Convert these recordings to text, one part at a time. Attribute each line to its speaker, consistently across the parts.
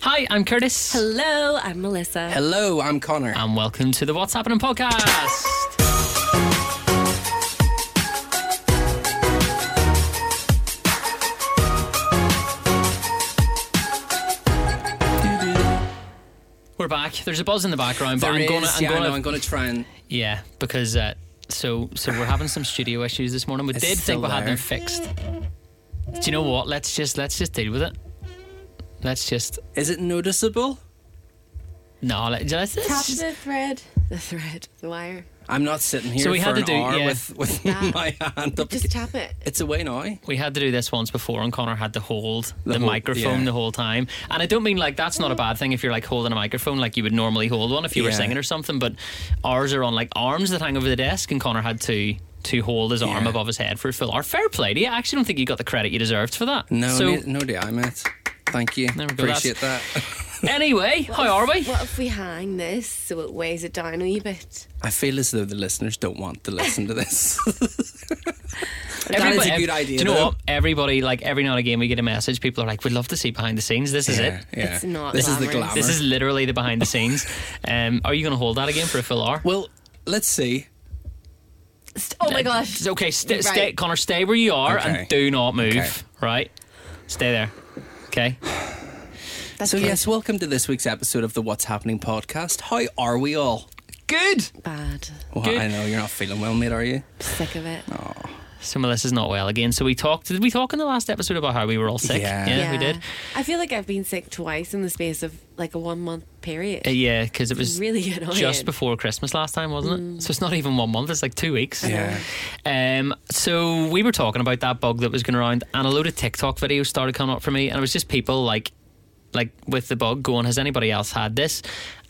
Speaker 1: Hi, I'm Curtis.
Speaker 2: Hello, I'm Melissa.
Speaker 3: Hello, I'm Connor.
Speaker 1: And welcome to the What's Happening podcast. We're back. There's a buzz in the background, but
Speaker 3: There
Speaker 1: I'm
Speaker 3: is-
Speaker 1: gonna, I'm
Speaker 3: yeah, I
Speaker 1: gonna,
Speaker 3: know, I'm gonna try and.
Speaker 1: yeah, because uh, so so we're having some studio issues this morning. We
Speaker 3: It's
Speaker 1: did
Speaker 3: still
Speaker 1: think we had
Speaker 3: there.
Speaker 1: them fixed. Do you know what? Let's just let's just deal with it. Let's just
Speaker 3: Is it noticeable?
Speaker 1: no. Let, let's, let's
Speaker 2: Tap
Speaker 1: just-
Speaker 2: the thread. The thread. The wire.
Speaker 3: I'm not sitting here
Speaker 1: So we
Speaker 3: for
Speaker 1: had to
Speaker 3: an
Speaker 1: do-
Speaker 3: hour
Speaker 1: yeah.
Speaker 3: with, with
Speaker 2: That-
Speaker 3: my hand up.
Speaker 2: Just tap it.
Speaker 3: It's away now.
Speaker 1: We had to do this once before, and Connor had to hold the,
Speaker 3: The whole-
Speaker 1: microphone
Speaker 3: yeah.
Speaker 1: the whole time. And I don't mean like that's not a bad thing if you're like holding a microphone like you would normally hold one if you were
Speaker 3: Yeah.
Speaker 1: singing or something. But ours are on like arms that hang over the desk, and Connor had to to hold his arm
Speaker 3: Yeah.
Speaker 1: above his head for a full hour. Fair play to you. I actually don't think you got the credit you deserved for that.
Speaker 3: No,
Speaker 1: So
Speaker 3: ne- no, dear, I mate. Thank you.
Speaker 1: There we go,
Speaker 3: Appreciate that.
Speaker 1: anyway, how are we?
Speaker 2: What if we hang this so it weighs it down a wee bit?
Speaker 3: I feel as though the listeners don't want to listen to this.
Speaker 1: Everybody-
Speaker 3: that is a good
Speaker 1: ev-
Speaker 3: idea.
Speaker 1: Do you know
Speaker 3: though.
Speaker 1: what? Everybody, like every now and again, we get a message. People are like, "We'd love to see behind the scenes. This is
Speaker 3: Yeah,
Speaker 1: it.
Speaker 3: yeah.
Speaker 2: It's not
Speaker 3: This is the
Speaker 2: glamorous.
Speaker 3: glamour.
Speaker 1: This is literally the behind the scenes." um, are you going to hold that again for a full hour?
Speaker 3: well, let's see.
Speaker 2: St- Oh my gosh.
Speaker 1: It's okay, st-
Speaker 2: Right.
Speaker 1: stay, Connor, stay where you are
Speaker 3: Okay.
Speaker 1: and do not move.
Speaker 3: Okay.
Speaker 1: Right? Stay there. Okay.
Speaker 2: That's
Speaker 3: So,
Speaker 2: good.
Speaker 3: yes, welcome to this week's episode of the What's Happening podcast. How are we all?
Speaker 1: Good.
Speaker 2: Bad.
Speaker 3: Well,
Speaker 1: Good.
Speaker 3: I know you're not feeling well, mate, are you?
Speaker 2: Sick of it.
Speaker 3: Oh.
Speaker 1: So Melissa's not well again. So we talked. Did we talk in the last episode about how we were all sick?
Speaker 3: Yeah.
Speaker 1: we did.
Speaker 2: I feel like I've been sick twice in the space of like a one month period.
Speaker 1: Uh, yeah, because it was
Speaker 2: really annoying. Mm.
Speaker 1: just before Christmas last time, wasn't it? So it's not even one month. It's like two weeks.
Speaker 3: Yeah.
Speaker 1: Um. So we were talking about that bug that was going around, and a load of TikTok videos started coming up for me, and it was just people like, like with the bug going, "Has anybody else had this?"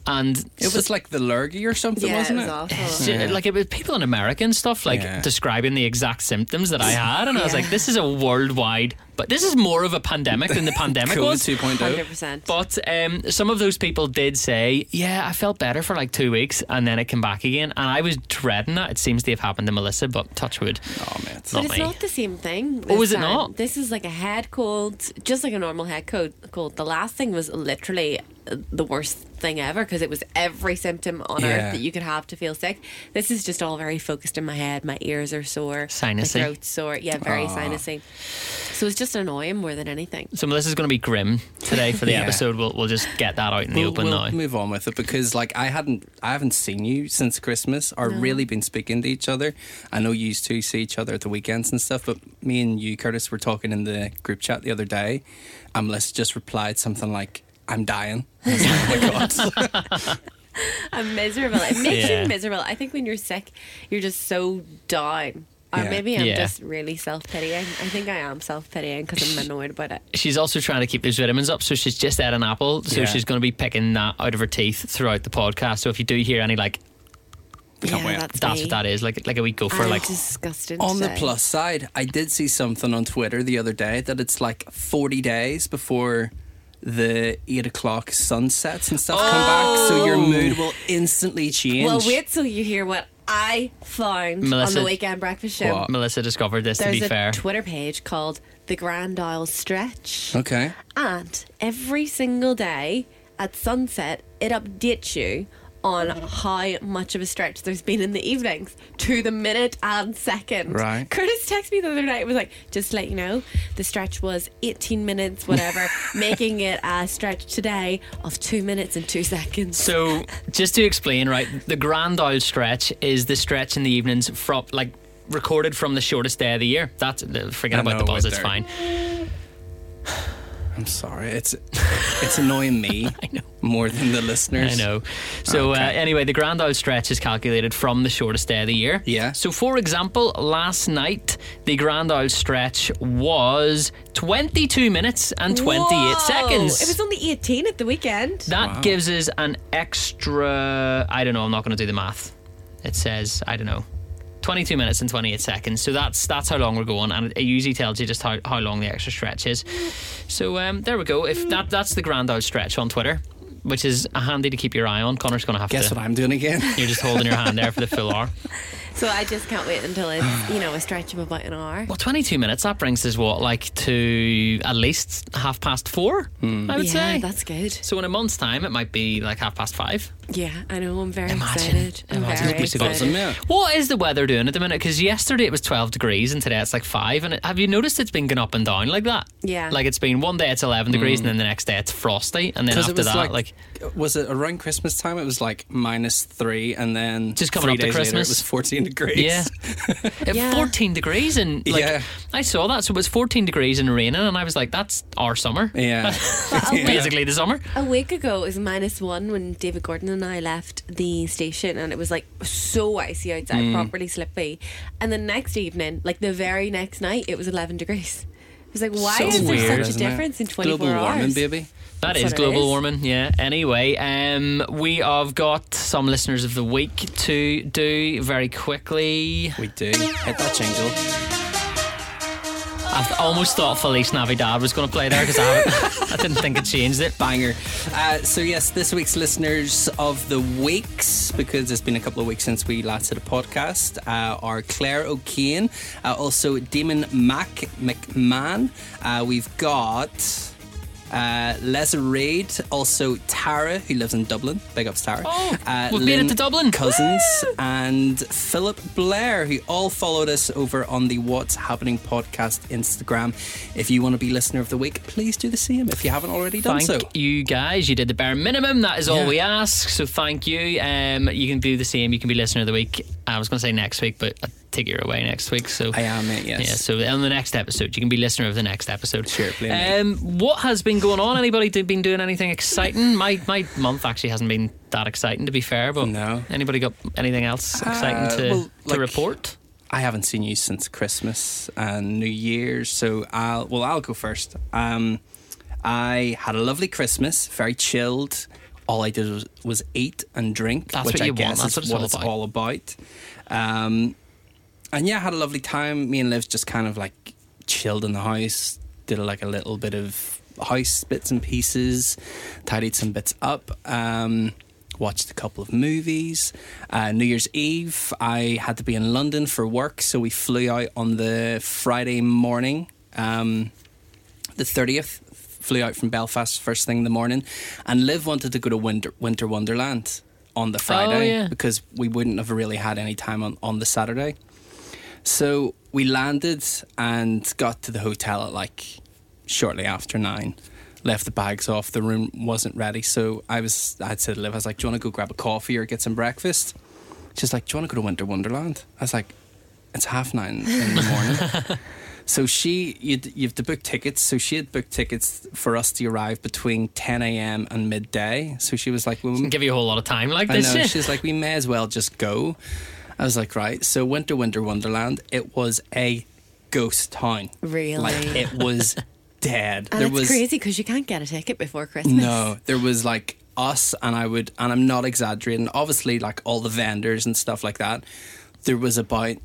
Speaker 1: And
Speaker 3: It was like the lurgy or something,
Speaker 2: Yeah,
Speaker 3: wasn't
Speaker 2: it
Speaker 3: it?
Speaker 2: was awful.
Speaker 1: It's ju- like it was people in America and stuff like
Speaker 3: Yeah.
Speaker 1: describing the exact symptoms that I had, and I was
Speaker 2: Yeah.
Speaker 1: like, this is a worldwide, but this is more of a pandemic than the pandemic
Speaker 3: COVID
Speaker 1: was.
Speaker 3: 2.0.
Speaker 2: 100%.
Speaker 1: But um, some of those people did say, yeah, I felt better for like two weeks, and then it came back again, and I was dreading that. It seems to have happened to Melissa, but touch wood.
Speaker 3: Oh, mate.
Speaker 2: But
Speaker 1: Not
Speaker 2: it's
Speaker 1: me.
Speaker 2: not the same thing.
Speaker 1: Oh,
Speaker 2: this
Speaker 1: is it
Speaker 2: time.
Speaker 1: not?
Speaker 2: This is like a head cold, just like a normal head cold. cold. The last thing was literally uh, the worst thing ever because it was every symptom on
Speaker 3: Yeah.
Speaker 2: earth that you could have to feel sick. This is just all very focused in my head. My ears are sore,
Speaker 1: Sinusy.
Speaker 2: my throat's sore. Yeah, very sinusy. So it's just annoying more than anything.
Speaker 1: So Melissa's going to be grim today for the
Speaker 3: Yeah.
Speaker 1: episode. We'll, we'll just get that out in the
Speaker 3: We'll,
Speaker 1: open
Speaker 3: we'll
Speaker 1: now.
Speaker 3: move on with it because, like, I hadn't, I haven't seen you since Christmas or really been speaking to each other. I know you two see each other at the weekends and stuff, but me and you, Curtis, were talking in the group chat the other day, and Melissa just replied something like, "I'm dying." I was like, oh my god!
Speaker 2: I'm miserable. It makes
Speaker 1: Yeah.
Speaker 2: you miserable. I think when you're sick, you're just so down. Or
Speaker 3: Yeah.
Speaker 2: maybe I'm
Speaker 1: Yeah.
Speaker 2: just really self pitying. I think I am self pitying because I'm annoyed about it.
Speaker 1: She's also trying to keep those vitamins up, so she's just had an apple, so
Speaker 3: Yeah.
Speaker 1: she's going to be picking that out of her teeth throughout the podcast. So if you do hear any like
Speaker 3: Can't
Speaker 2: yeah,
Speaker 3: wait.
Speaker 2: that's
Speaker 1: That's
Speaker 2: me.
Speaker 1: what that is. Like like a wee gopher.
Speaker 2: I'm
Speaker 1: like
Speaker 2: disgusted.
Speaker 3: on the
Speaker 2: today.
Speaker 3: plus side, I did see something on Twitter the other day that it's like 40 days before the eight o'clock sunsets and stuff come back, so your mood will instantly change.
Speaker 2: Well, wait till you hear what I found
Speaker 1: Melissa-
Speaker 2: on the weekend breakfast show.
Speaker 3: What?
Speaker 1: Melissa discovered this.
Speaker 2: There's
Speaker 1: to be
Speaker 2: a
Speaker 1: fair,
Speaker 2: Twitter page called the Grand Isle Stretch,
Speaker 3: Okay.
Speaker 2: and every single day at sunset, it updates you on how much of a stretch there's been in the evenings to the minute and second.
Speaker 3: Right.
Speaker 2: Curtis texted me the other night. It was like, just to let you know, the stretch was 18 minutes, whatever, making it a stretch today of two minutes and two seconds.
Speaker 1: so just to explain, right, the grand old stretch is the stretch in the evenings from like recorded from the shortest day of the year. That's uh, forget
Speaker 3: I
Speaker 1: about the
Speaker 3: know
Speaker 1: buzz.
Speaker 3: it
Speaker 1: It's
Speaker 3: there.
Speaker 1: fine.
Speaker 3: I'm sorry. It's it's annoying me more than the
Speaker 1: I
Speaker 3: listeners.
Speaker 1: know. So uh, anyway, the grand old stretch is calculated from the shortest day of the year.
Speaker 3: Yeah.
Speaker 1: So for example, last night the grand old stretch was 22 minutes and 28
Speaker 2: Whoa!
Speaker 1: seconds.
Speaker 2: It was only 18 at the weekend.
Speaker 1: That gives us an extra. I don't know. I'm not going to do the math. It says I don't know. 22 minutes and 28 seconds. So that's that's how long we're going, and it, it usually tells you just how, how long the extra stretch is. So um, there we go. If that that's the grand old stretch on Twitter, which is handy to keep your eye on. Connor's going to have
Speaker 3: Guess
Speaker 1: to.
Speaker 3: what I'm doing again?
Speaker 1: You're just holding your hand there for the full hour.
Speaker 2: So I just can't wait until it's, you know, a stretch of about an hour.
Speaker 1: Well, 22 minutes, that brings us what, like to at least half past four,
Speaker 3: Hmm.
Speaker 1: I would
Speaker 2: yeah,
Speaker 1: say.
Speaker 2: that's good.
Speaker 1: So in a month's time, it might be like half past five.
Speaker 2: Yeah, I know. I'm very
Speaker 1: Imagine.
Speaker 2: excited. I'm
Speaker 1: Imagine.
Speaker 2: very
Speaker 1: It's
Speaker 3: Got some
Speaker 2: excited.
Speaker 3: milk.
Speaker 1: What is the weather doing at the minute? Because yesterday it was 12 degrees and today it's like five. And it, have you noticed it's been going up and down like that?
Speaker 2: Yeah.
Speaker 1: Like it's been one day it's 11 degrees and then the next day it's frosty. And then
Speaker 3: Because
Speaker 1: after
Speaker 3: Mm. it was
Speaker 1: that, like,
Speaker 3: like, was it around Christmas time? It was like minus three, and then
Speaker 1: Just coming
Speaker 3: three
Speaker 1: up to
Speaker 3: days later,
Speaker 1: Christmas.
Speaker 3: it was fourteen degrees.
Speaker 1: yeah. At
Speaker 2: Yeah.
Speaker 1: 14 degrees. And like,
Speaker 3: Yeah.
Speaker 1: I saw that. So it was 14 degrees and raining. And I was like, that's our summer.
Speaker 3: yeah.
Speaker 2: But a week,
Speaker 1: Basically the summer.
Speaker 2: a week ago, it was minus one when David Gordon and I left the station, and it was like so icy outside,
Speaker 1: Mm.
Speaker 2: properly slippy. And the next evening, like the very next night, it was 11 degrees. It was like, why
Speaker 3: So
Speaker 2: is there
Speaker 1: weird,
Speaker 2: such a
Speaker 3: isn't it?
Speaker 2: difference in 24
Speaker 3: Global warming,
Speaker 2: hours?
Speaker 3: baby.
Speaker 1: That
Speaker 2: That's
Speaker 1: is
Speaker 2: what it
Speaker 1: global
Speaker 2: is.
Speaker 1: warming, yeah. Anyway, um, we have got some listeners of the week to do very quickly.
Speaker 3: We do hit that jingle.
Speaker 1: I almost thought Felice Navidad was going to play there because I, haven't- I didn't think it changed it.
Speaker 3: Banger. Uh, so, yes, this week's listeners of the weeks, because it's been a couple of weeks since we last did a podcast, uh, are Claire O'Kane, uh, also Damon Mac McMahon. Uh, we've got uh, Les Reid, also Tara, who lives in Dublin. Big ups, Tara. Uh,
Speaker 1: Oh, we've made it
Speaker 3: Lynn
Speaker 1: to Dublin.
Speaker 3: Cousins and Philip Blair, who all followed us over on the What's Happening podcast Instagram. If you want to be listener of the week, please do the same if you haven't already done
Speaker 1: Thank
Speaker 3: so.
Speaker 1: you guys. You did the bare minimum. That is all
Speaker 3: Yeah.
Speaker 1: we ask. So thank you. Um, you can do the same. You can be listener of the week. I was going to say next week, but I take you away next week. So
Speaker 3: I am it, yes.
Speaker 1: Yeah. So on the next episode, you can be listener of the next episode.
Speaker 3: Sure, blame me.
Speaker 1: Um, what has been going on? Anybody do- been doing anything exciting? My my month actually hasn't been that exciting, to be fair. But
Speaker 3: No.
Speaker 1: anybody got anything else exciting
Speaker 3: Uh,
Speaker 1: to
Speaker 3: well,
Speaker 1: to
Speaker 3: like-
Speaker 1: report?
Speaker 3: I haven't seen you since Christmas and New Year's, so I'll well I'll go first. Um, I had a lovely Christmas, very chilled. All I did was, was eat and drink,
Speaker 1: That's
Speaker 3: which
Speaker 1: what
Speaker 3: I
Speaker 1: you want,
Speaker 3: guess
Speaker 1: that's what
Speaker 3: is
Speaker 1: it's
Speaker 3: what
Speaker 1: all
Speaker 3: it's
Speaker 1: about.
Speaker 3: all about. Um, and yeah, I had a lovely time. Me and Liv just kind of like chilled in the house, did like a little bit of house bits and pieces, tidied some bits up, um, watched a couple of movies. Uh, New Year's Eve, I had to be in London for work, so we flew out on the Friday morning. Um, the 30th flew out from Belfast first thing in the morning and Liv wanted to go to Winter, Winter Wonderland on the Friday
Speaker 1: yeah.
Speaker 3: because we wouldn't have really had any time on, on the Saturday. So we landed and got to the hotel at like shortly after nine. Left the bags off. The room wasn't ready, so I was. I said to Liv, I was like, "Do you want to go grab a coffee or get some breakfast?" She's like, "Do you want to go to Winter Wonderland?" I was like, "It's half nine in the morning." So she, you'd, you have to book tickets. So she had booked tickets for us to arrive between 10 a.m. and midday. So she was like, well,
Speaker 1: Can give you a whole lot of time like
Speaker 3: I
Speaker 1: this.
Speaker 3: know.
Speaker 1: yeah.
Speaker 3: She's like, we may as well just go. I was like, right. So Winter, Winter Wonderland, it was a ghost town.
Speaker 2: Really?
Speaker 3: Like, it was dead.
Speaker 1: Oh,
Speaker 2: And
Speaker 3: there
Speaker 2: it's
Speaker 3: was
Speaker 2: crazy because you can't get a ticket before Christmas.
Speaker 3: no, there was like us, and I would, and I'm not exaggerating. Obviously, like all the vendors and stuff like that, there was about,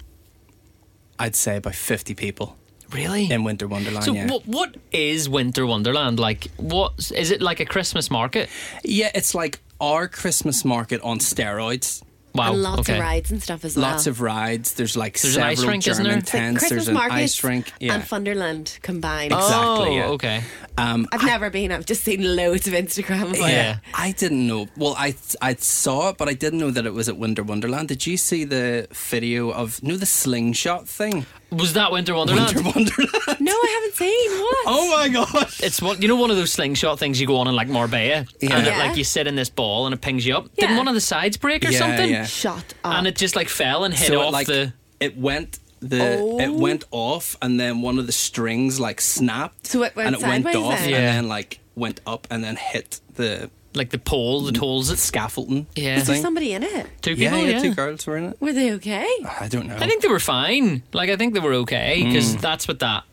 Speaker 3: I'd say, about 50 people
Speaker 1: really?
Speaker 3: in Winter Wonderland.
Speaker 1: So
Speaker 3: Oh, yeah.
Speaker 1: what what is Winter Wonderland like? What is it like a Christmas market?
Speaker 3: Yeah, it's like our Christmas market on steroids.
Speaker 1: Wow.
Speaker 2: and lots
Speaker 1: okay.
Speaker 2: of rides and stuff as well.
Speaker 3: Lots of rides. There's like
Speaker 1: There's an ice
Speaker 3: several
Speaker 1: rink, isn't there?
Speaker 3: German
Speaker 1: It's
Speaker 2: It's like
Speaker 3: tents.
Speaker 2: Christmas
Speaker 3: There's an
Speaker 2: markets
Speaker 3: ice rink. Yeah.
Speaker 2: and Funderland combined. Oh,
Speaker 3: Exactly.
Speaker 1: oh,
Speaker 3: yeah.
Speaker 1: okay.
Speaker 3: um,
Speaker 2: I've never been. I've just seen loads of Instagram. About
Speaker 1: Yeah.
Speaker 2: it.
Speaker 3: I didn't know. Well, I I saw it, but I didn't know that it was at Winter Wonderland. Did you see the video of you know the slingshot thing?
Speaker 1: Was that Winter Wonderland?
Speaker 3: Winter Wonderland.
Speaker 2: No, I haven't seen. What?
Speaker 3: Oh my gosh.
Speaker 1: it's one, you know, one of those slingshot things you go on in like Marbella,
Speaker 3: Yeah.
Speaker 1: and it,
Speaker 2: Yeah.
Speaker 1: like you sit in this ball and it pings you up. Didn't
Speaker 2: Yeah.
Speaker 1: one of the sides break or
Speaker 3: Yeah,
Speaker 1: something?
Speaker 3: yeah.
Speaker 2: Shut up.
Speaker 1: And it just like fell and hit
Speaker 3: so
Speaker 1: off
Speaker 3: it, like
Speaker 1: the.
Speaker 3: it went the it
Speaker 2: Oh.
Speaker 3: went off and then one of the strings like snapped
Speaker 2: So it went
Speaker 3: and it went
Speaker 2: sideways
Speaker 3: off
Speaker 2: then?
Speaker 3: and
Speaker 1: Yeah.
Speaker 3: then like went up and then hit the
Speaker 1: Like the pole, the tolls. It's
Speaker 3: scaffolding
Speaker 1: Yeah.
Speaker 2: was there
Speaker 3: thing.
Speaker 2: somebody in it?
Speaker 1: two
Speaker 3: Mm. yeah,
Speaker 1: people. Yeah,
Speaker 3: yeah, two girls were in it.
Speaker 2: Were they okay?
Speaker 3: I don't know.
Speaker 1: I think they were fine. Like I think they were okay because that's what that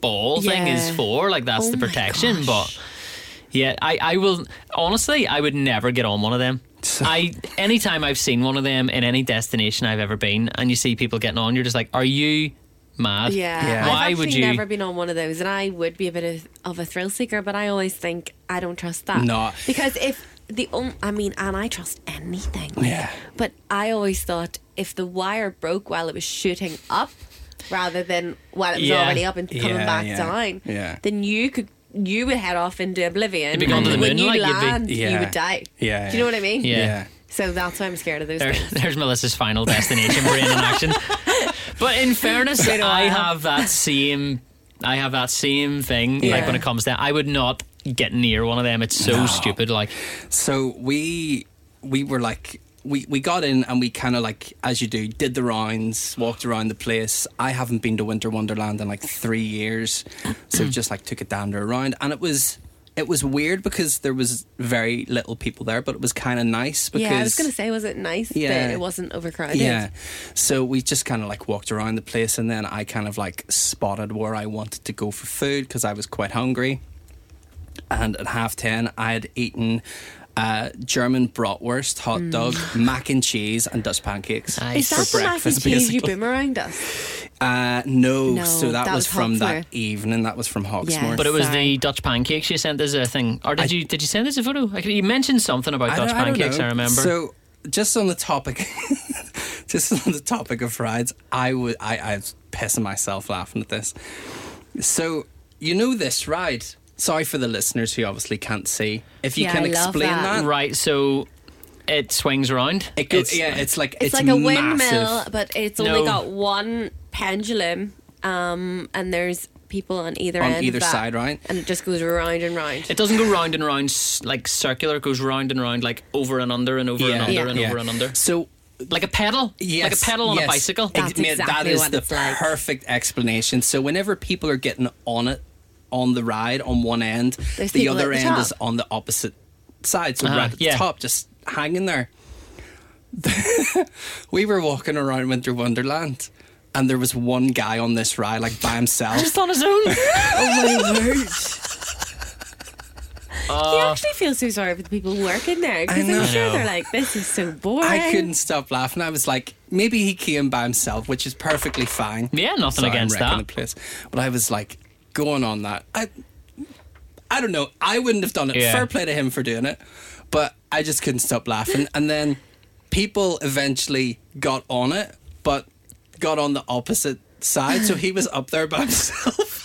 Speaker 1: ball thing is
Speaker 2: Yeah.
Speaker 1: for. Like that's
Speaker 2: Oh
Speaker 1: the
Speaker 2: my
Speaker 1: protection.
Speaker 2: gosh.
Speaker 1: But yeah, I, I will honestly I would never get on one of them. I anytime I've seen one of them in any destination I've ever been, and you see people getting on, you're just like, are you mad?
Speaker 2: Yeah.
Speaker 3: Yeah.
Speaker 2: I've
Speaker 1: Why
Speaker 2: actually
Speaker 1: would you?
Speaker 2: never been on one of those, and I would be a bit of, of a thrill seeker, but I always think I don't trust that.
Speaker 3: No.
Speaker 2: Because if the um, I mean, and I trust anything.
Speaker 3: Yeah.
Speaker 2: But I always thought if the wire broke while it was shooting up, rather than while it was
Speaker 1: Yeah.
Speaker 2: already up and coming
Speaker 3: Yeah,
Speaker 2: back
Speaker 3: yeah,
Speaker 2: down,
Speaker 3: yeah.
Speaker 2: then you could you would head off into oblivion.
Speaker 1: You'd be gone to the
Speaker 2: and when
Speaker 1: moon,
Speaker 2: you
Speaker 1: like, you'd be-
Speaker 2: land, you
Speaker 3: Yeah.
Speaker 2: would die.
Speaker 3: Yeah,
Speaker 2: Do you know
Speaker 3: yeah.
Speaker 2: what I mean?
Speaker 1: Yeah.
Speaker 3: yeah.
Speaker 2: So that's why I'm scared of those
Speaker 1: There,
Speaker 2: things.
Speaker 1: there's Melissa's final destination brain in action. But in fairness,
Speaker 2: Wait a
Speaker 1: I
Speaker 2: while.
Speaker 1: have that same. I have that same thing. Like
Speaker 2: Yeah.
Speaker 1: when it comes to, I would not get near one of them. It's so
Speaker 3: No.
Speaker 1: stupid. Like
Speaker 3: So we we were like we, we got in and we kind of like as you do did the rounds walked around the place i haven't been to winter wonderland in like three years so just like took a dander around and it was it was weird because there was very little people there but it was kind of nice because
Speaker 2: Yeah, I was gonna say, was it nice
Speaker 3: Yeah.
Speaker 2: that it wasn't overcrowded?
Speaker 3: yeah. So we just kind of like walked around the place and then I kind of like spotted where I wanted to go for food because I was quite hungry. And at half 10, I had eaten uh, German bratwurst, hot dog, mac and cheese, and Dutch pancakes.
Speaker 1: Nice.
Speaker 2: Is
Speaker 1: For
Speaker 2: that the mac and
Speaker 3: breakfast,
Speaker 2: cheese you
Speaker 3: basically.
Speaker 2: boomeranged us?
Speaker 3: Uh, no,
Speaker 2: No,
Speaker 3: so that,
Speaker 2: that was
Speaker 3: was, from
Speaker 2: Hawksmoor.
Speaker 3: that evening. That was from Hawksmoor.
Speaker 1: But it was
Speaker 2: Sorry.
Speaker 1: the Dutch pancakes you sent as a thing, or did you did you send us a photo? I, could- you mentioned something about Dutch
Speaker 3: don't- don't
Speaker 1: pancakes. I
Speaker 3: know.
Speaker 1: remember.
Speaker 3: So, just on the topic, just on the topic of rides, I would I, I was pissing myself laughing at this. So, you know this ride. Sorry for the listeners who obviously can't see. If you
Speaker 2: Yeah,
Speaker 3: can
Speaker 2: I love
Speaker 3: explain
Speaker 2: that.
Speaker 3: that,
Speaker 1: right, so it swings around.
Speaker 3: it goes.
Speaker 1: It's-
Speaker 3: yeah, it's like
Speaker 2: It's, like a windmill,
Speaker 3: massive.
Speaker 2: but it's
Speaker 1: No.
Speaker 2: only got one pendulum, um, and there's people on either
Speaker 3: On
Speaker 2: end. of
Speaker 3: either
Speaker 2: that,
Speaker 3: side, right?
Speaker 2: And it just goes round and round.
Speaker 1: It doesn't go round and round s- like circular. It goes round and round like over and under and over and
Speaker 3: Yeah,
Speaker 1: under and
Speaker 3: yeah.
Speaker 1: over and under.
Speaker 3: So
Speaker 1: Like a pedal,
Speaker 3: Yes,
Speaker 1: like a pedal on a
Speaker 3: yes.
Speaker 1: bicycle.
Speaker 2: That's
Speaker 3: mate, that
Speaker 2: exactly
Speaker 3: is
Speaker 2: what
Speaker 3: the
Speaker 2: it's like.
Speaker 3: perfect explanation. So whenever people are getting on it on the ride on one end,
Speaker 2: There's
Speaker 3: the
Speaker 2: people
Speaker 3: other
Speaker 2: at the
Speaker 3: end
Speaker 2: top.
Speaker 3: is on the opposite side. So
Speaker 1: Uh-huh,
Speaker 3: right at the
Speaker 1: yeah.
Speaker 3: top, just hanging there. we were walking around Winter Wonderland. And there was one guy on this ride, like by himself.
Speaker 1: Just on his own.
Speaker 2: oh my word! you actually feel so sorry for the people working there
Speaker 3: Uh, I
Speaker 2: because
Speaker 3: know.
Speaker 2: I'm sure
Speaker 1: know.
Speaker 2: they're like, "This is so boring."
Speaker 3: I couldn't stop laughing. I was like, maybe he came by himself, which is perfectly fine.
Speaker 1: Yeah, nothing
Speaker 3: Sorry, I'm
Speaker 1: against
Speaker 3: wrecking
Speaker 1: that.
Speaker 3: The place. But I was like, going on that. I, I don't know. I wouldn't have done it.
Speaker 1: Yeah.
Speaker 3: Fair play to him for doing it, but I just couldn't stop laughing. And then people eventually got on it, but got on the opposite side, so he was up there by himself.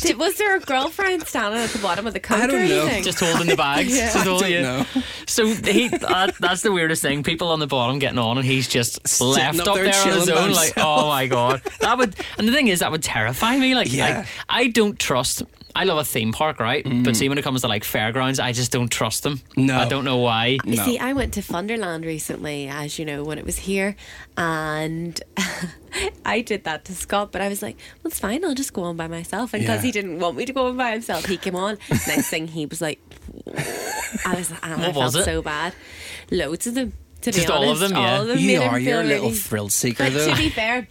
Speaker 2: Did, was there a girlfriend standing at the bottom of the counter?
Speaker 3: don't know.
Speaker 2: Or anything?
Speaker 1: just holding the bags.
Speaker 2: Yeah.
Speaker 1: Just
Speaker 3: I
Speaker 1: holding-
Speaker 3: don't
Speaker 1: yeah.
Speaker 3: know.
Speaker 1: So he, that, that's the weirdest thing. People on the bottom getting on, and he's just
Speaker 3: Sitting
Speaker 1: left
Speaker 3: up
Speaker 1: up,
Speaker 3: there
Speaker 1: there, on his
Speaker 3: chilling by
Speaker 1: own. Like,
Speaker 3: himself.
Speaker 1: oh my god, that would. And the thing is, that would terrify me. Like,
Speaker 3: Yeah. Mm.
Speaker 1: I, I don't trust. I love a theme park, right? But see, when it comes to like fairgrounds, I just don't trust them.
Speaker 3: No. Mm.
Speaker 1: I don't know why.
Speaker 2: You
Speaker 3: No.
Speaker 2: see, I went to Funderland recently, as you know, when it was here, and I did that to Scott. But I was like, "Well, it's fine. I'll just go on by myself." And because
Speaker 3: Yeah.
Speaker 2: he didn't want me to go on by himself, he came on. Next thing, he was like, "I was, and I
Speaker 1: What was
Speaker 2: felt
Speaker 1: it?
Speaker 2: so bad. Loads of them, to
Speaker 1: Just
Speaker 2: be
Speaker 1: all
Speaker 2: honest,
Speaker 1: of them, yeah.
Speaker 2: all of them made
Speaker 3: You
Speaker 2: him
Speaker 3: are.
Speaker 2: feel
Speaker 3: You're a little
Speaker 2: really-
Speaker 3: thrill seeker,
Speaker 2: But
Speaker 1: uh,
Speaker 3: though.
Speaker 2: to be fair,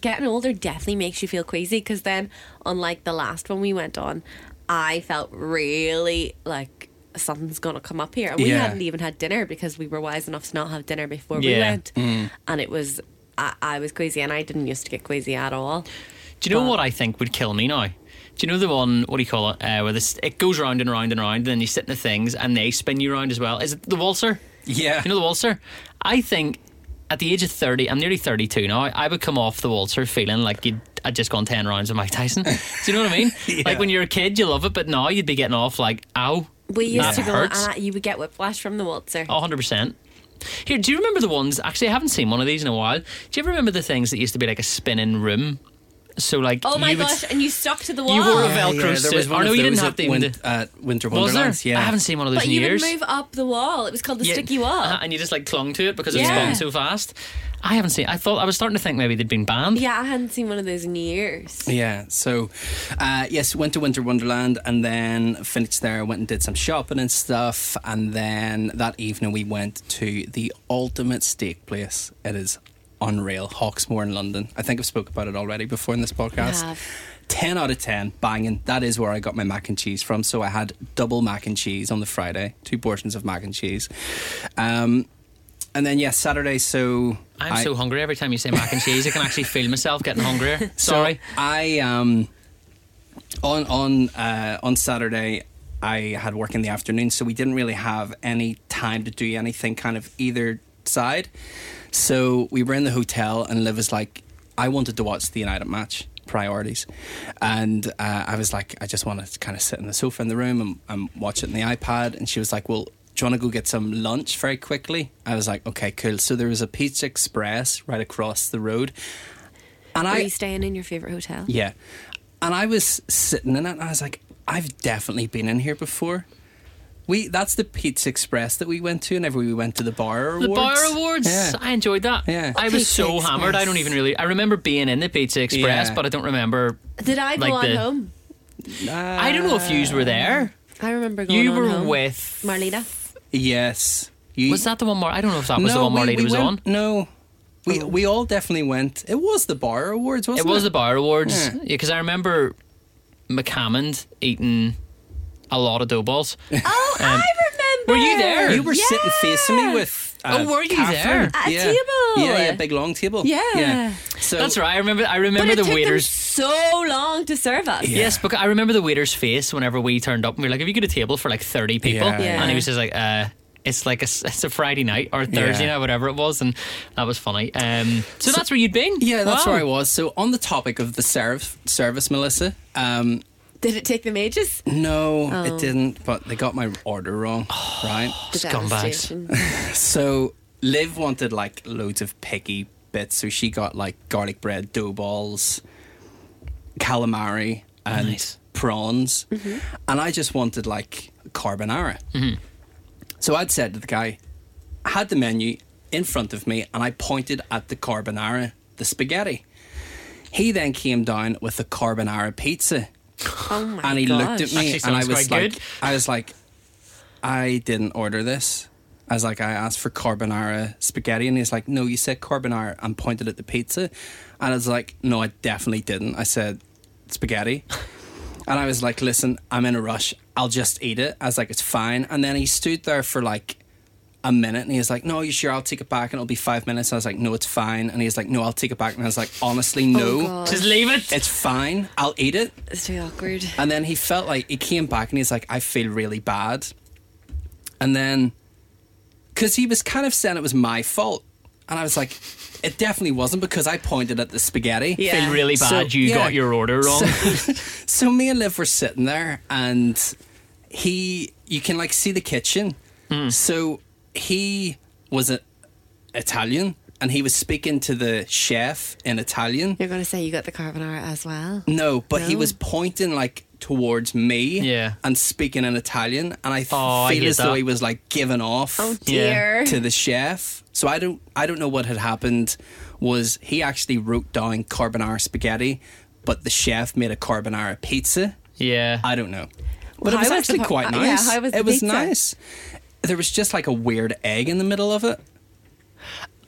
Speaker 2: getting older definitely makes you feel queasy because then, unlike the last one we went on, I felt really like something's going to come up here. And we
Speaker 3: Yeah.
Speaker 2: hadn't even had dinner because we were wise enough to not have dinner before we
Speaker 1: Yeah. Mm.
Speaker 2: went. And it was, I, I was queasy and I didn't used to get queasy at all.
Speaker 1: Do you know
Speaker 2: But-
Speaker 1: what I think would kill me now? Do you know the one? What do you call it? Uh, where this it goes round and round and round, and then you sit in the things, and they spin you around as well. Is it the waltzer?
Speaker 3: Yeah.
Speaker 1: You know the waltzer? I think at the age of 30, I'm nearly 32 now, I would come off the waltzer feeling like you'd, I'd just gone 10 rounds with Mike Tyson. Do you know what I mean? Like when you're a kid, you love it, but now you'd be getting off like, ow.
Speaker 2: We used
Speaker 1: that
Speaker 2: to go,
Speaker 1: hurts.
Speaker 2: ah, you would get whiplash from the waltzer.
Speaker 1: Oh, 100%. Here, do you remember the ones? Actually, I haven't seen one of these in a while. Do you ever remember the things that used to be like a spinning room? So, like,
Speaker 2: Oh my
Speaker 1: you would-
Speaker 2: gosh, and you stuck to the wall.
Speaker 1: You were a
Speaker 3: Yeah,
Speaker 1: Velcro
Speaker 3: yeah, there
Speaker 1: suit.
Speaker 3: was one
Speaker 1: Or
Speaker 3: of
Speaker 1: no, you didn't
Speaker 3: those
Speaker 1: have
Speaker 3: at
Speaker 1: to even
Speaker 3: Win-
Speaker 1: do-
Speaker 3: at Winter
Speaker 1: was there?
Speaker 3: Wonderland. Yeah,
Speaker 1: I haven't seen one of those
Speaker 2: but
Speaker 1: in
Speaker 2: you
Speaker 1: years.
Speaker 2: would move up the wall. It was called the
Speaker 1: Yeah.
Speaker 2: sticky wall.
Speaker 1: Uh-huh, and you just like clung to it because it
Speaker 2: Yeah.
Speaker 1: spun so fast. I haven't seen. I thought I was starting to think maybe they'd been banned.
Speaker 2: yeah, I hadn't seen one of those in years.
Speaker 3: Yeah. So, uh, yes, went to Winter Wonderland and then finished there. Went and did some shopping and stuff. And then that evening we went to the ultimate steak place. It is unreal, Hawksmoor in London. I think I've spoke about it already before in this podcast.
Speaker 2: You have.
Speaker 3: Ten out of ten, banging. That is where I got my mac and cheese from. So I had double mac and cheese on the Friday, two portions of mac and cheese. Um, and then yes, Saturday. So
Speaker 1: I'm
Speaker 3: I-
Speaker 1: so hungry every time you say mac and cheese. I can actually feel myself getting hungrier. Sorry.
Speaker 3: So I um on on uh, on Saturday I had work in the afternoon, so we didn't really have any time to do anything kind of either side. So we were in the hotel, and Liv was like, I wanted to watch the United match priorities. And uh, I was like, I just want to kind of sit on the sofa in the room and, and watch it on the iPad. And she was like, Well, do you want to go get some lunch very quickly? I was like, Okay, cool. So there was a Pizza Express right across the road. And
Speaker 2: Are
Speaker 3: I
Speaker 2: you staying in your favorite hotel?
Speaker 3: yeah. And I was sitting in it and I was like, I've definitely been in here before. We that's the Pizza Express that we went to whenever we went to the Bar Awards.
Speaker 1: The Bar Awards.
Speaker 3: Yeah.
Speaker 1: I enjoyed that.
Speaker 3: Yeah.
Speaker 1: I was
Speaker 2: Pizza
Speaker 1: so hammered. I don't
Speaker 2: Express.
Speaker 1: even really. I remember being in the Pizza Express,
Speaker 3: Yeah.
Speaker 1: but I don't remember.
Speaker 2: Did I go
Speaker 1: Like
Speaker 2: on
Speaker 1: the-
Speaker 2: home?
Speaker 1: I don't know if yous were there.
Speaker 2: I remember going
Speaker 1: You
Speaker 2: on
Speaker 1: were
Speaker 2: home.
Speaker 1: with.
Speaker 2: Marlena.
Speaker 3: Yes. You,
Speaker 1: Was that the one? Mar- I don't know if that was the one
Speaker 3: we-
Speaker 1: Marlene
Speaker 3: we
Speaker 1: was
Speaker 3: went-
Speaker 1: on.
Speaker 3: No. We,
Speaker 1: Oh.
Speaker 3: we all definitely went. It was the Bar Awards, wasn't
Speaker 1: It
Speaker 3: it?
Speaker 1: was the Bar Awards.
Speaker 3: Yeah.
Speaker 1: Yeah, because I remember McCammond eating a lot of dough balls.
Speaker 2: Oh,
Speaker 1: Um,
Speaker 2: I remember.
Speaker 1: were you there?
Speaker 3: You were sitting facing me with. Uh,
Speaker 1: Oh, were you there?
Speaker 3: Catherine.
Speaker 2: At a
Speaker 3: yeah.
Speaker 2: table.
Speaker 3: Yeah, yeah, big long table.
Speaker 2: Yeah.
Speaker 3: So
Speaker 1: That's right. I remember. I
Speaker 2: But
Speaker 1: remember
Speaker 2: it
Speaker 1: the
Speaker 2: took
Speaker 1: waiters.
Speaker 2: them so long to serve us.
Speaker 3: Yeah.
Speaker 1: Yes, because I remember the waiter's face whenever we turned up and we were like, "Have you got a table for like thirty people?"
Speaker 3: Yeah.
Speaker 2: Yeah.
Speaker 1: And he was just like, "Uh, it's like a s- it's a Friday night or a Thursday
Speaker 3: Yeah.
Speaker 1: night, whatever it was," and that was funny. Um, so, that's where you'd been.
Speaker 3: Yeah, that's
Speaker 1: Wow.
Speaker 3: where I was. So on the topic of the serv- service, Melissa, um,
Speaker 2: Did it take them ages?
Speaker 3: No, it didn't. But they got my order wrong, right?
Speaker 2: The
Speaker 1: Scumbags.
Speaker 2: devastation.
Speaker 3: So Liv wanted like loads of picky bits, so she got like garlic bread, dough balls, calamari, and
Speaker 1: Nice.
Speaker 3: prawns, and I just wanted like carbonara. So I'd said to the guy, I had the menu in front of me, and I pointed at the carbonara, the spaghetti. He then came down with the carbonara pizza
Speaker 2: Oh my
Speaker 3: and he
Speaker 2: gosh.
Speaker 3: looked at me
Speaker 1: Actually
Speaker 3: and I
Speaker 1: sounds
Speaker 3: was
Speaker 1: quite
Speaker 3: like
Speaker 1: good.
Speaker 3: I was like I didn't order this. I was like I asked for carbonara spaghetti and he's like no you said carbonara and pointed at the pizza and I was like no I definitely didn't. I said spaghetti. And I was like, listen, I'm in a rush. I'll just eat it. I was like, it's fine. And then he stood there for like a minute and he was like, no, you sure? I'll take it back and it'll be five minutes. I was like, no, it's fine. And he was like, no, I'll take it back. And I was like, honestly,
Speaker 2: Oh,
Speaker 3: no,
Speaker 2: God.
Speaker 1: Just leave it.
Speaker 3: it's fine. I'll eat it.
Speaker 2: It's too awkward.
Speaker 3: And then he felt like he came back and he's like, I feel really bad. And then, because he was kind of saying it was my fault. And I was like, it definitely wasn't because I pointed at the spaghetti.
Speaker 2: Yeah.
Speaker 1: Feel really
Speaker 3: So,
Speaker 1: bad. you
Speaker 3: yeah.
Speaker 1: got your order wrong.
Speaker 3: So me and Liv were sitting there and he, you can like see the kitchen. So he was a, Italian and he was speaking to the chef in Italian.
Speaker 2: You're going to say you got the carbonara as well?
Speaker 3: No, but he
Speaker 2: No.
Speaker 3: was pointing like towards me
Speaker 1: Yeah.
Speaker 3: and speaking in Italian and I f-
Speaker 1: Oh, I
Speaker 3: feel
Speaker 1: hate
Speaker 3: as though
Speaker 1: that.
Speaker 3: he was like giving off
Speaker 2: Oh
Speaker 1: Yeah.
Speaker 2: dear.
Speaker 3: to the chef. So I don't I don't know what had happened was he actually wrote down carbonara spaghetti, but the chef made a carbonara pizza.
Speaker 1: yeah.
Speaker 3: I don't know. But it
Speaker 2: How
Speaker 3: was
Speaker 2: was the
Speaker 3: actually
Speaker 2: par-
Speaker 3: quite
Speaker 2: uh, yeah,
Speaker 3: nice.
Speaker 2: how was
Speaker 3: it
Speaker 2: the
Speaker 3: was
Speaker 2: pizza?
Speaker 3: nice. There was just like a weird egg in the middle of it.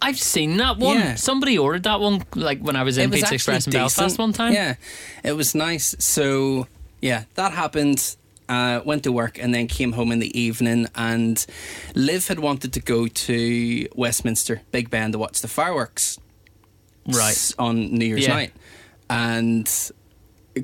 Speaker 1: I've seen that one.
Speaker 3: Yeah.
Speaker 1: Somebody ordered that one like when I was in
Speaker 3: It was
Speaker 1: Pizza
Speaker 3: actually
Speaker 1: Express in
Speaker 3: decent.
Speaker 1: Belfast one time.
Speaker 3: Yeah, it was nice. So yeah, that happened. Uh, went to work and then came home in the evening. And Liv had wanted to go to Westminster Big Ben to watch the fireworks
Speaker 1: Right.
Speaker 3: s- on New Year's
Speaker 1: Yeah.
Speaker 3: night, and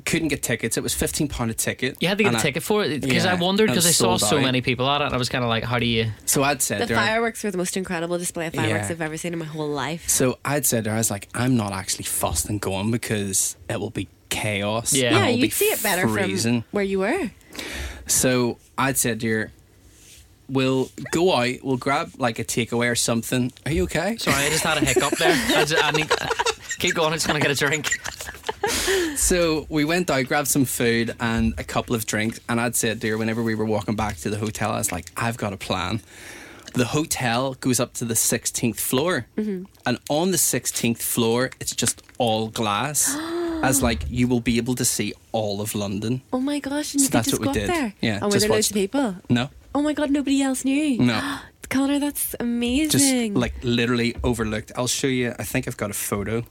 Speaker 3: couldn't get tickets. It was fifteen pound a ticket.
Speaker 1: You had to get
Speaker 3: And
Speaker 1: a
Speaker 3: I-
Speaker 1: ticket for it because
Speaker 3: Yeah,
Speaker 1: I wondered
Speaker 3: and
Speaker 1: because I saw
Speaker 3: sold
Speaker 1: so
Speaker 3: out.
Speaker 1: many people at it. and I was kind of like, how do you?
Speaker 3: So I'd said
Speaker 2: The
Speaker 3: to her-
Speaker 2: fireworks were the most incredible display of fireworks
Speaker 3: Yeah.
Speaker 2: I've ever seen in my whole life.
Speaker 3: So I'd said to her, I was like, I'm not actually fussed and going because it will be chaos.
Speaker 1: Yeah.
Speaker 3: and
Speaker 1: Yeah,
Speaker 2: yeah,
Speaker 3: will be
Speaker 2: you'd see it better
Speaker 3: freezing.
Speaker 2: from where you were.
Speaker 3: So I'd said to her, we'll go out, we'll grab like a takeaway or something. Are you okay?
Speaker 1: Sorry, I just had a hiccup there. I, just, I need, keep going. I'm just gonna get a drink.
Speaker 3: So we went out, grabbed some food and a couple of drinks. And I'd said to her, whenever we were walking back to the hotel, I was like, I've got a plan. The hotel goes up to the 16th floor. And on the 16th floor, it's just all glass. as like, you will be able to see all of London.
Speaker 2: Oh my gosh, and you
Speaker 3: So
Speaker 2: could
Speaker 3: that's
Speaker 2: just
Speaker 3: what
Speaker 2: go
Speaker 3: we
Speaker 2: up
Speaker 3: did.
Speaker 2: there.
Speaker 3: Yeah,
Speaker 2: And were
Speaker 3: just
Speaker 2: there
Speaker 3: watch-
Speaker 2: loads of people?
Speaker 3: No.
Speaker 2: Oh my god, nobody else knew.
Speaker 3: No.
Speaker 2: Connor, that's
Speaker 3: Just
Speaker 2: amazing.
Speaker 3: like literally overlooked. I'll show you. I think I've got a photo.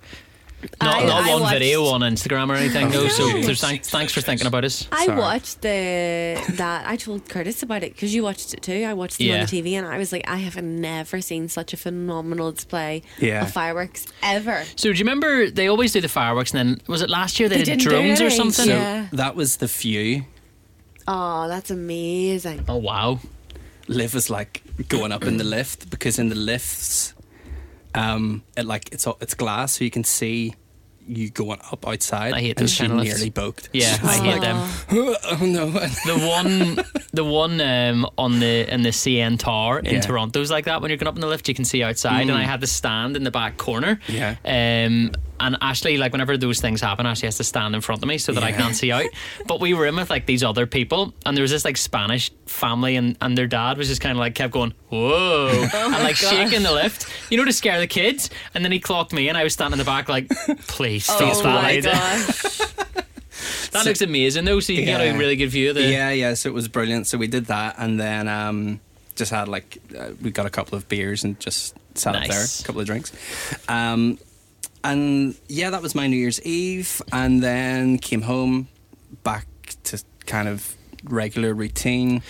Speaker 1: Not,
Speaker 2: I-
Speaker 1: not
Speaker 2: I
Speaker 1: one
Speaker 2: watched-
Speaker 1: video on Instagram or anything, no.
Speaker 3: Oh,
Speaker 1: So,
Speaker 2: no.
Speaker 1: so thanks, thanks for thinking about us.
Speaker 2: I
Speaker 3: Sorry.
Speaker 2: watched the that I told Curtis about it because you watched it too. I watched them
Speaker 1: Yeah.
Speaker 2: on the TV and I was like, I have never seen such a phenomenal display
Speaker 3: Yeah.
Speaker 2: of fireworks ever.
Speaker 1: So do you remember they always do the fireworks and then was it last year they,
Speaker 2: They
Speaker 1: did
Speaker 2: didn't do
Speaker 1: drones or
Speaker 2: any,
Speaker 1: something?
Speaker 3: So
Speaker 2: Yeah.
Speaker 3: that was the few.
Speaker 2: Oh, that's amazing.
Speaker 1: Oh wow.
Speaker 3: Liv was like going up in the lift because in the lifts, um, it like it's all- it's glass, so you can see you going up outside.
Speaker 1: I hate
Speaker 3: and
Speaker 1: those
Speaker 3: she
Speaker 1: kind of lifts.
Speaker 3: nearly boked.
Speaker 1: Yeah,
Speaker 3: She
Speaker 1: I
Speaker 3: was
Speaker 1: hate
Speaker 3: like,
Speaker 1: them.
Speaker 3: Oh no!
Speaker 1: The one, the one um, on the in the CN Tower in
Speaker 3: Yeah. Mm.
Speaker 1: Toronto's like that. When you're going up in the lift, you can see outside, and I had to stand in the back corner.
Speaker 3: Yeah.
Speaker 1: Um, and Ashley, like whenever those things happen, Ashley has to stand in front of me so that I
Speaker 3: Yeah.
Speaker 1: can't see out. But we were in with like these other people, and there was this like Spanish family, and, and their dad was just kind of like kept going, "Whoa,"
Speaker 3: Oh
Speaker 1: and like shaking the lift, you know, to scare the kids. And then he clocked me, and I was standing in the back like, "Please stop
Speaker 2: oh
Speaker 1: that!"
Speaker 2: my
Speaker 1: lady."
Speaker 2: gosh.
Speaker 1: That looks amazing though. So you can get
Speaker 3: Yeah.
Speaker 1: a really good view of the.
Speaker 3: yeah, yeah. So it was brilliant. So we did that, and then um, just had like uh, we got a couple of beers and just sat up there,
Speaker 1: Nice.
Speaker 3: a couple of drinks, um, and yeah, that was my New Year's Eve, and then came home, back to kind of regular routine.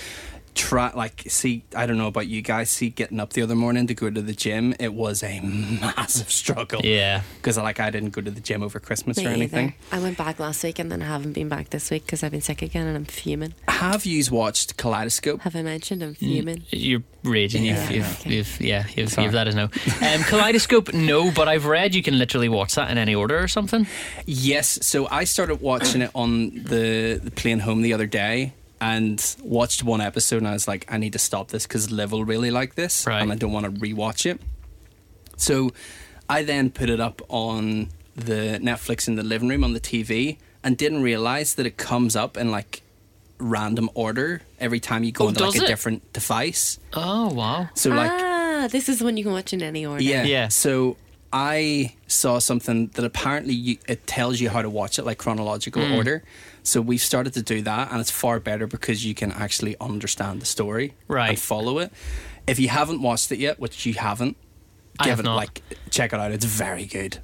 Speaker 3: Try like see. I don't know about you guys. See, getting up the other morning to go to the gym, it was a massive struggle.
Speaker 1: Yeah.
Speaker 3: because like I didn't go to the gym over Christmas
Speaker 2: Me
Speaker 3: or anything.
Speaker 2: either. I went back last week and then I haven't been back this week because I've been sick again and I'm fuming.
Speaker 3: Have yous watched Kaleidoscope?
Speaker 2: Have I mentioned
Speaker 3: Mm,
Speaker 2: I'm fuming?
Speaker 1: You're raging. You've,
Speaker 3: Yeah.
Speaker 1: you've,
Speaker 2: Okay.
Speaker 1: you've, yeah, you've,
Speaker 3: Sorry.
Speaker 1: you've let us know. Um, Kaleidoscope, no, but I've read you can literally watch that in any order or something.
Speaker 3: Yes, so I started watching it on the, the plane home the other day and watched one episode and I was like, I need to stop this because Liv will really like this
Speaker 1: Right.
Speaker 3: and I don't want to rewatch it. So I then put it up on the Netflix in the living room on the TV and didn't realize that it comes up in like random order every time you go
Speaker 1: Oh,
Speaker 3: into like
Speaker 1: does
Speaker 3: a
Speaker 1: it?
Speaker 3: different device.
Speaker 1: Oh, wow.
Speaker 3: So like
Speaker 2: ah, this is one you can watch in any order.
Speaker 3: yeah.
Speaker 1: Yeah.
Speaker 3: So I saw something that apparently you, it tells you how to watch it, like chronological
Speaker 1: Hmm.
Speaker 3: order. So we've started to do that, and it's far better because you can actually understand the story
Speaker 1: Right.
Speaker 3: and follow it. If you haven't watched it yet, which you haven't,
Speaker 1: I
Speaker 3: give
Speaker 1: have
Speaker 3: it
Speaker 1: not.
Speaker 3: like check it out. It's very good.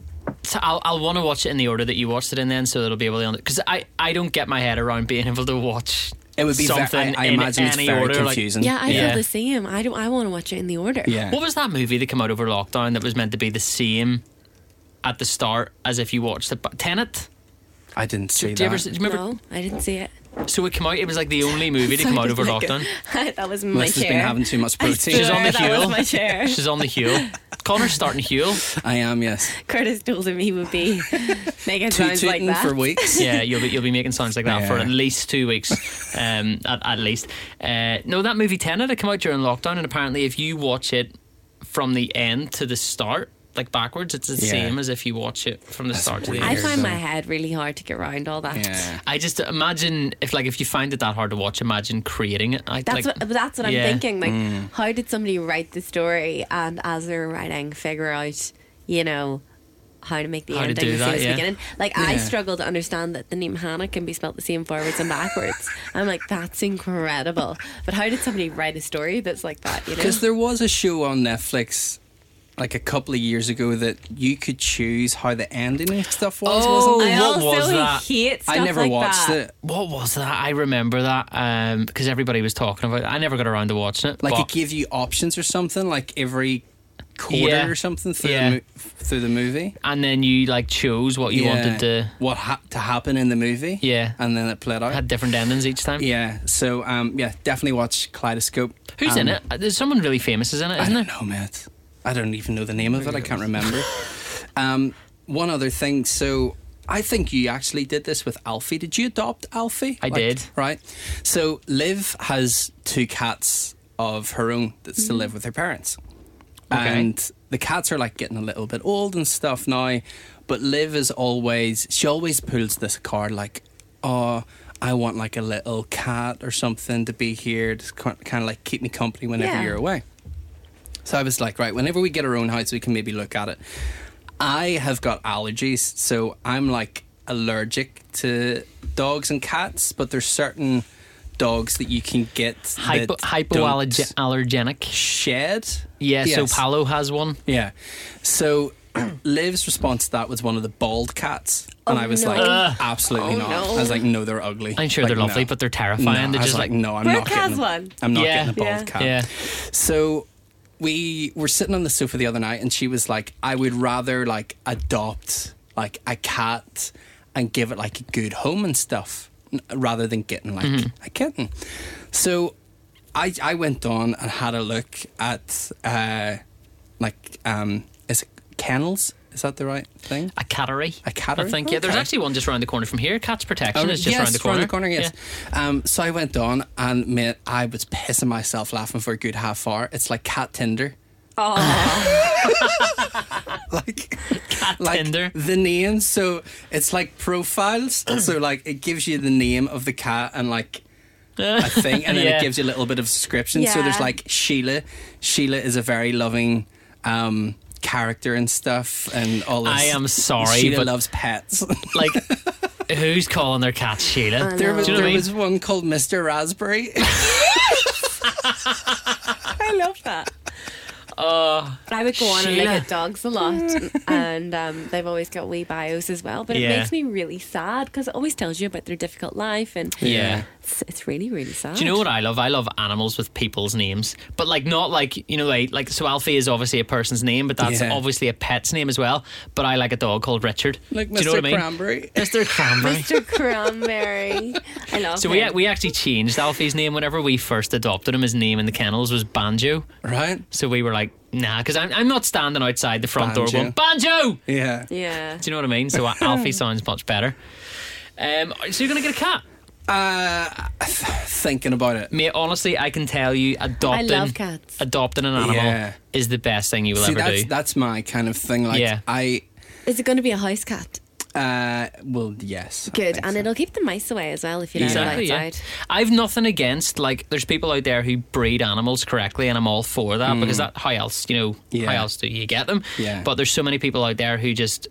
Speaker 1: So I'll, I'll want to watch it in the order that you watched it in then, so that it'll be able to. Because I, I don't get my head around being able to watch
Speaker 3: It would be. Very,
Speaker 1: something.
Speaker 3: I, I
Speaker 1: in
Speaker 3: imagine it's
Speaker 1: any
Speaker 3: very
Speaker 1: order, like-
Speaker 3: confusing.
Speaker 2: Yeah, I
Speaker 1: Yeah.
Speaker 2: feel the same. I don't. I want to watch it in the order.
Speaker 3: yeah.
Speaker 1: What was that movie that came out over lockdown that was meant to be the same at the start as if you watched it? But Tenet?
Speaker 3: I didn't see
Speaker 1: Do
Speaker 3: that.
Speaker 1: you ever, do you remember?
Speaker 2: No, I didn't see it.
Speaker 1: So it came out, it was like the only movie to come out
Speaker 2: Sounded
Speaker 1: over
Speaker 2: like a-
Speaker 1: lockdown.
Speaker 2: that was my
Speaker 3: Must have
Speaker 2: chair.
Speaker 3: been having too much
Speaker 2: I
Speaker 3: protein.
Speaker 1: She's on the
Speaker 2: swear that was
Speaker 1: heel.
Speaker 2: my chair.
Speaker 1: She's on the heel. Connor's starting heel.
Speaker 3: I am yes.
Speaker 2: Curtis told him he would be making sounds like
Speaker 3: Tooting
Speaker 2: that.
Speaker 3: for weeks.
Speaker 1: yeah, you'll be you'll be making sounds like that for
Speaker 3: Yeah.
Speaker 1: at least two weeks, um, at, at least. Uh, no, that movie Tenet had come out during lockdown, and apparently, if you watch it from the end to the start, like backwards, it's the
Speaker 3: Yeah.
Speaker 1: same as if you watch it from the start to the
Speaker 2: I
Speaker 1: end.
Speaker 3: weird.
Speaker 2: find my
Speaker 3: though.
Speaker 2: head really hard to get around all that.
Speaker 3: Yeah.
Speaker 1: I just imagine if like if you find it that hard to watch, imagine creating it. I,
Speaker 2: That's
Speaker 1: like,
Speaker 2: what that's what I'm
Speaker 1: yeah.
Speaker 2: thinking. Like,
Speaker 3: Mm.
Speaker 2: how did somebody write the story and as they're writing, figure out, you know, how to make the
Speaker 1: How to
Speaker 2: ending
Speaker 1: do
Speaker 2: the same
Speaker 1: that,
Speaker 2: as the
Speaker 1: yeah.
Speaker 2: beginning? Like, I
Speaker 3: Yeah.
Speaker 2: struggle to understand that the name Hannah can be spelled the same forwards and backwards. I'm like, that's incredible. But how did somebody write a story that's like that? You know,
Speaker 3: Because there was a show on Netflix like a couple of years ago that you could choose how the ending and stuff was,
Speaker 1: Oh,
Speaker 3: wasn't
Speaker 2: I
Speaker 3: it?
Speaker 1: what
Speaker 2: also
Speaker 1: was that?
Speaker 2: hate stuff
Speaker 3: I never
Speaker 2: like
Speaker 3: watched
Speaker 2: that.
Speaker 3: it.
Speaker 1: What was that? I remember that um, because everybody was talking about. it. I never got around to watching it.
Speaker 3: Like
Speaker 1: but
Speaker 3: it gave you options or something, like every quarter
Speaker 1: Yeah.
Speaker 3: or something through,
Speaker 1: Yeah.
Speaker 3: the, mo- through the movie.
Speaker 1: and then you like chose what you
Speaker 3: Yeah.
Speaker 1: wanted to
Speaker 3: what ha- to happen in the movie.
Speaker 1: Yeah.
Speaker 3: and then it played out.
Speaker 1: had different endings each time.
Speaker 3: yeah, so um, yeah, definitely watch Kaleidoscope.
Speaker 1: Who's
Speaker 3: Um,
Speaker 1: in it? Uh, There's someone really famous is in it,
Speaker 3: I
Speaker 1: isn't
Speaker 3: don't
Speaker 1: there?
Speaker 3: know, Matt. I don't even know the name of it. I can't remember. um, one other thing. So I think you actually did this with Alfie. Did you adopt Alfie?
Speaker 1: I did.
Speaker 3: Right. So Liv has two cats of her own that still live with her parents.
Speaker 1: Mm. Okay.
Speaker 3: And the cats are like getting a little bit old and stuff now. But Liv is always, she always pulls this card like, oh, I want like a little cat or something to be here to kind of like keep me company whenever
Speaker 2: Yeah.
Speaker 3: you're away. So I was like, right, whenever we get our own house, we can maybe look at it. I have got allergies, so I'm like allergic to dogs and cats, but there's certain dogs that you can get
Speaker 1: Hypo,
Speaker 3: that don't
Speaker 1: hypoallergenic.
Speaker 3: shed.
Speaker 1: Yeah,
Speaker 3: Yes.
Speaker 1: so Palo has one.
Speaker 3: Yeah. So Liv's response to that was one of the bald cats. And
Speaker 2: Oh,
Speaker 3: I was
Speaker 2: no.
Speaker 3: like,
Speaker 2: Ugh.
Speaker 3: absolutely
Speaker 2: Oh,
Speaker 3: not.
Speaker 2: no.
Speaker 3: I was like, no, they're ugly.
Speaker 1: I'm sure
Speaker 3: Like,
Speaker 1: they're lovely,
Speaker 3: no.
Speaker 1: but they're terrifying.
Speaker 3: No,
Speaker 1: they're
Speaker 3: I was
Speaker 1: just like,
Speaker 3: like, no, I'm
Speaker 2: Brooke
Speaker 3: not
Speaker 2: has
Speaker 3: getting.
Speaker 2: one.
Speaker 3: I'm not
Speaker 1: Yeah.
Speaker 3: getting a bald
Speaker 2: Yeah.
Speaker 3: cat.
Speaker 1: Yeah.
Speaker 3: So we were sitting on the sofa the other night, and she was like, "I would rather like adopt like a cat and give it like a good home and stuff." And rather than getting like a kitten. So I I went on and had a look at uh, like um is it kennels? Is that the right thing?
Speaker 1: A cattery.
Speaker 3: A cattery?
Speaker 1: I think, yeah. There's
Speaker 3: Okay.
Speaker 1: actually one just around the corner from here. Cats Protection
Speaker 3: Oh,
Speaker 1: is just
Speaker 3: yes,
Speaker 1: around the corner.
Speaker 3: yes.
Speaker 1: Yeah.
Speaker 3: Um, so I went on and mate, I was pissing myself laughing for a good half hour. It's like cat Tinder. like cat like
Speaker 1: Tinder.
Speaker 3: The name, so it's like profiles. so like it gives you the name of the cat and like a thing, and then
Speaker 1: Yeah.
Speaker 3: it gives you a little bit of description. So there's
Speaker 2: Yeah.
Speaker 3: like Sheila. Sheila is a very loving. Um, character and stuff and all this.
Speaker 1: I am sorry,
Speaker 3: Sheila
Speaker 1: but-
Speaker 3: loves pets.
Speaker 1: Like, who's calling their cat Sheila?
Speaker 3: There was,
Speaker 1: Do you know what I
Speaker 3: there
Speaker 1: mean?
Speaker 3: was one called Mr. Raspberry.
Speaker 2: I love that. I would go on and
Speaker 1: Uh, Sheila.
Speaker 2: look at dogs a lot, and um, they've always got wee bios as well. But
Speaker 1: Yeah.
Speaker 2: it makes me really sad because it always tells you about their difficult life, and
Speaker 1: Yeah.
Speaker 2: it's, it's really, really sad.
Speaker 1: Do you know what I love? I love animals with people's names, but like not like you know like like so Alfie is obviously a person's name, but that's
Speaker 3: Yeah.
Speaker 1: obviously a pet's name as well. But I like a dog called Richard.
Speaker 3: Like
Speaker 1: Do you know what I
Speaker 3: Mr.
Speaker 1: mean?
Speaker 3: Cranberry.
Speaker 1: Mr. Cranberry.
Speaker 2: Mr. Cranberry? I love.
Speaker 1: So we,
Speaker 2: him.
Speaker 1: we actually changed Alfie's name whenever we first adopted him. His name in the kennels was Banjo.
Speaker 3: Right?
Speaker 1: So we were like, nah, because I'm, I'm not standing outside the front door
Speaker 3: Banjo.
Speaker 1: going, Banjo!
Speaker 3: Yeah.
Speaker 2: yeah.
Speaker 1: Do you know what I mean? So Alfie sounds much better. Um, so you're going to get a cat?
Speaker 3: Uh, thinking about it.
Speaker 1: Mate, honestly, I can tell you adopting,
Speaker 2: love cats.
Speaker 1: adopting an animal
Speaker 3: Yeah.
Speaker 1: is the best thing you will
Speaker 3: See,
Speaker 1: ever
Speaker 3: that's
Speaker 1: do.
Speaker 3: that's my kind of thing. Like
Speaker 1: Yeah.
Speaker 3: I,
Speaker 2: Is it going to be a house cat?
Speaker 3: uh, well, yes. I
Speaker 2: Good,
Speaker 3: think
Speaker 2: and
Speaker 3: so.
Speaker 2: it'll keep the mice away as well if you let
Speaker 1: Exactly,
Speaker 2: it
Speaker 1: yeah.
Speaker 2: outside.
Speaker 1: I've nothing against like there's people out there who breed animals correctly and I'm all for that because that how else, you know,
Speaker 3: Mm. Yeah.
Speaker 1: how else do you get them?
Speaker 3: Yeah.
Speaker 1: But there's so many people out there who just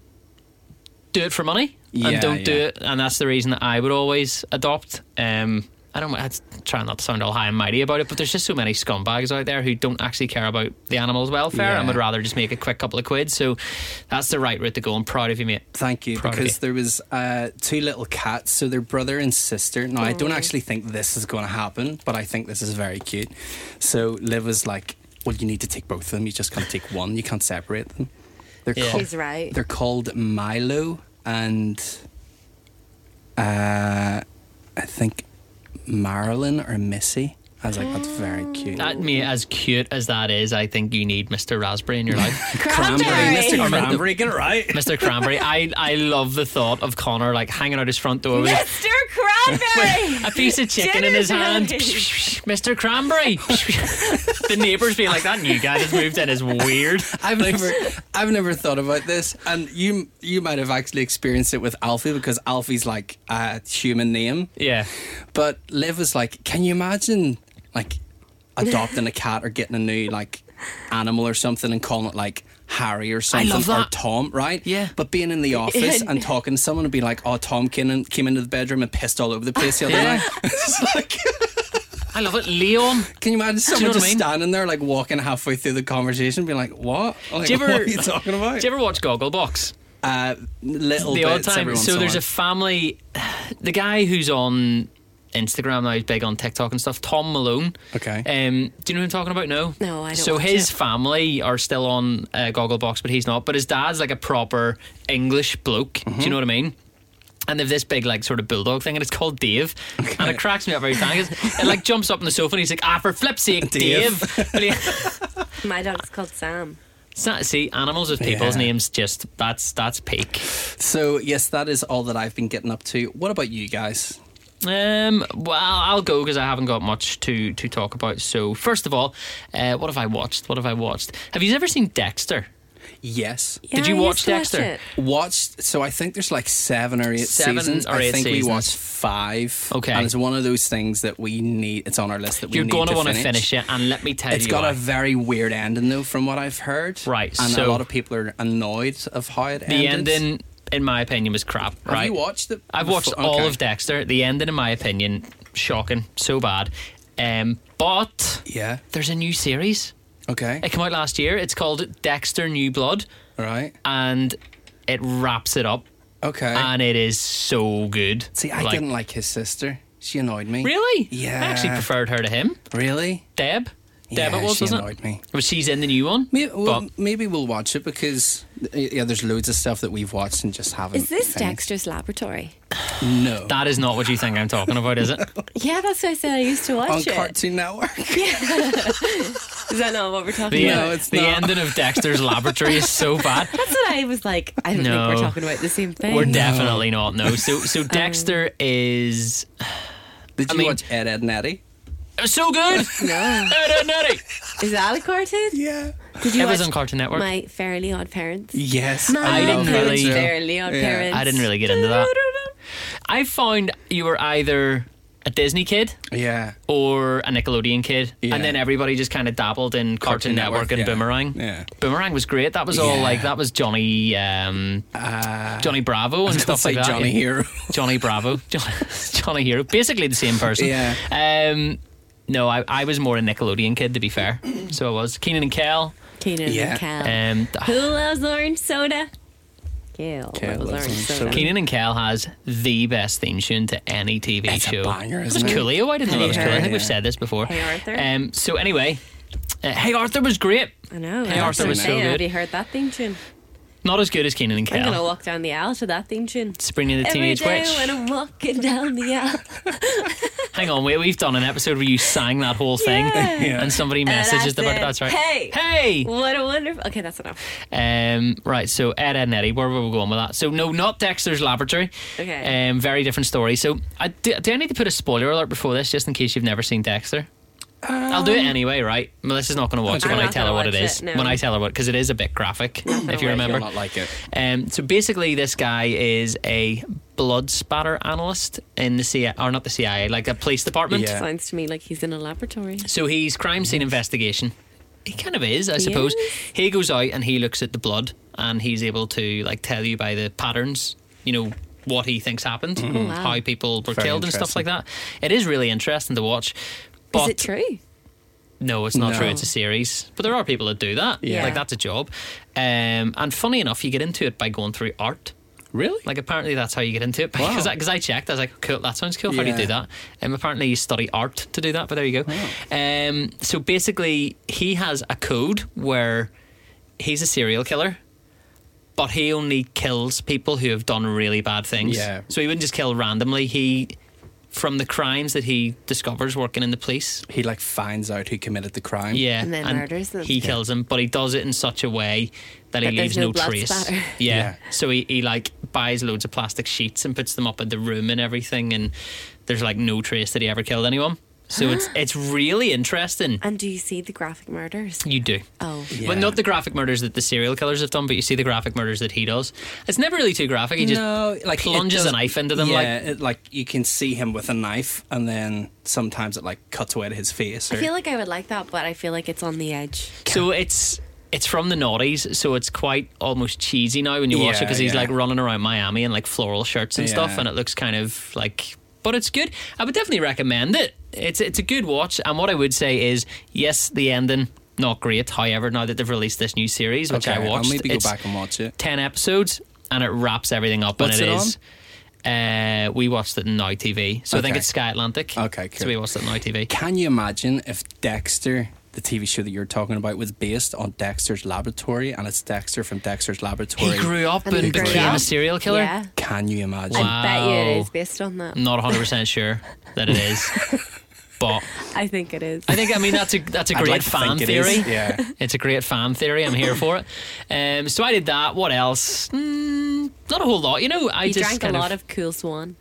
Speaker 1: do it for money
Speaker 3: Yeah,
Speaker 1: and don't do
Speaker 3: yeah.
Speaker 1: it and that's the reason that I would always adopt. Um I don't I try not to sound all high and mighty about it, but there's just so many scumbags out there who don't actually care about the animal's welfare and
Speaker 3: Yeah.
Speaker 1: would rather just make a quick couple of quid. So that's the right route to go. I'm proud of you, mate.
Speaker 3: Thank you,
Speaker 1: Proud of
Speaker 3: because
Speaker 1: you.
Speaker 3: there was uh, two little cats, so they're brother and sister. Now I don't actually think this is going to happen, but I think this is very cute. So Liv was like, "Well, you need to take both of them. You just can't take one. You can't separate them." They're
Speaker 1: Yeah.
Speaker 3: called,
Speaker 2: She's right.
Speaker 3: They're called Milo and uh, I think Marilyn or Missy. I was like, "That's
Speaker 2: Mm.
Speaker 3: very cute."
Speaker 1: That me as cute as that is, I think you need Mr. Raspberry in your life.
Speaker 3: Cranberry,
Speaker 2: Cranberry.
Speaker 3: Mr. Cranberry, get it right.
Speaker 1: Mr. Cranberry, I, I love the thought of Connor like hanging out his front door with a-
Speaker 2: Mr. Cranberry.
Speaker 1: a piece of chicken in his hand. Mr. Cranberry. the neighbours being like, that new guy that's moved in is weird.
Speaker 3: I've never, I've never thought about this, and you, you might have actually experienced it with Alfie because Alfie's like a human name.
Speaker 1: Yeah.
Speaker 3: But Liv was like, "Can you imagine like adopting a cat or getting a new like animal or something and calling it like Harry or something
Speaker 1: love
Speaker 3: or
Speaker 1: that.
Speaker 3: Tom, right?
Speaker 1: Yeah.
Speaker 3: But being in the office and talking to someone and be like, "Oh, Tom came, in, came into the bedroom and pissed all over the place the other
Speaker 1: Yeah.
Speaker 3: night." it's like,
Speaker 1: I love it. Leon.
Speaker 3: can you imagine someone
Speaker 1: what I
Speaker 3: just
Speaker 1: mean?
Speaker 3: standing there like walking halfway through the conversation, being like, "What? Like,
Speaker 1: Do you ever-
Speaker 3: what are you talking about?"
Speaker 1: Do you ever watch Gogglebox?
Speaker 3: uh, little
Speaker 1: the odd
Speaker 3: bits every
Speaker 1: time.
Speaker 3: once
Speaker 1: So
Speaker 3: in
Speaker 1: there's
Speaker 3: while.
Speaker 1: a family. The guy who's on Instagram now, he's big on TikTok and stuff. Tom Malone.
Speaker 3: Okay.
Speaker 1: Um, do you know who I'm talking about? No.
Speaker 2: No, I don't
Speaker 1: So
Speaker 2: watch
Speaker 1: his
Speaker 2: it.
Speaker 1: family are still on uh, Gogglebox, but he's not. But his dad's like a proper English bloke. Do
Speaker 3: Mm-hmm.
Speaker 1: you know what I mean? And they've this big like sort of bulldog thing, and it's called Dave, and it cracks me up every time. 'cause It like jumps up on the sofa, and he's like, "Ah, for flip's sake, Dave!"
Speaker 3: Dave.
Speaker 1: But he-
Speaker 2: My dog's called Sam.
Speaker 1: So- See, animals with people's
Speaker 3: Yeah.
Speaker 1: names just that's that's peak.
Speaker 3: So yes, that is all that I've been getting up to. What about you guys?
Speaker 1: Um, well, I'll go because I haven't got much to to talk about. So, first of all, uh, what have I watched? What have I watched? Have you ever seen Dexter?
Speaker 3: Yes.
Speaker 2: Yeah,
Speaker 1: Did you
Speaker 2: I
Speaker 1: watch
Speaker 2: used to
Speaker 1: Dexter?
Speaker 2: it.
Speaker 3: Watched so I think there's like seven or eight
Speaker 1: Seven
Speaker 3: seasons.
Speaker 1: or
Speaker 3: I
Speaker 1: eight
Speaker 3: think
Speaker 1: seasons.
Speaker 3: we watched five.
Speaker 1: Okay.
Speaker 3: And it's one of those things that we need it's on our list that we
Speaker 1: You're
Speaker 3: need
Speaker 1: going to
Speaker 3: to
Speaker 1: want to
Speaker 3: finish.
Speaker 1: finish it, and let me tell
Speaker 3: It's
Speaker 1: you,
Speaker 3: got
Speaker 1: why.
Speaker 3: a very weird ending though from what I've heard.
Speaker 1: Right,
Speaker 3: And
Speaker 1: so-
Speaker 3: a lot of people are annoyed of how it
Speaker 1: the
Speaker 3: ended.
Speaker 1: ending, in my opinion, was crap.
Speaker 3: Have
Speaker 1: Right?
Speaker 3: you watched it?
Speaker 1: I've watched
Speaker 3: before?
Speaker 1: all
Speaker 3: Okay.
Speaker 1: of Dexter. The ending, in my opinion, shocking, so bad. Um, but
Speaker 3: Yeah.
Speaker 1: there's a new series.
Speaker 3: Okay.
Speaker 1: It came out last year. It's called Dexter: New Blood,
Speaker 3: All right.
Speaker 1: and it wraps it up,
Speaker 3: Okay.
Speaker 1: and it is so good.
Speaker 3: See, I
Speaker 1: Like,
Speaker 3: didn't like his sister. She annoyed me.
Speaker 1: Really?
Speaker 3: Yeah.
Speaker 1: I actually preferred her to him.
Speaker 3: Really?
Speaker 1: Deb. Deb
Speaker 3: yeah,
Speaker 1: it was,
Speaker 3: she
Speaker 1: wasn't
Speaker 3: annoyed
Speaker 1: it?
Speaker 3: me.
Speaker 1: Well, she's in the new one.
Speaker 3: Maybe, well,
Speaker 1: but
Speaker 3: maybe we'll watch it because uh, yeah, there's loads of stuff that we've watched and just haven't.
Speaker 2: Is this
Speaker 3: finished.
Speaker 2: Dexter's laboratory?
Speaker 3: No.
Speaker 1: That is not what you think I'm talking about, is it?
Speaker 2: Yeah, that's what I said. I used
Speaker 1: Oh,
Speaker 2: to watch
Speaker 3: on
Speaker 2: it. Is
Speaker 3: Cartoon Network.
Speaker 2: that not what we're talking
Speaker 1: The,
Speaker 2: about?
Speaker 3: No, it's
Speaker 1: the
Speaker 3: not.
Speaker 1: ending of Dexter's Laboratory is so bad.
Speaker 2: That's what I was like. I don't
Speaker 1: No.
Speaker 2: think we're talking about the same thing.
Speaker 1: We're definitely not. No. So so
Speaker 3: Um,
Speaker 1: Dexter is
Speaker 3: Did you
Speaker 1: mean-
Speaker 3: watch Ed, Ed and Eddie?
Speaker 1: it was so good.
Speaker 2: no.
Speaker 1: Eddie.
Speaker 2: Is that a cartoon?
Speaker 3: Yeah.
Speaker 2: Did you
Speaker 1: It was
Speaker 2: watch
Speaker 1: on Cartoon Network.
Speaker 2: My Fairly Odd Parents?
Speaker 3: Yes.
Speaker 2: My
Speaker 1: I didn't
Speaker 3: love that
Speaker 1: really-
Speaker 3: show.
Speaker 2: Fairly Odd
Speaker 3: Yeah.
Speaker 2: Parents.
Speaker 1: I didn't really get into that. I found you were either a Disney kid
Speaker 3: Yeah.
Speaker 1: or a Nickelodeon kid,
Speaker 3: Yeah.
Speaker 1: and then everybody just kind of dabbled in Cartoon,
Speaker 3: Cartoon
Speaker 1: Network,
Speaker 3: Network,
Speaker 1: and
Speaker 3: yeah.
Speaker 1: Boomerang.
Speaker 3: Yeah.
Speaker 1: Boomerang was great. That was all
Speaker 3: Yeah. Uh,
Speaker 1: like that was Johnny um, Johnny Bravo and
Speaker 3: Stuff
Speaker 1: stuff like that.
Speaker 3: Johnny
Speaker 1: yeah.
Speaker 3: Hero.
Speaker 1: Johnny Bravo, Johnny, Johnny Hero, basically the same person.
Speaker 3: Yeah.
Speaker 1: Um, no, I, I was more a Nickelodeon kid to be fair. So I was Keenan and Kel.
Speaker 2: Keenan
Speaker 3: Yeah.
Speaker 2: and Kel.
Speaker 1: Um,
Speaker 2: Who loves orange soda? Kale.
Speaker 3: Kel
Speaker 2: loves orange soda.
Speaker 1: Keenan and Kel has the best theme tune to any TV
Speaker 3: It's a
Speaker 1: show.
Speaker 3: banger,
Speaker 1: It
Speaker 3: isn't it?
Speaker 1: was Coolio. I didn't know that was
Speaker 2: Hey
Speaker 1: Coolio. I think
Speaker 3: Arthur.
Speaker 1: we've said this before.
Speaker 2: Hey Arthur.
Speaker 1: Um, so anyway, uh, Hey Arthur was great.
Speaker 2: I know.
Speaker 1: Hey,
Speaker 2: I
Speaker 1: Arthur
Speaker 2: was
Speaker 3: was
Speaker 2: saying,
Speaker 3: so
Speaker 1: good.
Speaker 2: Have you heard that theme tune?
Speaker 1: Not as good as Keenan and
Speaker 2: I'm going to
Speaker 1: Kel.
Speaker 2: walk down the aisle to that theme tune.
Speaker 1: Springing the
Speaker 2: Every
Speaker 1: Teenage
Speaker 2: day
Speaker 1: Witch.
Speaker 2: when I'm walking down the aisle.
Speaker 1: Hang on, wait, we've done an episode where you sang that whole thing
Speaker 2: Yeah.
Speaker 3: Yeah.
Speaker 1: and somebody
Speaker 2: I
Speaker 1: messages about
Speaker 2: said,
Speaker 1: that's right.
Speaker 2: "Hey."
Speaker 1: Hey!
Speaker 2: What a wonderful. Okay, that's enough.
Speaker 1: Um, right, so Ed, Ed and Eddie, where were we going with that? So no, not Dexter's Laboratory.
Speaker 2: Okay.
Speaker 1: Um, very different story. So I, do, do I need to put a spoiler alert before this, just in case you've never seen Dexter? I'll do it
Speaker 3: Um,
Speaker 1: anyway, right? Melissa's not going to watch it
Speaker 3: I'm
Speaker 1: when I
Speaker 2: not
Speaker 1: tell her
Speaker 2: gonna
Speaker 1: what it
Speaker 2: watch
Speaker 1: is.
Speaker 2: it, no.
Speaker 1: When I tell her what, because it is a bit graphic, if you
Speaker 2: watch
Speaker 1: remember.
Speaker 2: it.
Speaker 3: Not like it.
Speaker 1: Um, so basically, this guy is a blood spatter analyst in the CIA, or not the CIA, like a police department.
Speaker 3: Yeah.
Speaker 2: Sounds to me like he's in a laboratory.
Speaker 1: So he's crime scene investigation. He kind of is, I suppose.
Speaker 2: is.
Speaker 1: He goes out and he looks at the blood, and he's able to like tell you by the patterns, you know, what he thinks happened,
Speaker 2: Oh, wow.
Speaker 1: how people were
Speaker 3: Mm-hmm. Very
Speaker 1: killed and stuff
Speaker 3: interesting.
Speaker 1: like that. It is really interesting to watch. But
Speaker 2: Is it true?
Speaker 1: no, it's not
Speaker 3: No.
Speaker 1: true. It's a series. But there are people that do that.
Speaker 2: Yeah.
Speaker 1: Like, that's a job. Um, and funny enough, you get into it by going through art.
Speaker 3: Really?
Speaker 1: Like, apparently, that's how you get into it.
Speaker 3: Wow.
Speaker 1: Because I, 'cause I checked, I was like, cool, that sounds cool. How do you
Speaker 3: Yeah.
Speaker 1: do that? Um, apparently, you study art to do that, but there you go. Um, so basically, he has a code where he's a serial killer. But he only kills people who have done really bad things.
Speaker 3: Yeah.
Speaker 1: So he wouldn't just kill randomly. He, from the crimes that he discovers working in the police,
Speaker 3: he like finds out who committed the crime.
Speaker 1: yeah,
Speaker 2: And then murders them.
Speaker 1: He kills him, but he does it in such a way that he
Speaker 2: That
Speaker 1: leaves
Speaker 2: there's no
Speaker 1: no,
Speaker 2: blood
Speaker 1: trace.
Speaker 2: spatter.
Speaker 1: Yeah.
Speaker 3: Yeah.
Speaker 1: So he, he like buys loads of plastic sheets and puts them up in the room and everything, and there's like no trace that he ever killed anyone. So it's it's really interesting.
Speaker 2: And do you see the graphic murders?
Speaker 1: You do.
Speaker 2: Oh.
Speaker 3: Yeah.
Speaker 1: Well, not the graphic murders that the serial killers have done, but you see the graphic murders that he does. It's never really too graphic. He just
Speaker 3: no, like it
Speaker 1: plunges a
Speaker 3: does-
Speaker 1: knife into them,
Speaker 3: Yeah,
Speaker 1: like-
Speaker 3: it, like you can see him with a knife, and then sometimes it like cuts away to his face. Or,
Speaker 2: I feel like I would like that, but I feel like it's on the edge.
Speaker 1: So it's it's from the noughties, so it's quite almost cheesy now when you watch it
Speaker 3: Yeah,
Speaker 1: because he's
Speaker 3: yeah.
Speaker 1: like running around Miami in like floral shirts and stuff,
Speaker 3: Yeah.
Speaker 1: and it looks kind of like. But it's good. I would definitely recommend it. It's it's a good watch, and what I would say is yes, the ending not great. However, now that they've released this new series, which
Speaker 3: okay,
Speaker 1: I watched,
Speaker 3: I'll maybe go
Speaker 1: it's
Speaker 3: back and watch it.
Speaker 1: ten episodes, and it wraps everything up.
Speaker 3: What's
Speaker 1: and
Speaker 3: it
Speaker 1: is. Uh, we watched it on Now TV, so I think
Speaker 3: Okay.
Speaker 1: it's Sky Atlantic.
Speaker 3: Okay,
Speaker 1: So
Speaker 3: cool.
Speaker 1: we watched it on Now TV.
Speaker 3: Can you imagine if Dexter, the TV show that you're talking about, was based on Dexter's Laboratory and it's Dexter from Dexter's Laboratory?
Speaker 1: He grew up
Speaker 2: And
Speaker 1: and,
Speaker 2: he grew
Speaker 1: became
Speaker 2: up.
Speaker 1: a serial killer.
Speaker 2: Yeah.
Speaker 3: Can you imagine?
Speaker 1: Wow.
Speaker 2: I bet you it
Speaker 1: Wow.
Speaker 2: is based on that.
Speaker 1: I'm not 100 percent sure that it is, but
Speaker 2: I think it is.
Speaker 1: I think I mean that's a that's a
Speaker 3: I'd
Speaker 1: great
Speaker 3: like to
Speaker 1: fan
Speaker 3: think it
Speaker 1: theory.
Speaker 3: is. Yeah.
Speaker 1: It's a great fan theory. I'm here for it. Um, so I did that. What else? Mm, not a whole lot, you know. I
Speaker 2: you
Speaker 1: just
Speaker 2: drank a
Speaker 1: kind
Speaker 2: lot of, Cool Swan.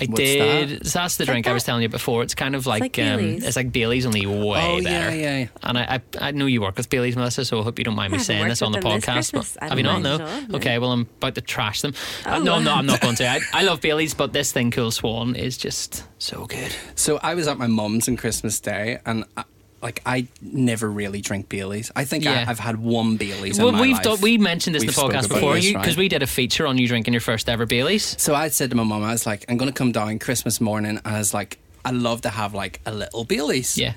Speaker 1: I
Speaker 3: What's
Speaker 1: did. So that's the drink I was
Speaker 2: that-
Speaker 1: telling you before. It's kind of like,
Speaker 2: like
Speaker 1: um,
Speaker 2: Bailey's.
Speaker 1: it's like Bailey's only way
Speaker 3: Oh, yeah,
Speaker 1: better.
Speaker 3: yeah.
Speaker 1: And I, I I know you work with Bailey's Melissa, so I hope you don't mind me
Speaker 2: I haven't
Speaker 1: saying this
Speaker 2: worked
Speaker 1: on the
Speaker 2: with them this
Speaker 1: podcast.
Speaker 2: Christmas. I
Speaker 1: But have you not? No.
Speaker 2: don't mind Oh, at all, no.
Speaker 1: Okay. Well, I'm about to trash them. Uh, no, I'm not. I'm not going to. I, I love Bailey's, but this thing, Cool Swan, is just so good.
Speaker 3: So I was at my mum's on Christmas Day and. I, like I never really drink Baileys. I think
Speaker 1: Yeah.
Speaker 3: I, I've had one Baileys.
Speaker 1: Well,
Speaker 3: in my
Speaker 1: we've
Speaker 3: life.
Speaker 1: done- we mentioned this in
Speaker 3: We've
Speaker 1: the podcast
Speaker 3: spoke about
Speaker 1: before
Speaker 3: this,
Speaker 1: you
Speaker 3: right?
Speaker 1: because we did a feature on you drinking your first ever Bailey's.
Speaker 3: So I said to my mum, I was like, I'm going to come down Christmas morning. And I was like, I love to have like a little Bailey's.
Speaker 1: Yeah.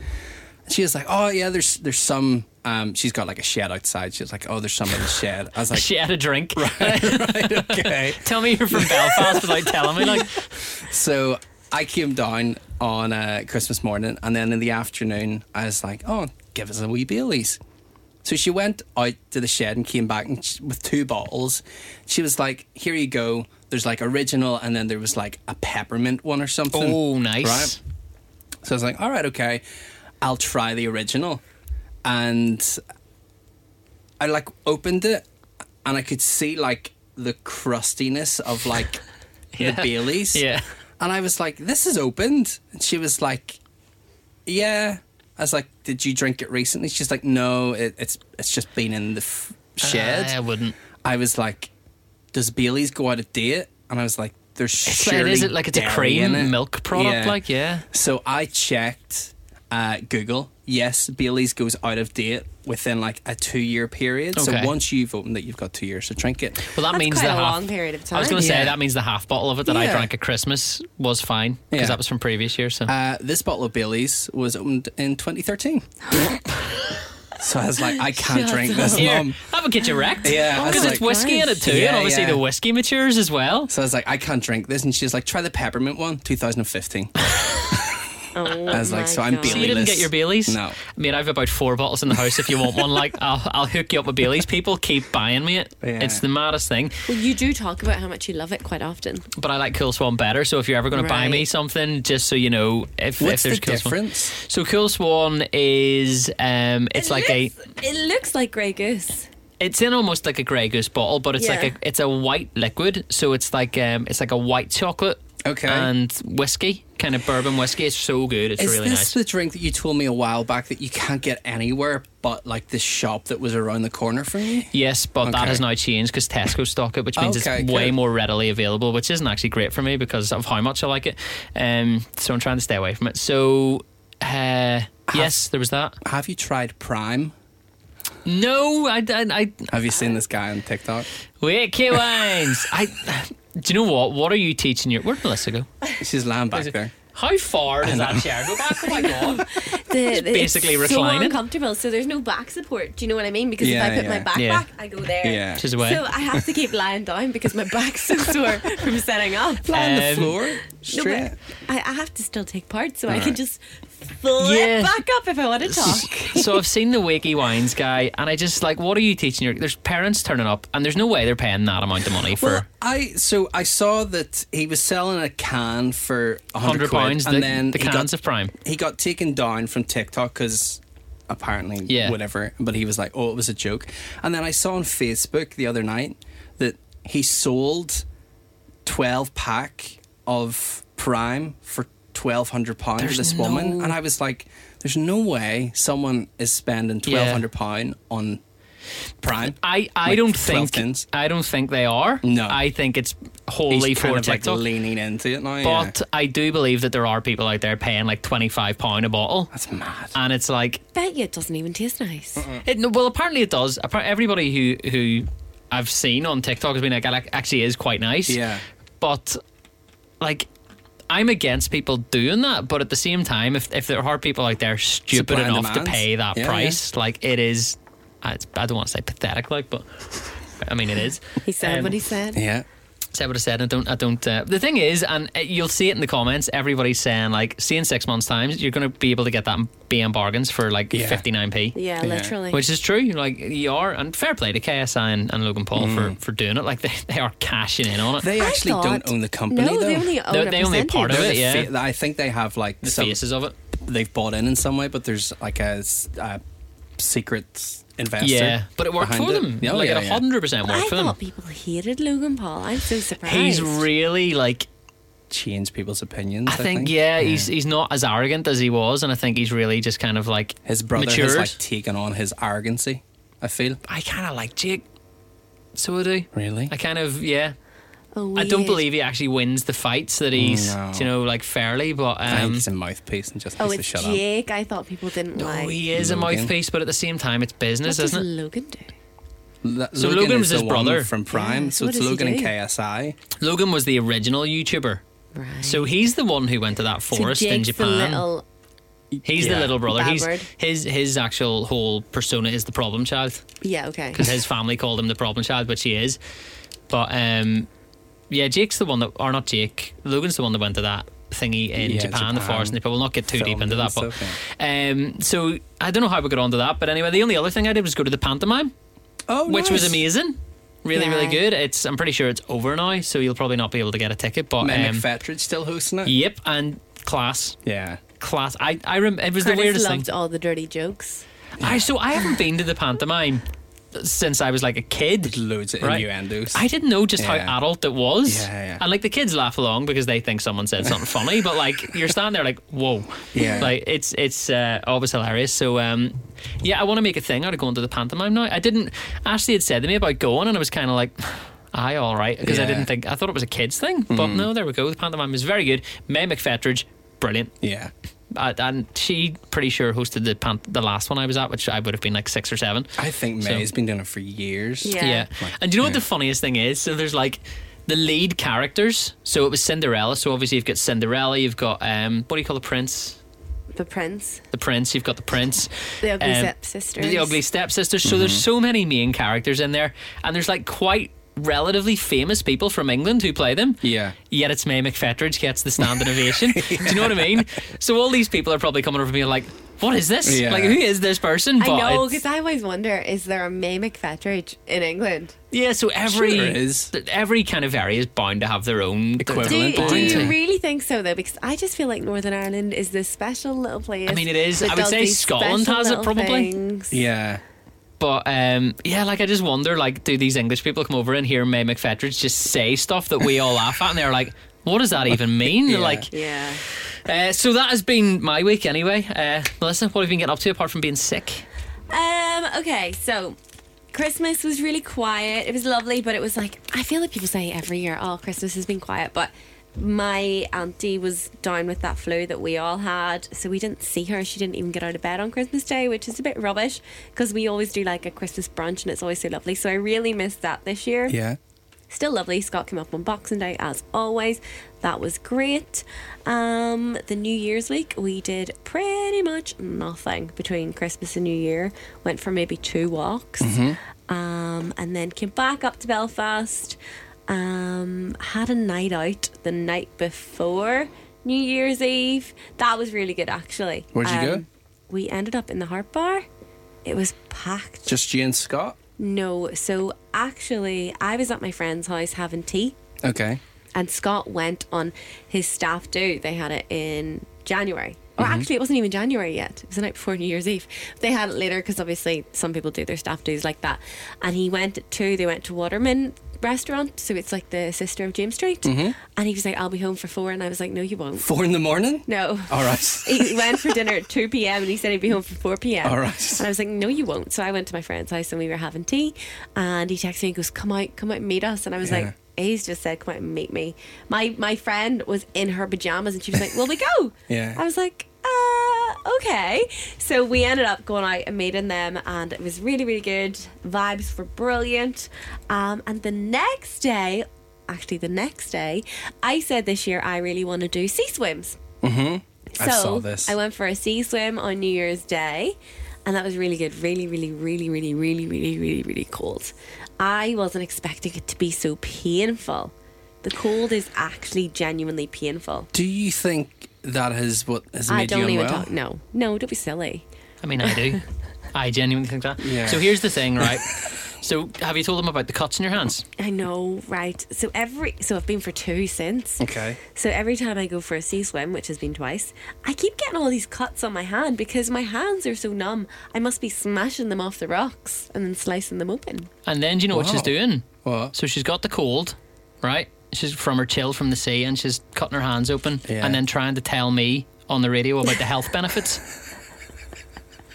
Speaker 3: She was like, oh, yeah, there's there's some. Um, she's got like a shed outside. She was like, oh, there's some in the shed. I was like,
Speaker 1: She had a drink.
Speaker 3: right, okay.
Speaker 1: Tell me you're from Belfast without telling me. Like,
Speaker 3: So I came down on uh, Christmas morning, and then in the afternoon, I was like, "Oh, give us a wee Bailey's." So she went out to the shed and came back and sh with two bottles. She was like, "Here you go. there's like original, and then there was like a peppermint one or something.
Speaker 1: Oh, nice.
Speaker 3: Right? So I was like, all right, okay, I'll try the original. And I like opened it and I could see like the crustiness of like
Speaker 1: Yeah.
Speaker 3: the Baileys.
Speaker 1: Yeah.
Speaker 3: And I was like, this is opened. And she was like, yeah. I was like, did you drink it recently? She's like, no, it, it's it's just been in the f- shed.
Speaker 1: Ah, I wouldn't.
Speaker 3: I was like, does Bailey's go out of date? And I was like, there's
Speaker 1: It's
Speaker 3: surely
Speaker 1: like, is it like it's a
Speaker 3: dairy in it.
Speaker 1: cream milk product?
Speaker 3: Yeah.
Speaker 1: Like, yeah.
Speaker 3: So I checked uh, Google. Yes, Bailey's goes out of date within like a two year period.
Speaker 1: Okay.
Speaker 3: So once you've opened it, you've got two years to drink it.
Speaker 1: Well, that
Speaker 2: That's
Speaker 1: means
Speaker 2: quite
Speaker 1: the
Speaker 2: a
Speaker 1: half,
Speaker 2: long period of
Speaker 1: I was
Speaker 2: time.
Speaker 1: going to say
Speaker 3: Yeah.
Speaker 1: that means the half bottle of it that I
Speaker 3: Yeah.
Speaker 1: drank at Christmas was fine because
Speaker 3: Yeah.
Speaker 1: that was from previous years. So
Speaker 3: Uh, this bottle of Bailey's was opened in 2013. so I was like, I can't drink this,
Speaker 1: Here,
Speaker 3: mum.
Speaker 1: that would get you wrecked.
Speaker 3: um, Yeah, I was
Speaker 1: because it's
Speaker 3: like-
Speaker 1: whiskey in it too,
Speaker 3: Yeah,
Speaker 1: and obviously
Speaker 3: yeah.
Speaker 1: the whiskey matures as well.
Speaker 3: So I was like, I can't drink this. And she's like, try the peppermint one, 2015.
Speaker 2: Oh
Speaker 3: I was like,
Speaker 2: my
Speaker 3: so I'm
Speaker 2: God.
Speaker 1: So you didn't get your Baileys?
Speaker 3: No.
Speaker 1: Mate, I've about four bottles in the house. If you want one, like, I'll, I'll hook you up with Baileys. People keep buying me it.
Speaker 3: Yeah.
Speaker 1: It's the maddest thing.
Speaker 2: Well, you do talk about how much you love it quite often.
Speaker 1: But I like Cool Swan better. So if you're ever going to buy me
Speaker 2: Right.
Speaker 1: something, just so you know, if, if
Speaker 3: What's the
Speaker 1: there's Cool Swan.
Speaker 3: difference?
Speaker 1: So Cool Swan is, um, it's like a,
Speaker 2: a. It looks like Grey Goose.
Speaker 1: it's in almost like a Grey Goose bottle, but it's
Speaker 2: Yeah.
Speaker 1: like a, it's a white liquid. So it's like, um, it's like a white chocolate.
Speaker 3: Okay.
Speaker 1: And whiskey, kind of bourbon whiskey. It's so good. It's
Speaker 3: Is
Speaker 1: really
Speaker 3: this
Speaker 1: nice.
Speaker 3: the drink that you told me a while back that you can't get anywhere but like the shop that was around the corner from you?
Speaker 1: Yes, but that
Speaker 3: Okay.
Speaker 1: has now changed because Tesco stock it, which means
Speaker 3: Okay,
Speaker 1: it's way
Speaker 3: good.
Speaker 1: more readily available, which isn't actually great for me because of how much I like it. Um, so I'm trying to stay away from it. So, uh, yes, there was that.
Speaker 3: Have you tried Prime?
Speaker 1: No, I, I, I
Speaker 3: Have you seen this guy on TikTok?
Speaker 1: wait, K Wines. I, do you know what? What are you teaching your? Where did Melissa go?
Speaker 3: She's lying back there.
Speaker 1: How far does that chair go back? Oh my god!
Speaker 2: The, the,
Speaker 1: basically
Speaker 2: it's
Speaker 1: reclining.
Speaker 2: so uncomfortable, so there's no back support. Do you know what I mean? Because
Speaker 3: Yeah,
Speaker 2: if I put my
Speaker 3: yeah.
Speaker 2: back
Speaker 1: Yeah.
Speaker 2: back, I go there.
Speaker 3: Yeah.
Speaker 1: She's away.
Speaker 2: So I have to keep lying down because my back's so sore from setting up.
Speaker 3: Lying on
Speaker 1: Um,
Speaker 3: the floor?
Speaker 2: No,
Speaker 3: Straight.
Speaker 2: but I, I have to still take part, so I
Speaker 3: Alright.
Speaker 2: can just flip
Speaker 1: Yeah.
Speaker 2: back up if I want to talk.
Speaker 1: so I've seen the Wakey Wines guy, and I just like, what are you teaching your? There's parents turning up, and there's no way they're paying that amount of money for.
Speaker 3: Well, I so I saw that he was selling a can for
Speaker 1: Hundred
Speaker 3: hundred
Speaker 1: pounds,
Speaker 3: and
Speaker 1: the,
Speaker 3: then
Speaker 1: the
Speaker 3: he
Speaker 1: cans
Speaker 3: got,
Speaker 1: of prime.
Speaker 3: he got taken down from TikTok because apparently
Speaker 1: Yeah.
Speaker 3: whatever. But he was like, "Oh, it was a joke." And then I saw on Facebook the other night that he sold twelve pack of Prime for twelve hundred pounds to
Speaker 1: There's
Speaker 3: this
Speaker 1: no-
Speaker 3: woman, and I was like, "There's no way someone is spending twelve hundred pound on Prime."
Speaker 1: I, I
Speaker 3: Like
Speaker 1: don't
Speaker 3: 12
Speaker 1: think
Speaker 3: tins.
Speaker 1: I don't think they are.
Speaker 3: No.
Speaker 1: I think it's
Speaker 3: He's
Speaker 1: wholly for
Speaker 3: kind of like
Speaker 1: TikTok.
Speaker 3: leaning into it now.
Speaker 1: but
Speaker 3: yeah.
Speaker 1: I do believe that there are people out there paying like twenty five pound a bottle,
Speaker 3: that's mad.
Speaker 1: and it's like
Speaker 2: Bet you it doesn't even taste nice.
Speaker 1: it, no, well, apparently it does. Appar- Everybody who who I've seen on TikTok has been like, "It actually is quite nice.
Speaker 3: Yeah.
Speaker 1: But like, I'm against people doing that. But at the same time, if if there are people out there stupid
Speaker 3: Supply and
Speaker 1: enough to
Speaker 3: demand.
Speaker 1: pay that
Speaker 3: Yeah,
Speaker 1: price, like it is, I, it's- I don't want to say pathetic, like, but I mean it is.
Speaker 2: He said
Speaker 1: Um,
Speaker 2: what he said.
Speaker 3: Yeah.
Speaker 1: Said what I said. I don't. I don't. Uh, the thing is, and uh, you'll see it in the comments. Everybody's saying like, see in six months' time, you're going to be able to get that in BM bargains for like
Speaker 3: Yeah.
Speaker 1: 59p.
Speaker 2: Yeah,
Speaker 3: Yeah.
Speaker 2: literally.
Speaker 1: Which is true. You know, Like you are, and fair play to KSI and, and Logan Paul for, for doing it. Like they, they are cashing in on it.
Speaker 3: Mm. They
Speaker 2: I
Speaker 3: actually
Speaker 2: thought-
Speaker 3: don't own the company,
Speaker 2: No,
Speaker 3: though.
Speaker 2: they only own
Speaker 1: They-
Speaker 2: a
Speaker 1: they only part of
Speaker 2: percentage.
Speaker 1: it.
Speaker 3: the
Speaker 1: yeah.
Speaker 3: fa- I think they have like
Speaker 1: the
Speaker 3: some,
Speaker 1: faces of it.
Speaker 3: they've bought in in some way, but there's like a, s- a secret investor.
Speaker 1: Yeah, but it worked
Speaker 3: behind
Speaker 1: for them.
Speaker 3: Yeah, oh,
Speaker 1: like
Speaker 3: yeah,
Speaker 1: it
Speaker 3: yeah.
Speaker 1: hundred percent
Speaker 2: I
Speaker 1: worked for them.
Speaker 2: thought people hated Logan Paul. I'm so surprised.
Speaker 1: He's really like.
Speaker 3: Change people's opinions.
Speaker 1: I think, yeah, he's he's not as arrogant as he was, and I think he's really just kind of like
Speaker 3: his brother
Speaker 1: matured.
Speaker 3: has like taken on his arrogancy. I feel
Speaker 1: I kind of like Jake. So I do.
Speaker 3: really.
Speaker 1: I kind of yeah.
Speaker 2: Oh,
Speaker 1: I don't
Speaker 2: weird.
Speaker 1: believe he actually wins the fights that he's
Speaker 3: No.
Speaker 1: do you know like fairly, but
Speaker 3: I think
Speaker 1: um,
Speaker 3: he's a mouthpiece and just
Speaker 2: Oh,
Speaker 3: needs to
Speaker 2: it's
Speaker 3: shut up.
Speaker 2: Jake. I thought people didn't
Speaker 1: no,
Speaker 2: like.
Speaker 1: oh, he is a
Speaker 3: Logan.
Speaker 1: mouthpiece, but at the same time, it's business,
Speaker 2: What does
Speaker 1: isn't it?
Speaker 2: Logan do?
Speaker 3: L-
Speaker 1: So Logan
Speaker 3: is
Speaker 1: was his
Speaker 3: the one
Speaker 1: brother.
Speaker 3: from Prime,
Speaker 2: Yeah,
Speaker 3: so
Speaker 2: what
Speaker 3: it's
Speaker 2: does he
Speaker 3: Logan and
Speaker 2: do?
Speaker 3: KSI.
Speaker 1: Logan was the original YouTuber,
Speaker 2: Right.
Speaker 1: so he's the one who went to that
Speaker 2: so
Speaker 1: forest
Speaker 2: Jake's
Speaker 1: in Japan.
Speaker 2: the little.
Speaker 1: he's the
Speaker 3: Yeah.
Speaker 1: little brother.
Speaker 2: Bad
Speaker 1: He's
Speaker 2: word.
Speaker 1: his his actual whole persona is the problem child.
Speaker 2: Yeah. Okay.
Speaker 1: because his family called him the problem child, which he is. But um, yeah, Jake's the one that, or not Jake, Logan's the one that went to that thingy in
Speaker 3: Yeah,
Speaker 1: Japan, the
Speaker 3: Japan.
Speaker 1: forest, and they probably will not get too deep
Speaker 3: Filmed
Speaker 1: into
Speaker 3: it
Speaker 1: that. But
Speaker 3: and stuff,
Speaker 1: um, so I don't know how we got onto that, but anyway, the only other thing I did was go to the pantomime,
Speaker 3: Oh,
Speaker 1: which was
Speaker 3: nice.
Speaker 1: amazing. Really, really
Speaker 2: Yeah.
Speaker 1: good. It's I'm pretty sure it's over now, so you'll probably not be able to get a ticket. But
Speaker 3: Matt
Speaker 1: um,
Speaker 3: McFetridge still hosting it.
Speaker 1: yep, and class,
Speaker 3: Yeah.
Speaker 1: class. I I rem- it was
Speaker 2: Curtis
Speaker 1: the weirdest thing.
Speaker 2: loved all the dirty jokes.
Speaker 1: I so I haven't been to the pantomime since I was like a kid.
Speaker 3: Loads of
Speaker 1: Right.
Speaker 3: innuendos.
Speaker 1: I didn't know just
Speaker 3: Yeah.
Speaker 1: how adult it was.
Speaker 3: Yeah, yeah.
Speaker 1: And like the kids laugh along because they think someone said something funny, but like you're standing there like, whoa.
Speaker 3: Yeah.
Speaker 1: Like it's it's uh always hilarious. So um yeah, I want to make a thing out of going to the pantomime now. I didn't Ashley had said to me about going and I was kinda like I all right because I
Speaker 3: Yeah. Hmm.
Speaker 1: didn't think I thought it was a kids thing, but no, there we go. The pantomime was very good. May McFetridge, brilliant,
Speaker 3: yeah.
Speaker 1: uh, and she pretty sure hosted the pant- the last one I was at, which I would have been like six or seven.
Speaker 3: I think
Speaker 1: So-
Speaker 3: May's been doing it for years.
Speaker 2: Yeah.
Speaker 1: Yeah. And do you know what the funniest thing is? So there's like the lead characters. So it was Cinderella. So obviously you've got Cinderella, you've got um what do you call the prince?
Speaker 2: The prince,
Speaker 1: The prince, you've got the prince.
Speaker 2: the ugly
Speaker 1: um,
Speaker 2: stepsisters.
Speaker 1: The ugly stepsisters. So
Speaker 3: Mm-hmm.
Speaker 1: there's so many main characters in there and there's like quite relatively famous people from England who play them.
Speaker 3: Yeah.
Speaker 1: Yet it's May McFetridge gets the standing ovation. Do you know what I mean? So all these people are probably coming over to me like, what is this?
Speaker 3: Yeah.
Speaker 1: Like who is this person?
Speaker 2: I know,
Speaker 1: it's-
Speaker 2: because I always wonder is there a May McFetridge in England?
Speaker 1: Yeah, so every
Speaker 3: Sure is.
Speaker 1: th- every kind of area is bound to have their own
Speaker 2: Do,
Speaker 3: Equivalent.
Speaker 1: th-
Speaker 2: you-
Speaker 3: Well, it
Speaker 2: do
Speaker 3: binds
Speaker 2: you
Speaker 3: me.
Speaker 2: really think so, though? Because I just feel like Northern Ireland is this special little place.
Speaker 1: I mean, it is.
Speaker 2: that
Speaker 1: I would
Speaker 2: does
Speaker 1: say
Speaker 2: these
Speaker 1: Scotland
Speaker 2: special
Speaker 1: has it
Speaker 2: little
Speaker 1: probably.
Speaker 2: things.
Speaker 3: Yeah.
Speaker 1: But um, yeah, like I just wonder, like, do these English people come over and hear May McFetridge just say stuff that we all laugh at, and they're like, "What does that even mean?"
Speaker 3: Yeah.
Speaker 1: Like,
Speaker 2: Yeah.
Speaker 1: uh, so that has been my week anyway. Uh, Melissa, what have you been getting up to apart from being sick?
Speaker 2: Um, okay, so Christmas was really quiet. It was lovely, but it was like I feel like people say every year, "Oh, Christmas has been quiet," but my auntie was down with that flu that we all had, so we didn't see her. She didn't even get out of bed on Christmas Day, which is a bit rubbish because we always do like a Christmas brunch and it's always so lovely. So I really missed that this year.
Speaker 3: Yeah.
Speaker 2: Still lovely. Scott came up on Boxing Day as always. That was great. Um, the New Year's week, we did pretty much nothing between Christmas and New Year. Went for maybe two walks
Speaker 3: Mm-hmm.
Speaker 2: um, and then came back up to Belfast. Um, had a night out the night before New Year's Eve. That was really good, actually. Um,
Speaker 3: Where'd you go?
Speaker 2: We ended up in the Heart Bar. It was packed.
Speaker 3: Just you and Scott?
Speaker 2: No, so actually, I was at my friend's house having tea,
Speaker 3: Okay.
Speaker 2: and Scott went on his staff do. They had it in January. Or actually, it wasn't even January yet. It was the night before New Year's Eve. They had it later because obviously some people do their staff dues like that. And he went to, they went to Waterman restaurant. So it's like the sister of James Street. And he was like, I'll be home for four. And I was like, no, you won't.
Speaker 3: Four in the morning?
Speaker 2: No.
Speaker 3: All right.
Speaker 2: he went for dinner at 2 p.m. and he said he'd be home for 4 p.m.
Speaker 3: All right.
Speaker 2: And I was like, no, you won't. So I went to my friend's house and we were having tea. And he texted me and goes, come out, come out and meet us. And I was
Speaker 3: Yeah.
Speaker 2: like, he's just said, come out and meet me. My my friend was in her pajamas and she was like, will we go?
Speaker 3: Yeah.
Speaker 2: I was like, uh, okay. So we ended up going out and meeting them, and it was really, really good. Vibes were brilliant. Um, and the next day, actually, the next day, I said this year I really want to do sea swims.
Speaker 3: I
Speaker 2: So
Speaker 3: saw this.
Speaker 2: I went for a sea swim on New Year's Day, and that was really good. Really, really, really, really, really, really, really, really cold. I wasn't expecting it to be so painful. The cold is actually genuinely painful.
Speaker 3: Do you think that is what has made
Speaker 2: I don't
Speaker 3: you
Speaker 2: even
Speaker 3: unwell?
Speaker 2: talk. No, no, don't be silly.
Speaker 1: I mean, I do. I genuinely think that.
Speaker 3: Yeah.
Speaker 1: So here's the thing, right? so have you told them about the cuts in your hands?
Speaker 2: I know, right? So every so I've been for two since.
Speaker 3: Okay.
Speaker 2: So every time I go for a sea swim, which has been twice, I keep getting all these cuts on my hand because my hands are so numb. I must be smashing them off the rocks and then slicing them open.
Speaker 1: And then do you know what she's
Speaker 3: Wow.
Speaker 1: doing?
Speaker 3: What?
Speaker 1: So she's got the cold, right? She's from her chill from the sea and she's cutting her hands open
Speaker 3: Yeah.
Speaker 1: and then trying to tell me on the radio about the health benefits.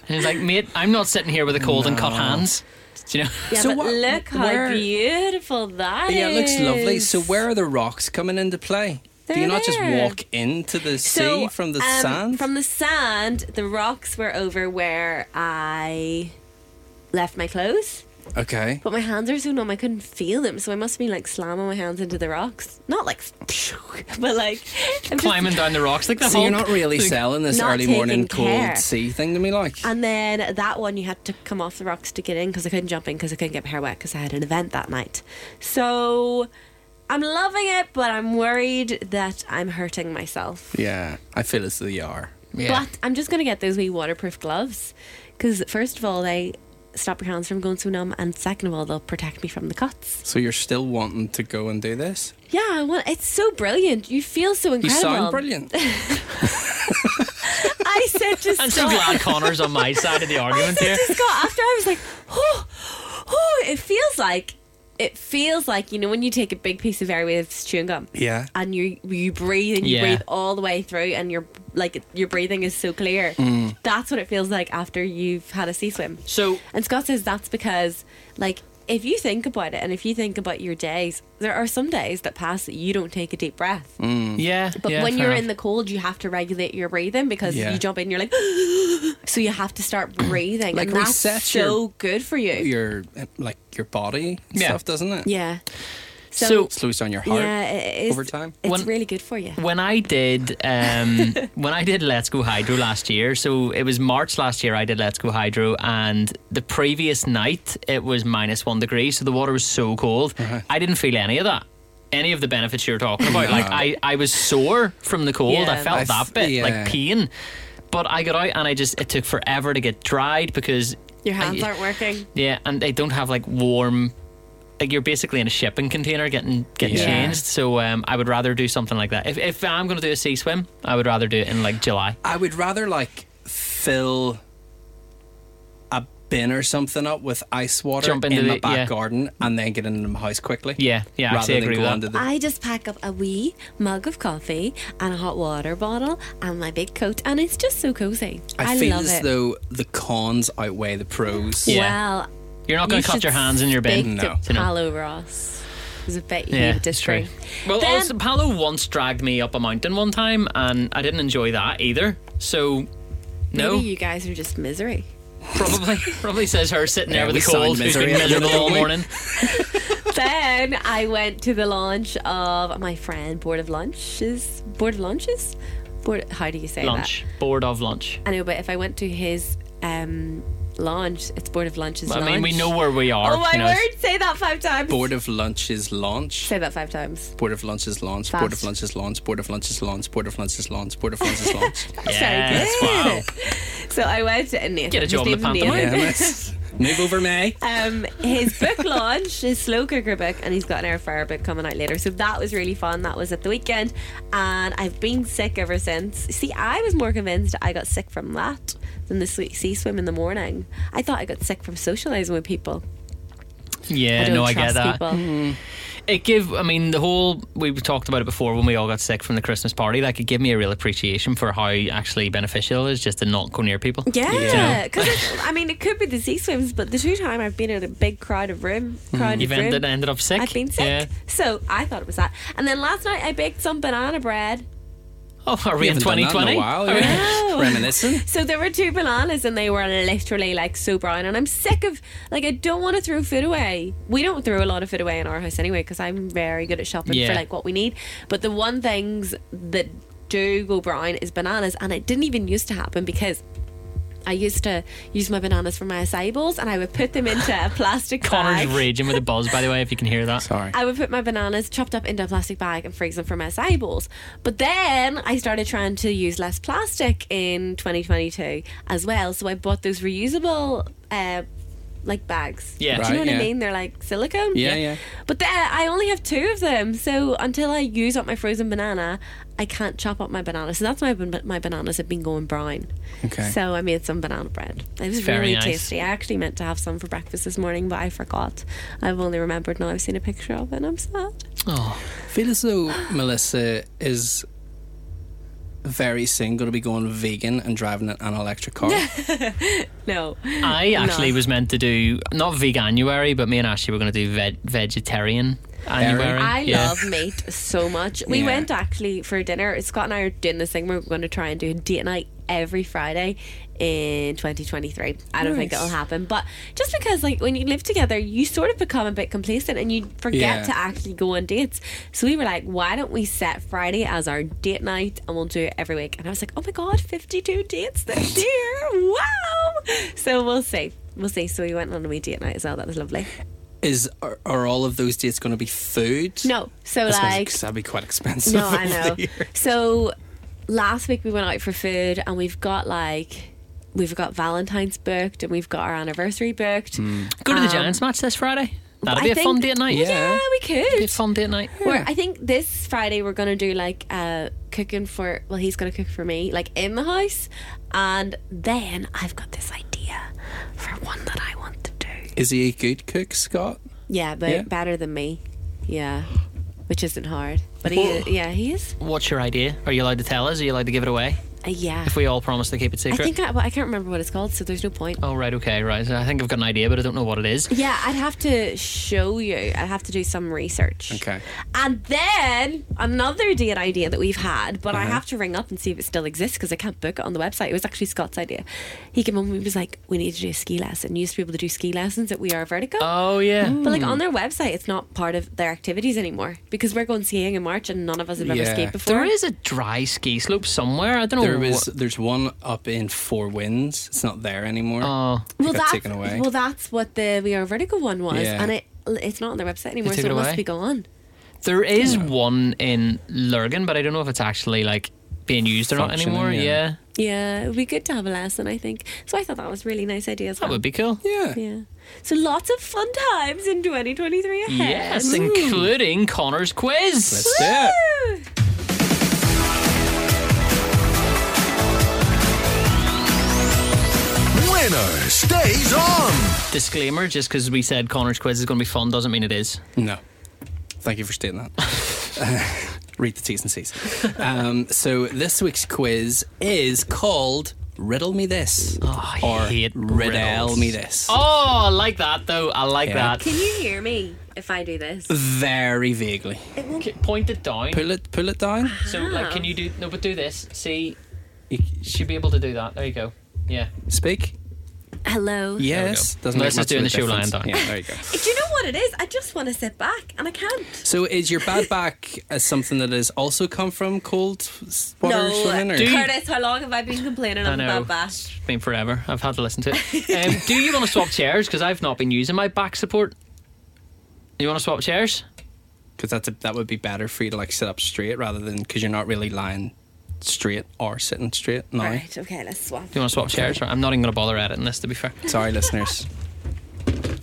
Speaker 1: And he's like, mate, I'm not sitting here with a cold and cut hands. Do you know?
Speaker 2: Yeah,
Speaker 3: So
Speaker 2: but
Speaker 3: what-
Speaker 2: look how
Speaker 3: where-
Speaker 2: beautiful that is.
Speaker 3: Yeah, it looks lovely. So where are the rocks coming into play? Do
Speaker 2: They're
Speaker 3: you not just
Speaker 2: there.
Speaker 3: walk into the
Speaker 2: So,
Speaker 3: sea from the
Speaker 2: um,
Speaker 3: sand?
Speaker 2: From the sand, the rocks were over where I left my clothes.
Speaker 3: okay.
Speaker 2: But my hands are so numb, I couldn't feel them. So I must have been like slamming my hands into the rocks. Not like, but like, I'm just-
Speaker 1: Climbing down the rocks like the
Speaker 3: So you're
Speaker 1: Hulk.
Speaker 3: not really
Speaker 1: Like,
Speaker 3: selling this
Speaker 2: not
Speaker 3: early morning
Speaker 2: taking
Speaker 3: cold
Speaker 2: care. Um,
Speaker 3: sea thing to me, like.
Speaker 2: And then that one, you had to come off the rocks to get in because I couldn't jump in because I couldn't get my hair wet because I had an event that night. So I'm loving it, but I'm worried that I'm hurting myself.
Speaker 3: yeah, I feel it's the yar.
Speaker 1: Yeah.
Speaker 2: But I'm just going to get those wee waterproof gloves because, first of all, they stop your hands from going so numb, and second of all, they'll protect me from the cuts.
Speaker 3: So you're still wanting to go and do this?
Speaker 2: Yeah, well, it's so brilliant. You feel so
Speaker 3: You
Speaker 2: incredible.
Speaker 3: sound brilliant.
Speaker 2: I said to
Speaker 1: I'm
Speaker 2: Scott,
Speaker 1: so glad Connor's on my side of the
Speaker 2: I
Speaker 1: argument here.
Speaker 2: said to Scott after I was like, oh, oh, it feels like, it feels like you know when you take a big piece of airwave chewing gum.
Speaker 3: Yeah.
Speaker 2: and you you breathe and you
Speaker 1: Yeah.
Speaker 2: breathe all the way through and your like your breathing is so clear.
Speaker 1: Mm.
Speaker 2: That's what it feels like after you've had a sea swim.
Speaker 1: So
Speaker 2: And Scott says that's because like if you think about it and if you think about your days, there are some days that pass that you don't take a deep breath.
Speaker 3: Mm,
Speaker 1: yeah,
Speaker 2: But when you're in the cold, you have to regulate your breathing because
Speaker 3: Yeah.
Speaker 2: you jump in, you're like, so you have to start breathing,
Speaker 3: Like
Speaker 2: and that's
Speaker 3: reset
Speaker 2: so
Speaker 3: your-
Speaker 2: good for you.
Speaker 3: Your uh, like your body and
Speaker 1: Yeah.
Speaker 3: stuff, doesn't it?
Speaker 2: yeah.
Speaker 1: So-
Speaker 3: Slows down your heart.
Speaker 2: yeah, it is,
Speaker 3: over time?
Speaker 2: it's
Speaker 1: When-
Speaker 2: really good for you.
Speaker 1: when I did um, when I did Let's Go Hydro last year, so it was March last year I did Let's Go Hydro, and the previous night it was minus one degree, so the water was so cold. I didn't feel any of that. Any of the benefits you're talking about, like
Speaker 3: No.
Speaker 1: I, I was sore from the cold. I
Speaker 2: Yeah.
Speaker 1: felt
Speaker 3: I f-
Speaker 1: that bit,
Speaker 3: yeah.
Speaker 1: like pain. But I got out and I just it took forever to get dried because
Speaker 2: Your
Speaker 1: I-
Speaker 2: hands aren't working.
Speaker 1: yeah, and they don't have like warm. Like you're basically in a shipping container getting getting
Speaker 3: Yeah.
Speaker 1: changed. So um, I would rather do something like that. If, if I'm going to do a sea swim, I would rather do it in like July.
Speaker 3: I would rather like fill a bin or something up with ice water
Speaker 1: Jump into
Speaker 3: in my
Speaker 1: the-
Speaker 3: back
Speaker 1: yeah.
Speaker 3: garden and then get into my house quickly.
Speaker 1: Yeah, yeah, I
Speaker 3: rather
Speaker 1: actually
Speaker 3: than
Speaker 1: agree
Speaker 3: go
Speaker 1: with that.
Speaker 3: onto the
Speaker 2: I just pack up a wee mug of coffee and a hot water bottle and my big coat, and it's just so cozy. I,
Speaker 3: I, feel
Speaker 2: love
Speaker 3: as
Speaker 2: it.
Speaker 3: though the cons outweigh the pros.
Speaker 1: Yeah.
Speaker 2: Well,
Speaker 1: You're not going
Speaker 2: you
Speaker 1: to cut
Speaker 2: should
Speaker 1: your hands in your bin.
Speaker 2: speak
Speaker 3: No.
Speaker 2: To
Speaker 1: You know.
Speaker 2: Palo Ross. There's a bet you
Speaker 1: Yeah,
Speaker 2: would
Speaker 1: it's true.
Speaker 2: disagree.
Speaker 1: Well,
Speaker 2: Then-
Speaker 1: also Palo once dragged me up a mountain one time, and I didn't enjoy that either. So. No,
Speaker 2: Maybe you guys are just misery.
Speaker 1: probably probably says her sitting there
Speaker 3: Yeah,
Speaker 1: with
Speaker 3: we
Speaker 1: a cold,
Speaker 3: signed
Speaker 1: who's been
Speaker 3: misery at the
Speaker 1: miserable all
Speaker 3: moment.
Speaker 1: morning.
Speaker 2: then I went to the launch of my friend Board of Lunches. Board of Lunches? Board, how do you say that?
Speaker 1: Lunch, bored of lunch.
Speaker 2: I know, but if I went to his um, launch, it's Board of Lunches.
Speaker 1: I mean, we
Speaker 2: launch.
Speaker 1: know where we are.
Speaker 2: Oh my
Speaker 1: you know, it's-
Speaker 2: word! Say that five times.
Speaker 3: Board of Lunch's launch.
Speaker 2: Say that five times.
Speaker 3: Board of Lunch's launch. Board of
Speaker 2: Fast.
Speaker 3: Lunch's launch. Board of Lunch's launch. Board of Lunch's launch. Board of Lunch's launch.
Speaker 1: Yes, wow.
Speaker 2: So I went to Nathan.
Speaker 1: Get a
Speaker 2: His
Speaker 1: job in the
Speaker 2: name's Nathan.
Speaker 1: pantomime.
Speaker 3: yeah, nice. Move over, May.
Speaker 2: Um, his book launch, his slow cooker book, and he's got an air fryer book coming out later. So that was really fun. That was at the weekend, and I've been sick ever since. See, I was more convinced I got sick from that than the sweet sea swim in the morning. I thought I got sick from socialising with people. I
Speaker 1: Yeah,
Speaker 2: don't
Speaker 1: no, I
Speaker 2: trust
Speaker 1: get that.
Speaker 2: people.
Speaker 1: it gave i mean the whole we talked about it before when we all got sick from the christmas party like it gave me a real appreciation for how actually beneficial it is just to not go near people
Speaker 2: Yeah, because I mean, it could be the sea swims, but the two time I've been in a big crowd of room, crowded
Speaker 1: Mm. you've
Speaker 2: room,
Speaker 1: ended, ended up sick
Speaker 2: I've been sick.
Speaker 1: yeah
Speaker 2: So I thought it was that. And then last night I baked some banana bread.
Speaker 1: oh are we in
Speaker 3: Haven't done that
Speaker 1: 2020
Speaker 3: In a while.
Speaker 1: Are we-
Speaker 3: yeah.
Speaker 2: Oh.
Speaker 3: Reminiscing.
Speaker 2: So there were two bananas and they were literally like so brown. And I'm sick of, like, I don't want to throw food away. We don't throw a lot of food away in our house anyway because I'm very good at shopping
Speaker 1: Yeah.
Speaker 2: for like what we need. But the one things that do go brown is bananas. And it didn't even used to happen because. I used to use my bananas for my acai bowls and I would put them into a plastic
Speaker 1: connor's
Speaker 2: bag.
Speaker 1: raging with a buzz by the way if you can hear that
Speaker 3: Sorry.
Speaker 2: I would put my bananas chopped up into a plastic bag and freeze them for my acai bowls. But then I started trying to use less plastic in 2022 as well. So I bought those reusable, uh, like bags.
Speaker 1: Yeah.
Speaker 2: Do you know what
Speaker 3: Right,
Speaker 2: I
Speaker 3: yeah.
Speaker 2: mean? They're like silicone.
Speaker 3: Yeah, yeah.
Speaker 2: But then I only have two of them. So until I use up my frozen banana, I can't chop up my banana. So that's why ban- my bananas have been going brown.
Speaker 3: Okay.
Speaker 2: So I made some banana bread. It was
Speaker 1: Very
Speaker 2: really
Speaker 1: nice.
Speaker 2: tasty. I actually meant to have some for breakfast this morning, but I forgot. I've only remembered now I've seen a picture of it and I'm sad.
Speaker 1: oh
Speaker 3: feel as though Melissa is very soon going to be going vegan and driving an electric car.
Speaker 2: No.
Speaker 1: i actually
Speaker 2: No.
Speaker 1: was meant to do not veganuary but me and ashley were going to do veg- vegetarian annuary
Speaker 2: I
Speaker 1: yeah.
Speaker 2: love meat so much. We
Speaker 3: Yeah.
Speaker 2: went actually for dinner. Scott and I are doing this thing. We're going to try and do a date night every Friday in 2023. I don't think
Speaker 3: Nice.
Speaker 2: it'll happen, but just because like when you live together, you sort of become a bit complacent and you forget
Speaker 3: Yeah.
Speaker 2: to actually go on dates. So we were like, why don't we set Friday as our date night and we'll do it every week? And I was like, oh my god, 52 dates this year! Wow! So we'll see. We'll see. So we went on a wee date night as well. That was lovely.
Speaker 3: Is are, are all of those dates going to be food?
Speaker 2: No, so
Speaker 3: That's
Speaker 2: like
Speaker 3: that'd be quite expensive.
Speaker 2: No, I
Speaker 3: over
Speaker 2: know.
Speaker 3: the year.
Speaker 2: So last week we went out for food and we've got like we've got Valentine's booked and we've got our anniversary booked.
Speaker 1: Go to the
Speaker 2: Um,
Speaker 1: Giants match this Friday. That'll
Speaker 2: I
Speaker 1: be a fun
Speaker 2: think-
Speaker 1: date night.
Speaker 2: Yeah, we
Speaker 1: Be
Speaker 2: could.
Speaker 1: a fun date night.
Speaker 2: We're- I think this Friday we're gonna do like uh, cooking for. Well, he's gonna cook for me, like in the house, and then I've got this idea for one that I want to do.
Speaker 3: Is he a good cook, Scott?
Speaker 2: Yeah, but
Speaker 3: Yeah.
Speaker 2: better than me. Yeah, which isn't hard. But he, yeah, he is.
Speaker 1: What's your idea? Are you allowed to tell us? Are you allowed to give it away?
Speaker 2: Uh, yeah.
Speaker 1: If we all promise to keep it
Speaker 2: I
Speaker 1: secret.
Speaker 2: think I, well, I can't remember what it's called, so there's no point.
Speaker 1: oh right, okay, right. I think I've got an idea, but I don't know what it is.
Speaker 2: Yeah, I'd have to show you. I'd have to do some research.
Speaker 3: Okay.
Speaker 2: And then another date idea that we've had, but I
Speaker 3: Uh-huh.
Speaker 2: have to ring up and see if it still exists because I can't book it on the website. It was actually Scott's idea. He came home and was like, "We need to do a ski lesson. You used to be able to do ski lessons at We Are Vertigo."
Speaker 1: Oh yeah.
Speaker 2: but like on their website, it's not part of their activities anymore because we're going skiing in March and none of us have ever
Speaker 3: Yeah.
Speaker 2: skied before.
Speaker 1: There is a dry ski slope somewhere. I don't know.
Speaker 2: Oh.
Speaker 3: There was
Speaker 1: what-
Speaker 3: there's one up in Four Winds. It's not there anymore.
Speaker 1: Oh.
Speaker 3: It
Speaker 2: well,
Speaker 3: got
Speaker 2: that's,
Speaker 3: taken away.
Speaker 2: well, that's what the We Are Vertigo one was,
Speaker 3: Yeah.
Speaker 2: and it it's not on their website anymore,
Speaker 1: took
Speaker 2: so
Speaker 1: it
Speaker 2: it
Speaker 1: away?
Speaker 2: must be gone.
Speaker 1: There is one in Lurgan, but I don't know if it's actually like being used or not
Speaker 3: Functioning,
Speaker 1: anymore. Yeah.
Speaker 3: yeah.
Speaker 2: Yeah, it'd be good to have a lesson, I think. So I thought that was a really nice idea as
Speaker 1: That
Speaker 2: well.
Speaker 1: would be cool.
Speaker 3: yeah.
Speaker 2: Yeah. So lots of fun times in 2023 ahead.
Speaker 1: Yes, including Connor's quiz.
Speaker 3: Hmm. Let's do it.
Speaker 2: Woo!
Speaker 4: Winner stays on.
Speaker 1: Disclaimer just because we said Connor's quiz is going to be fun doesn't mean it is.
Speaker 3: No. Thank you for stating that. Read the T's and C's. Um, so this week's quiz is called Riddle Me This.
Speaker 1: Oh, I
Speaker 3: or
Speaker 1: hate
Speaker 3: Riddle
Speaker 1: riddles.
Speaker 3: Me This.
Speaker 1: Oh, I like that though. I like
Speaker 3: Yeah.
Speaker 1: that.
Speaker 2: Can you hear me if I do
Speaker 1: Uh,
Speaker 2: this?
Speaker 3: Very vaguely.
Speaker 1: K- Point it down.
Speaker 3: Pull Ah. it pull it down.
Speaker 1: So, like, can you do no? But do this. See, she'd be able to do that. There you go. Yeah.
Speaker 3: Speak.
Speaker 2: Hello.
Speaker 3: Yes.
Speaker 1: go. Melissa's
Speaker 3: much of
Speaker 1: doing
Speaker 3: a
Speaker 1: the show
Speaker 3: difference.
Speaker 1: lying down.
Speaker 3: Yeah, there you go.
Speaker 2: Do you know what it is? I just want to sit back and I can't.
Speaker 3: So is your bad back as something that has also come from cold s- water swimming? Or?
Speaker 1: Do you-
Speaker 2: Curtis, how long have I been complaining
Speaker 1: I know.
Speaker 2: about that?
Speaker 1: It's been forever. I've had to listen to it. Um, do you want to swap chairs? Because I've not been using my back support. You want to swap chairs?
Speaker 3: because that's a, that would be better for you to like sit up straight rather than because you're not really lying straight or sitting straight. No,
Speaker 2: Right, okay, let's swap.
Speaker 1: Do you want to swap chairs? Right, I'm not even going to bother editing this. To be fair.
Speaker 3: sorry, listeners.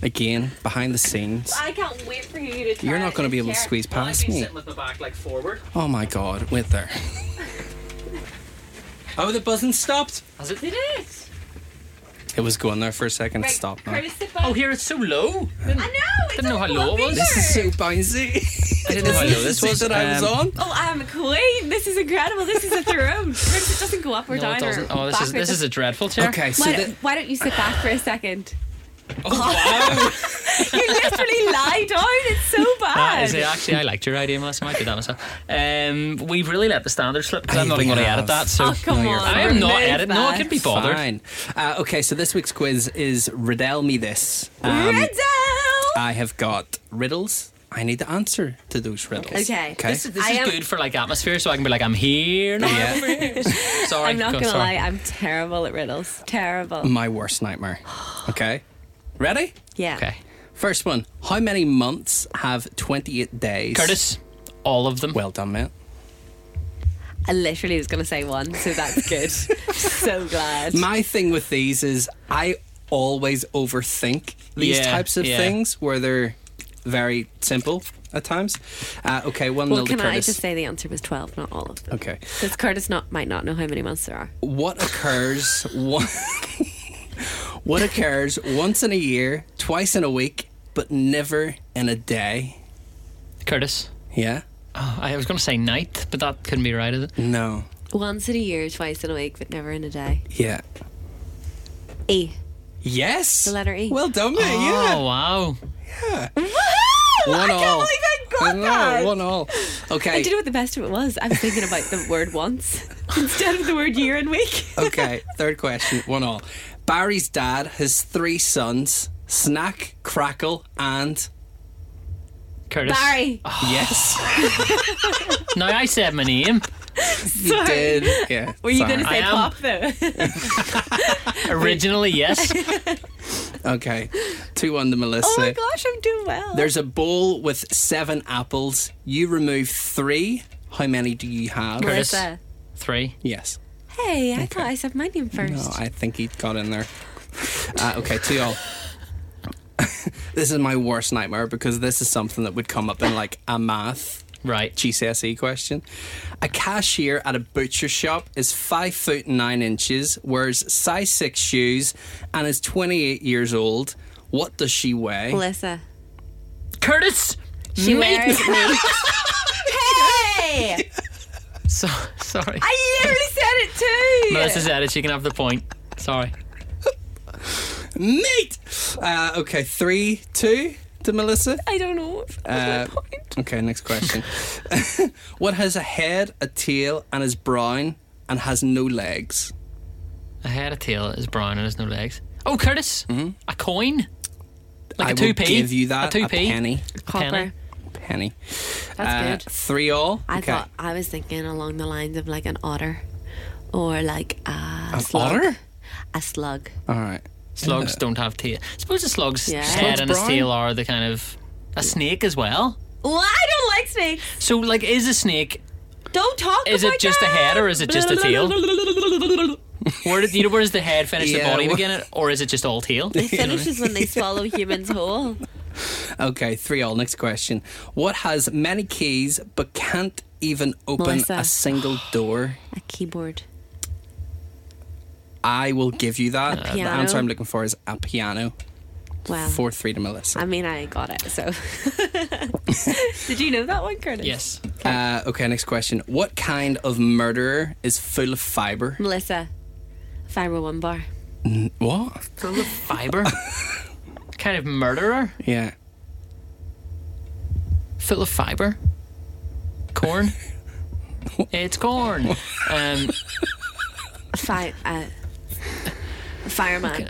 Speaker 3: Again, behind the scenes.
Speaker 2: I can't wait for you to try
Speaker 3: You're not
Speaker 2: it
Speaker 3: gonna
Speaker 2: in
Speaker 3: be
Speaker 2: your
Speaker 3: able to
Speaker 2: chair.
Speaker 3: squeeze past me.
Speaker 1: with my back like forward.
Speaker 3: Oh my god, wait there. oh, the buzzing stopped.
Speaker 1: Has it?
Speaker 2: Did it?
Speaker 3: It was going there for a second. It
Speaker 2: Right,
Speaker 3: stopped now.
Speaker 2: Curtis, sit back.
Speaker 1: Oh, here it's so low.
Speaker 2: I know. It
Speaker 1: Didn't know
Speaker 2: doesn't
Speaker 1: how low
Speaker 2: go up
Speaker 1: it was.
Speaker 2: either.
Speaker 1: This
Speaker 3: This is so bouncy.
Speaker 1: I didn't know how low this was.
Speaker 3: that I was
Speaker 1: Um,
Speaker 3: on.
Speaker 2: Oh, I'm a queen. This is incredible. This is a throne. Curtis, it doesn't go up or
Speaker 1: No,
Speaker 2: down
Speaker 1: it
Speaker 2: or
Speaker 1: doesn't. Oh, this is
Speaker 2: backwards.
Speaker 1: this is a dreadful chair.
Speaker 3: Okay, so
Speaker 2: Why,
Speaker 3: that,
Speaker 2: don't- why don't you sit back for a second?
Speaker 1: Oh, Wow.
Speaker 2: You literally lie down. It's so
Speaker 1: That
Speaker 2: bad.
Speaker 1: is it. Actually, I liked your idea, Melissa. I might do that myself. Um, we've really let the standard slip because I'm not
Speaker 3: We
Speaker 1: even going to
Speaker 3: have.
Speaker 1: edit that. So
Speaker 2: Oh, come
Speaker 3: No, you're
Speaker 2: on.
Speaker 1: I am not
Speaker 2: Remove
Speaker 1: editing. No, I
Speaker 2: that.
Speaker 1: can be bothered.
Speaker 3: fine. Uh, okay, so this week's quiz is riddle me this. Um,
Speaker 2: Riddle.
Speaker 3: I have got riddles. I need to answer to those riddles.
Speaker 2: Okay.
Speaker 1: This, is- this
Speaker 2: I
Speaker 1: is
Speaker 2: am-
Speaker 1: good for like atmosphere, so I can be like, I'm here. No,
Speaker 3: Yeah.
Speaker 1: I'm over here. Sorry,
Speaker 2: I'm not
Speaker 1: Go-
Speaker 2: going to
Speaker 1: sorry. Mm,
Speaker 2: lie. I'm terrible at riddles. Terrible.
Speaker 3: My worst nightmare. Okay. Ready?
Speaker 2: Yeah.
Speaker 1: Okay,
Speaker 3: First one. How many months have 28 days?
Speaker 1: Curtis, all of them.
Speaker 3: Well done, mate.
Speaker 2: I literally was going to say one, so that's good. so glad.
Speaker 3: My thing with these is I always overthink these
Speaker 1: Yeah,
Speaker 3: types of
Speaker 1: yeah.
Speaker 3: things where they're very simple at times. Uh, okay, one
Speaker 2: well,
Speaker 3: nil
Speaker 2: can
Speaker 3: to
Speaker 2: I
Speaker 3: Curtis.
Speaker 2: just say the answer was 12, not all of them?
Speaker 3: okay.
Speaker 2: Because Curtis not, might not know how many months there are.
Speaker 3: what occurs one, what occurs once in a year, twice in a week, but never in a day.
Speaker 1: Curtis.
Speaker 3: Yeah?
Speaker 1: Oh, I was going to say night, but that couldn't be right, is it?
Speaker 3: No.
Speaker 2: Once in a year, twice in a week, but never in a day.
Speaker 3: Yeah.
Speaker 2: E.
Speaker 3: Yes.
Speaker 2: The letter E.
Speaker 3: Well done, mate.
Speaker 1: Oh wow.
Speaker 2: Woohoo! I
Speaker 3: One
Speaker 2: can't
Speaker 3: all.
Speaker 2: believe
Speaker 3: yeah.
Speaker 2: I got that.
Speaker 3: No, one all. Okay.
Speaker 2: I don't know what the best of it was. I was thinking about the word once instead of the word year and week.
Speaker 3: okay. Third question. One all. Barry's dad has three sons: Snack, Crackle, and
Speaker 1: Curtis.
Speaker 2: Barry.
Speaker 3: Oh, yes,
Speaker 1: No, I said my name.
Speaker 3: you did. Yeah.
Speaker 2: Were you
Speaker 3: sorry.
Speaker 2: going to say
Speaker 1: I am-
Speaker 2: pop though?
Speaker 1: Originally, yes.
Speaker 3: Okay. Two one to Melissa.
Speaker 2: oh my gosh, I'm doing well.
Speaker 3: There's a bowl with seven apples. You remove three. How many do you have?
Speaker 1: Curtis.
Speaker 2: Melissa.
Speaker 1: Three.
Speaker 3: Yes.
Speaker 2: Hey, I thought I said my name first.
Speaker 3: No, I think he got in there. Uh, okay, two all. this is my worst nightmare because this is something that would come up in like a math
Speaker 1: Right.
Speaker 3: GCSE E question. A cashier at a butcher shop is five foot nine inches, wears size six shoes, and is 28 years old. What does she weigh?
Speaker 2: Melissa.
Speaker 1: Curtis!
Speaker 2: She
Speaker 1: mate-
Speaker 2: wears me. hey!
Speaker 1: So, sorry.
Speaker 2: I literally said it too!
Speaker 1: Melissa said it, she can have the point. Sorry.
Speaker 3: Mate! Uh, okay, three, two to Melissa.
Speaker 2: I don't know. if
Speaker 3: Uh,
Speaker 2: That's my point.
Speaker 3: okay, next question. what has a head, a tail, and is brown and has no legs?
Speaker 1: A head, a tail is brown and has no legs. Oh, Curtis!
Speaker 3: Mm-hmm.
Speaker 1: A coin? Like
Speaker 3: I
Speaker 1: a
Speaker 3: will
Speaker 1: 2p?
Speaker 3: give you that.
Speaker 1: A 2p?
Speaker 3: penny.
Speaker 2: Copper.
Speaker 1: penny.
Speaker 3: Penny.
Speaker 2: That's
Speaker 3: Uh,
Speaker 2: good.
Speaker 3: Three all.
Speaker 2: I
Speaker 3: okay.
Speaker 2: thought I was thinking along the lines of like an otter or like a
Speaker 3: An
Speaker 2: slug.
Speaker 3: otter?
Speaker 2: A slug.
Speaker 3: All right. Uh,
Speaker 1: Slugs don't have tail. Suppose a slug's
Speaker 2: Yeah.
Speaker 1: head
Speaker 3: Slug's
Speaker 1: and its
Speaker 3: brown?
Speaker 1: tail are the kind of. A snake as well?
Speaker 2: Well, I don't like snakes.
Speaker 1: So, like, is a snake.
Speaker 2: Don't talk
Speaker 1: Is
Speaker 2: about
Speaker 1: it just a
Speaker 2: them.
Speaker 1: head or is it just a tail? Where did you know where does the head finish the
Speaker 3: Yeah,
Speaker 1: body
Speaker 3: well-
Speaker 1: begin it, or is it just all tail?
Speaker 2: It finishes when they swallow humans whole.
Speaker 3: Okay, three all. Next question. What has many keys but can't even open
Speaker 2: Melissa.
Speaker 3: a single door?
Speaker 2: A keyboard.
Speaker 3: I will give you that. the
Speaker 2: piano?
Speaker 3: answer I'm looking for is a piano.
Speaker 2: Wow.
Speaker 3: Four three to Melissa.
Speaker 2: I mean, I got it. So, did you know that one, Curtis?
Speaker 1: Yes.
Speaker 3: Uh, okay, next question. What kind of murderer is full of fiber?
Speaker 2: Melissa, fiber one bar.
Speaker 3: What?
Speaker 1: Full of fiber. kind of murderer.
Speaker 3: Yeah.
Speaker 1: Full of fiber. Corn. it's corn. Um,
Speaker 2: Fi- uh, fireman.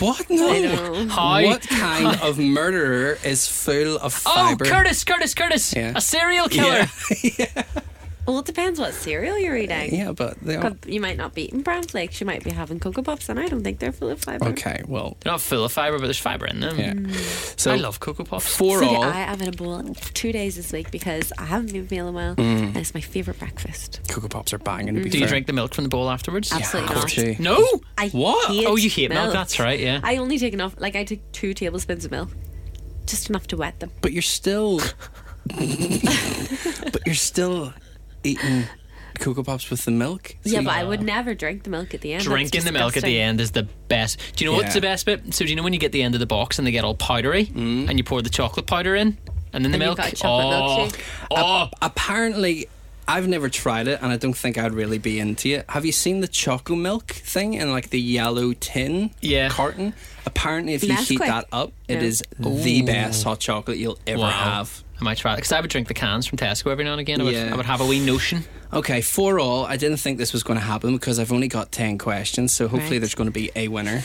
Speaker 3: What? No.
Speaker 2: I know.
Speaker 1: Hi.
Speaker 3: What kind of murderer is full of
Speaker 1: oh,
Speaker 3: fiber?
Speaker 1: Curtis, Curtis, Curtis.
Speaker 3: Yeah.
Speaker 1: A serial killer.
Speaker 3: Yeah.
Speaker 2: Well, it depends what cereal you're eating.
Speaker 3: yeah, but they all...
Speaker 2: But You might not be eating brown flakes. You might be having cocoa puffs, and I don't think they're full of fiber.
Speaker 3: Okay, well,
Speaker 1: They're not full of fiber, but there's fiber in them.
Speaker 3: yeah.
Speaker 2: Mm.
Speaker 3: So
Speaker 1: I love Cocoa Puffs.
Speaker 3: four
Speaker 2: See,
Speaker 3: all.
Speaker 2: I have had a bowl two days this week because I haven't been feeling well,
Speaker 1: Mm.
Speaker 2: and it's my favorite breakfast.
Speaker 3: Cocoa Pops are banging. To be
Speaker 1: Do you
Speaker 3: fair.
Speaker 1: drink the milk from the bowl afterwards?
Speaker 2: Yeah. Absolutely
Speaker 3: of course
Speaker 2: not.
Speaker 3: you-
Speaker 1: No.
Speaker 2: I
Speaker 1: what?
Speaker 2: hate
Speaker 1: oh, you hate milk.
Speaker 2: milk.
Speaker 1: That's right. Yeah.
Speaker 2: I only take enough, like I took two tablespoons of milk, just enough to wet them.
Speaker 3: But you're still. but you're still eating Cocoa Pops with the milk.
Speaker 2: Yeah, but I would never drink the milk at the end. That's
Speaker 1: uh, Drinking the milk at the
Speaker 2: disgusting.
Speaker 1: end is the best. Do you know what's the
Speaker 3: Yeah.
Speaker 1: best bit? So do you know when you get the end of the box and they get all powdery,
Speaker 3: Mm.
Speaker 1: and you pour the chocolate powder in, and then the
Speaker 2: And
Speaker 1: milk.
Speaker 2: you've got a chocolate
Speaker 1: oh, oh,
Speaker 3: Apparently, I've never tried it, and I don't think I'd really be into it. Have you seen the choco milk thing in like the yellow tin
Speaker 1: Yeah.
Speaker 3: carton? Apparently, if you heat
Speaker 2: Nesquik.
Speaker 3: that up,
Speaker 2: No.
Speaker 3: it is the best hot chocolate you'll ever
Speaker 1: wow.
Speaker 3: have.
Speaker 1: I might try it because I would drink the cans from Tesco every now and again. I would,
Speaker 3: Yeah.
Speaker 1: I would have a wee notion.
Speaker 3: Okay, for all, I didn't think this was going to happen because I've only got 10 questions, so hopefully
Speaker 2: Right.
Speaker 3: there's going to be a winner.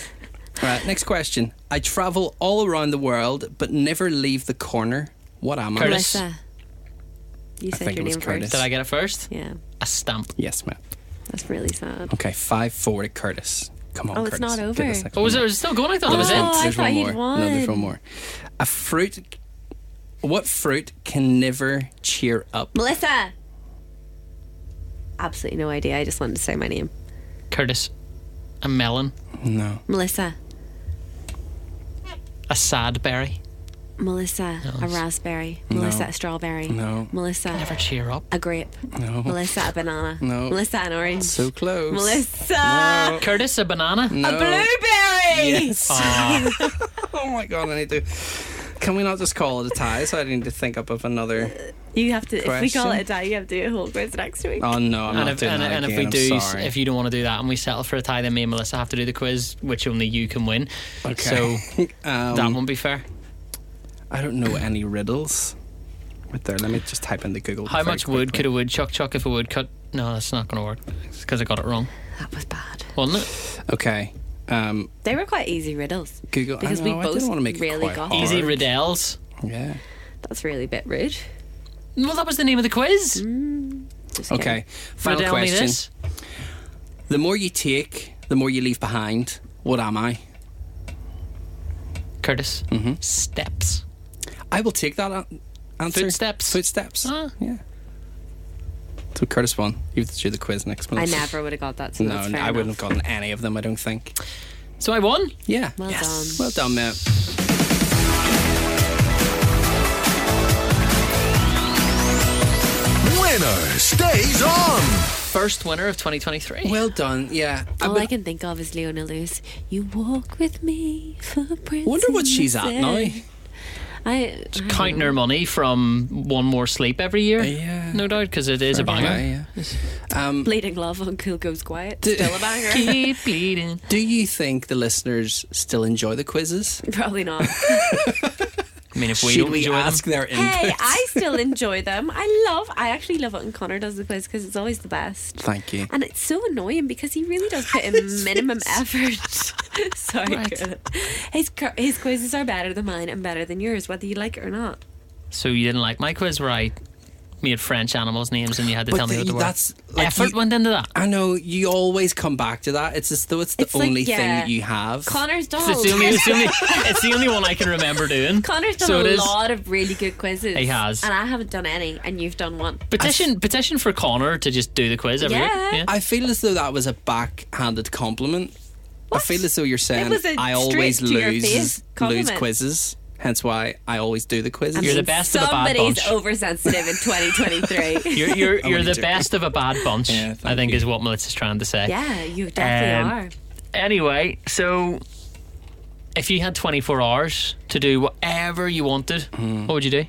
Speaker 3: Right, next question. I travel all around the world but never leave the corner. What am I?
Speaker 1: Curtis.
Speaker 2: Melissa, you said
Speaker 3: think
Speaker 2: your
Speaker 3: it was
Speaker 2: name
Speaker 3: Curtis.
Speaker 1: Did
Speaker 2: first.
Speaker 1: I get it first?
Speaker 2: Yeah,
Speaker 1: A stamp.
Speaker 3: Yes, ma'am.
Speaker 2: that's really sad.
Speaker 3: Okay, 5 4 to Curtis. Come on,
Speaker 2: Oh, it's
Speaker 3: Curtis.
Speaker 2: not
Speaker 3: get
Speaker 2: over.
Speaker 3: this next
Speaker 1: Oh, was
Speaker 3: one.
Speaker 1: it, was it still going? I thought it was
Speaker 2: Oh,
Speaker 1: in.
Speaker 2: I
Speaker 3: There's
Speaker 2: thought
Speaker 3: one
Speaker 2: he'd
Speaker 3: more. No, there's
Speaker 2: won.
Speaker 3: one more. A fruit. What fruit can never cheer up?
Speaker 2: Melissa, absolutely no idea. I just wanted to say my name.
Speaker 1: Curtis. A melon.
Speaker 3: No.
Speaker 2: Melissa,
Speaker 1: A sad berry.
Speaker 2: Melissa, a raspberry. Melissa, a strawberry.
Speaker 3: No.
Speaker 2: Melissa,
Speaker 1: Never cheer up.
Speaker 2: a grape.
Speaker 3: No.
Speaker 2: Melissa, a banana.
Speaker 3: No.
Speaker 2: Melissa, an orange.
Speaker 3: So close.
Speaker 2: Melissa,
Speaker 3: No.
Speaker 1: Curtis. A banana.
Speaker 2: a
Speaker 3: No.
Speaker 2: blueberry.
Speaker 3: Yes.
Speaker 1: Ah,
Speaker 3: Oh my god, I need to. Can we not just call it a tie? So I need to think up of another.
Speaker 2: You have to. If we call
Speaker 3: Question.
Speaker 2: it a tie, you have to do a whole quiz next week.
Speaker 3: Oh no, I'm
Speaker 1: and
Speaker 3: not
Speaker 1: if,
Speaker 3: doing
Speaker 1: and,
Speaker 3: that
Speaker 1: and if
Speaker 3: again,
Speaker 1: we
Speaker 3: I'm
Speaker 1: do,
Speaker 3: sorry.
Speaker 1: if you don't want to do that, and we settle for a tie, then me and Melissa have to do the quiz, which only you can win.
Speaker 3: okay.
Speaker 1: So
Speaker 3: Um,
Speaker 1: that won't be fair.
Speaker 3: I don't know any riddles. Right there, let me just type into Google.
Speaker 1: How
Speaker 3: very
Speaker 1: much wood
Speaker 3: quickly.
Speaker 1: could a woodchuck chuck if a woodcut? No, that's not going to work. It's because I got it wrong,
Speaker 2: That was bad.
Speaker 1: wasn't it?
Speaker 3: Okay. Um,
Speaker 2: They were quite easy riddles.
Speaker 3: Google.
Speaker 2: Because
Speaker 3: I
Speaker 2: we
Speaker 3: know, I
Speaker 2: both
Speaker 3: didn't want to make
Speaker 2: really
Speaker 3: it quite
Speaker 2: got
Speaker 3: hard.
Speaker 1: Easy Riddles.
Speaker 3: Yeah.
Speaker 2: That's really a bit rude.
Speaker 1: Well, that was the name of the quiz.
Speaker 3: Hmm.
Speaker 2: Just
Speaker 3: Okay. Final
Speaker 1: Riddle me
Speaker 3: question.
Speaker 1: this.
Speaker 3: The more you take, the more you leave behind. What am I?
Speaker 1: Curtis.
Speaker 3: Mm-hmm.
Speaker 1: Steps.
Speaker 3: I will take that a- answer.
Speaker 1: Footsteps.
Speaker 3: Footsteps.
Speaker 1: Ah.
Speaker 3: Yeah. So Curtis won. You have to do the quiz next month.
Speaker 2: I never would have got that. So
Speaker 3: No,
Speaker 2: that's
Speaker 3: I
Speaker 2: fair
Speaker 3: wouldn't have
Speaker 2: enough.
Speaker 3: gotten any of them. I don't think.
Speaker 1: So I won.
Speaker 3: Yeah.
Speaker 2: Well Yes. done.
Speaker 3: Well done, mate.
Speaker 4: Winner stays on.
Speaker 1: First winner of 2023.
Speaker 3: Well done. Yeah. I
Speaker 2: All
Speaker 3: would-
Speaker 2: I can think of is Leona Lewis. You walk with me for Prince.
Speaker 3: wonder what she's at now.
Speaker 2: I, I
Speaker 1: Counting her money from one more sleep every year.
Speaker 3: mm-hmm. Yeah.
Speaker 1: No doubt, because it is a banger.
Speaker 3: Yeah, yeah. Um,
Speaker 2: Bleeding Love on Cool Goes Quiet.
Speaker 3: D-
Speaker 2: Still a banger.
Speaker 1: Keep bleeding.
Speaker 3: do you think the listeners still enjoy the quizzes?
Speaker 2: Probably not.
Speaker 1: I mean, if we
Speaker 3: Should
Speaker 1: don't
Speaker 3: we
Speaker 1: enjoy
Speaker 3: ask
Speaker 1: them,
Speaker 3: their input?
Speaker 2: hey, I still enjoy them. I love. I actually love it when Connor does the quiz because it's always the best.
Speaker 3: Thank you.
Speaker 2: And it's so annoying because he really does put in minimum effort. Sorry, Kurt. his cur- his quizzes are better than mine and better than yours, whether you like it or not.
Speaker 1: so you didn't like my quiz where I made French animals' names and you had to
Speaker 3: But
Speaker 1: tell me what
Speaker 3: the-
Speaker 1: they were.
Speaker 3: that's, like,
Speaker 1: effort
Speaker 3: you-
Speaker 1: went into that.
Speaker 3: I know you always come back to that. It's as though it's the
Speaker 2: It's like,
Speaker 3: only thing
Speaker 2: yeah.
Speaker 3: that you have.
Speaker 2: Connor's done.
Speaker 1: It's the, only, it's, the only, it's the only one I can remember doing.
Speaker 2: Oh, Connor's done
Speaker 1: so it
Speaker 2: a
Speaker 1: is.
Speaker 2: lot of really good quizzes.
Speaker 1: He has.
Speaker 2: and I haven't done any, and you've done one.
Speaker 1: Petition, petition for Connor to just do the quiz every
Speaker 2: Yeah.
Speaker 1: year.
Speaker 3: I feel as though that was a backhanded compliment.
Speaker 2: What?
Speaker 3: I feel as though you're saying
Speaker 2: was a
Speaker 3: I always
Speaker 2: straight to your
Speaker 3: lose
Speaker 2: face
Speaker 3: lose
Speaker 2: compliment.
Speaker 3: quizzes. Hence why I always do the quizzes.
Speaker 1: You're the best of a bad
Speaker 2: Somebody's
Speaker 1: bunch.
Speaker 2: oversensitive in 2023.
Speaker 1: You're, you're,
Speaker 3: I
Speaker 1: you're
Speaker 3: wouldn't
Speaker 1: the
Speaker 3: do it.
Speaker 1: best of a bad bunch,
Speaker 3: Yeah,
Speaker 1: I
Speaker 3: thank
Speaker 1: think,
Speaker 3: you.
Speaker 1: is what Melissa's trying to say.
Speaker 2: yeah, you
Speaker 1: Um,
Speaker 2: definitely are.
Speaker 1: Anyway, so if you had 24 hours to do whatever you wanted, what would you do?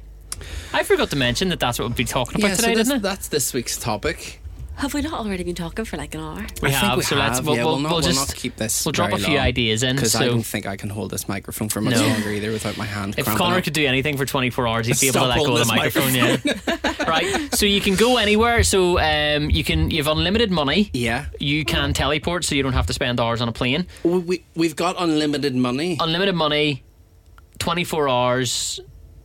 Speaker 1: I forgot to mention that that's what we'll be talking about
Speaker 3: Hmm. yeah, so
Speaker 1: today,
Speaker 3: that's,
Speaker 1: didn't I?
Speaker 3: that's this week's topic.
Speaker 2: Have we not already been talking for like an hour?
Speaker 1: We
Speaker 3: I think we
Speaker 1: so let's
Speaker 3: have.
Speaker 1: we'll,
Speaker 3: yeah,
Speaker 1: we'll,
Speaker 3: we'll, not,
Speaker 1: we'll
Speaker 3: we'll
Speaker 1: just
Speaker 3: not keep this.
Speaker 1: we'll drop a few ideas in,
Speaker 3: because I
Speaker 1: so-
Speaker 3: don't think I can hold this microphone for much
Speaker 1: No.
Speaker 3: longer either without my hand.
Speaker 1: If
Speaker 3: cramping
Speaker 1: Connor
Speaker 3: up.
Speaker 1: could do anything for 24 hours, he'd be able to
Speaker 3: Stop
Speaker 1: let go of the
Speaker 3: holding
Speaker 1: microphone. Yeah. right. So you can go anywhere. So um, you can you have unlimited money.
Speaker 3: yeah,
Speaker 1: You can teleport, so you don't have to spend hours on a plane.
Speaker 3: we, we we've got unlimited money.
Speaker 1: Unlimited money, 24 hours,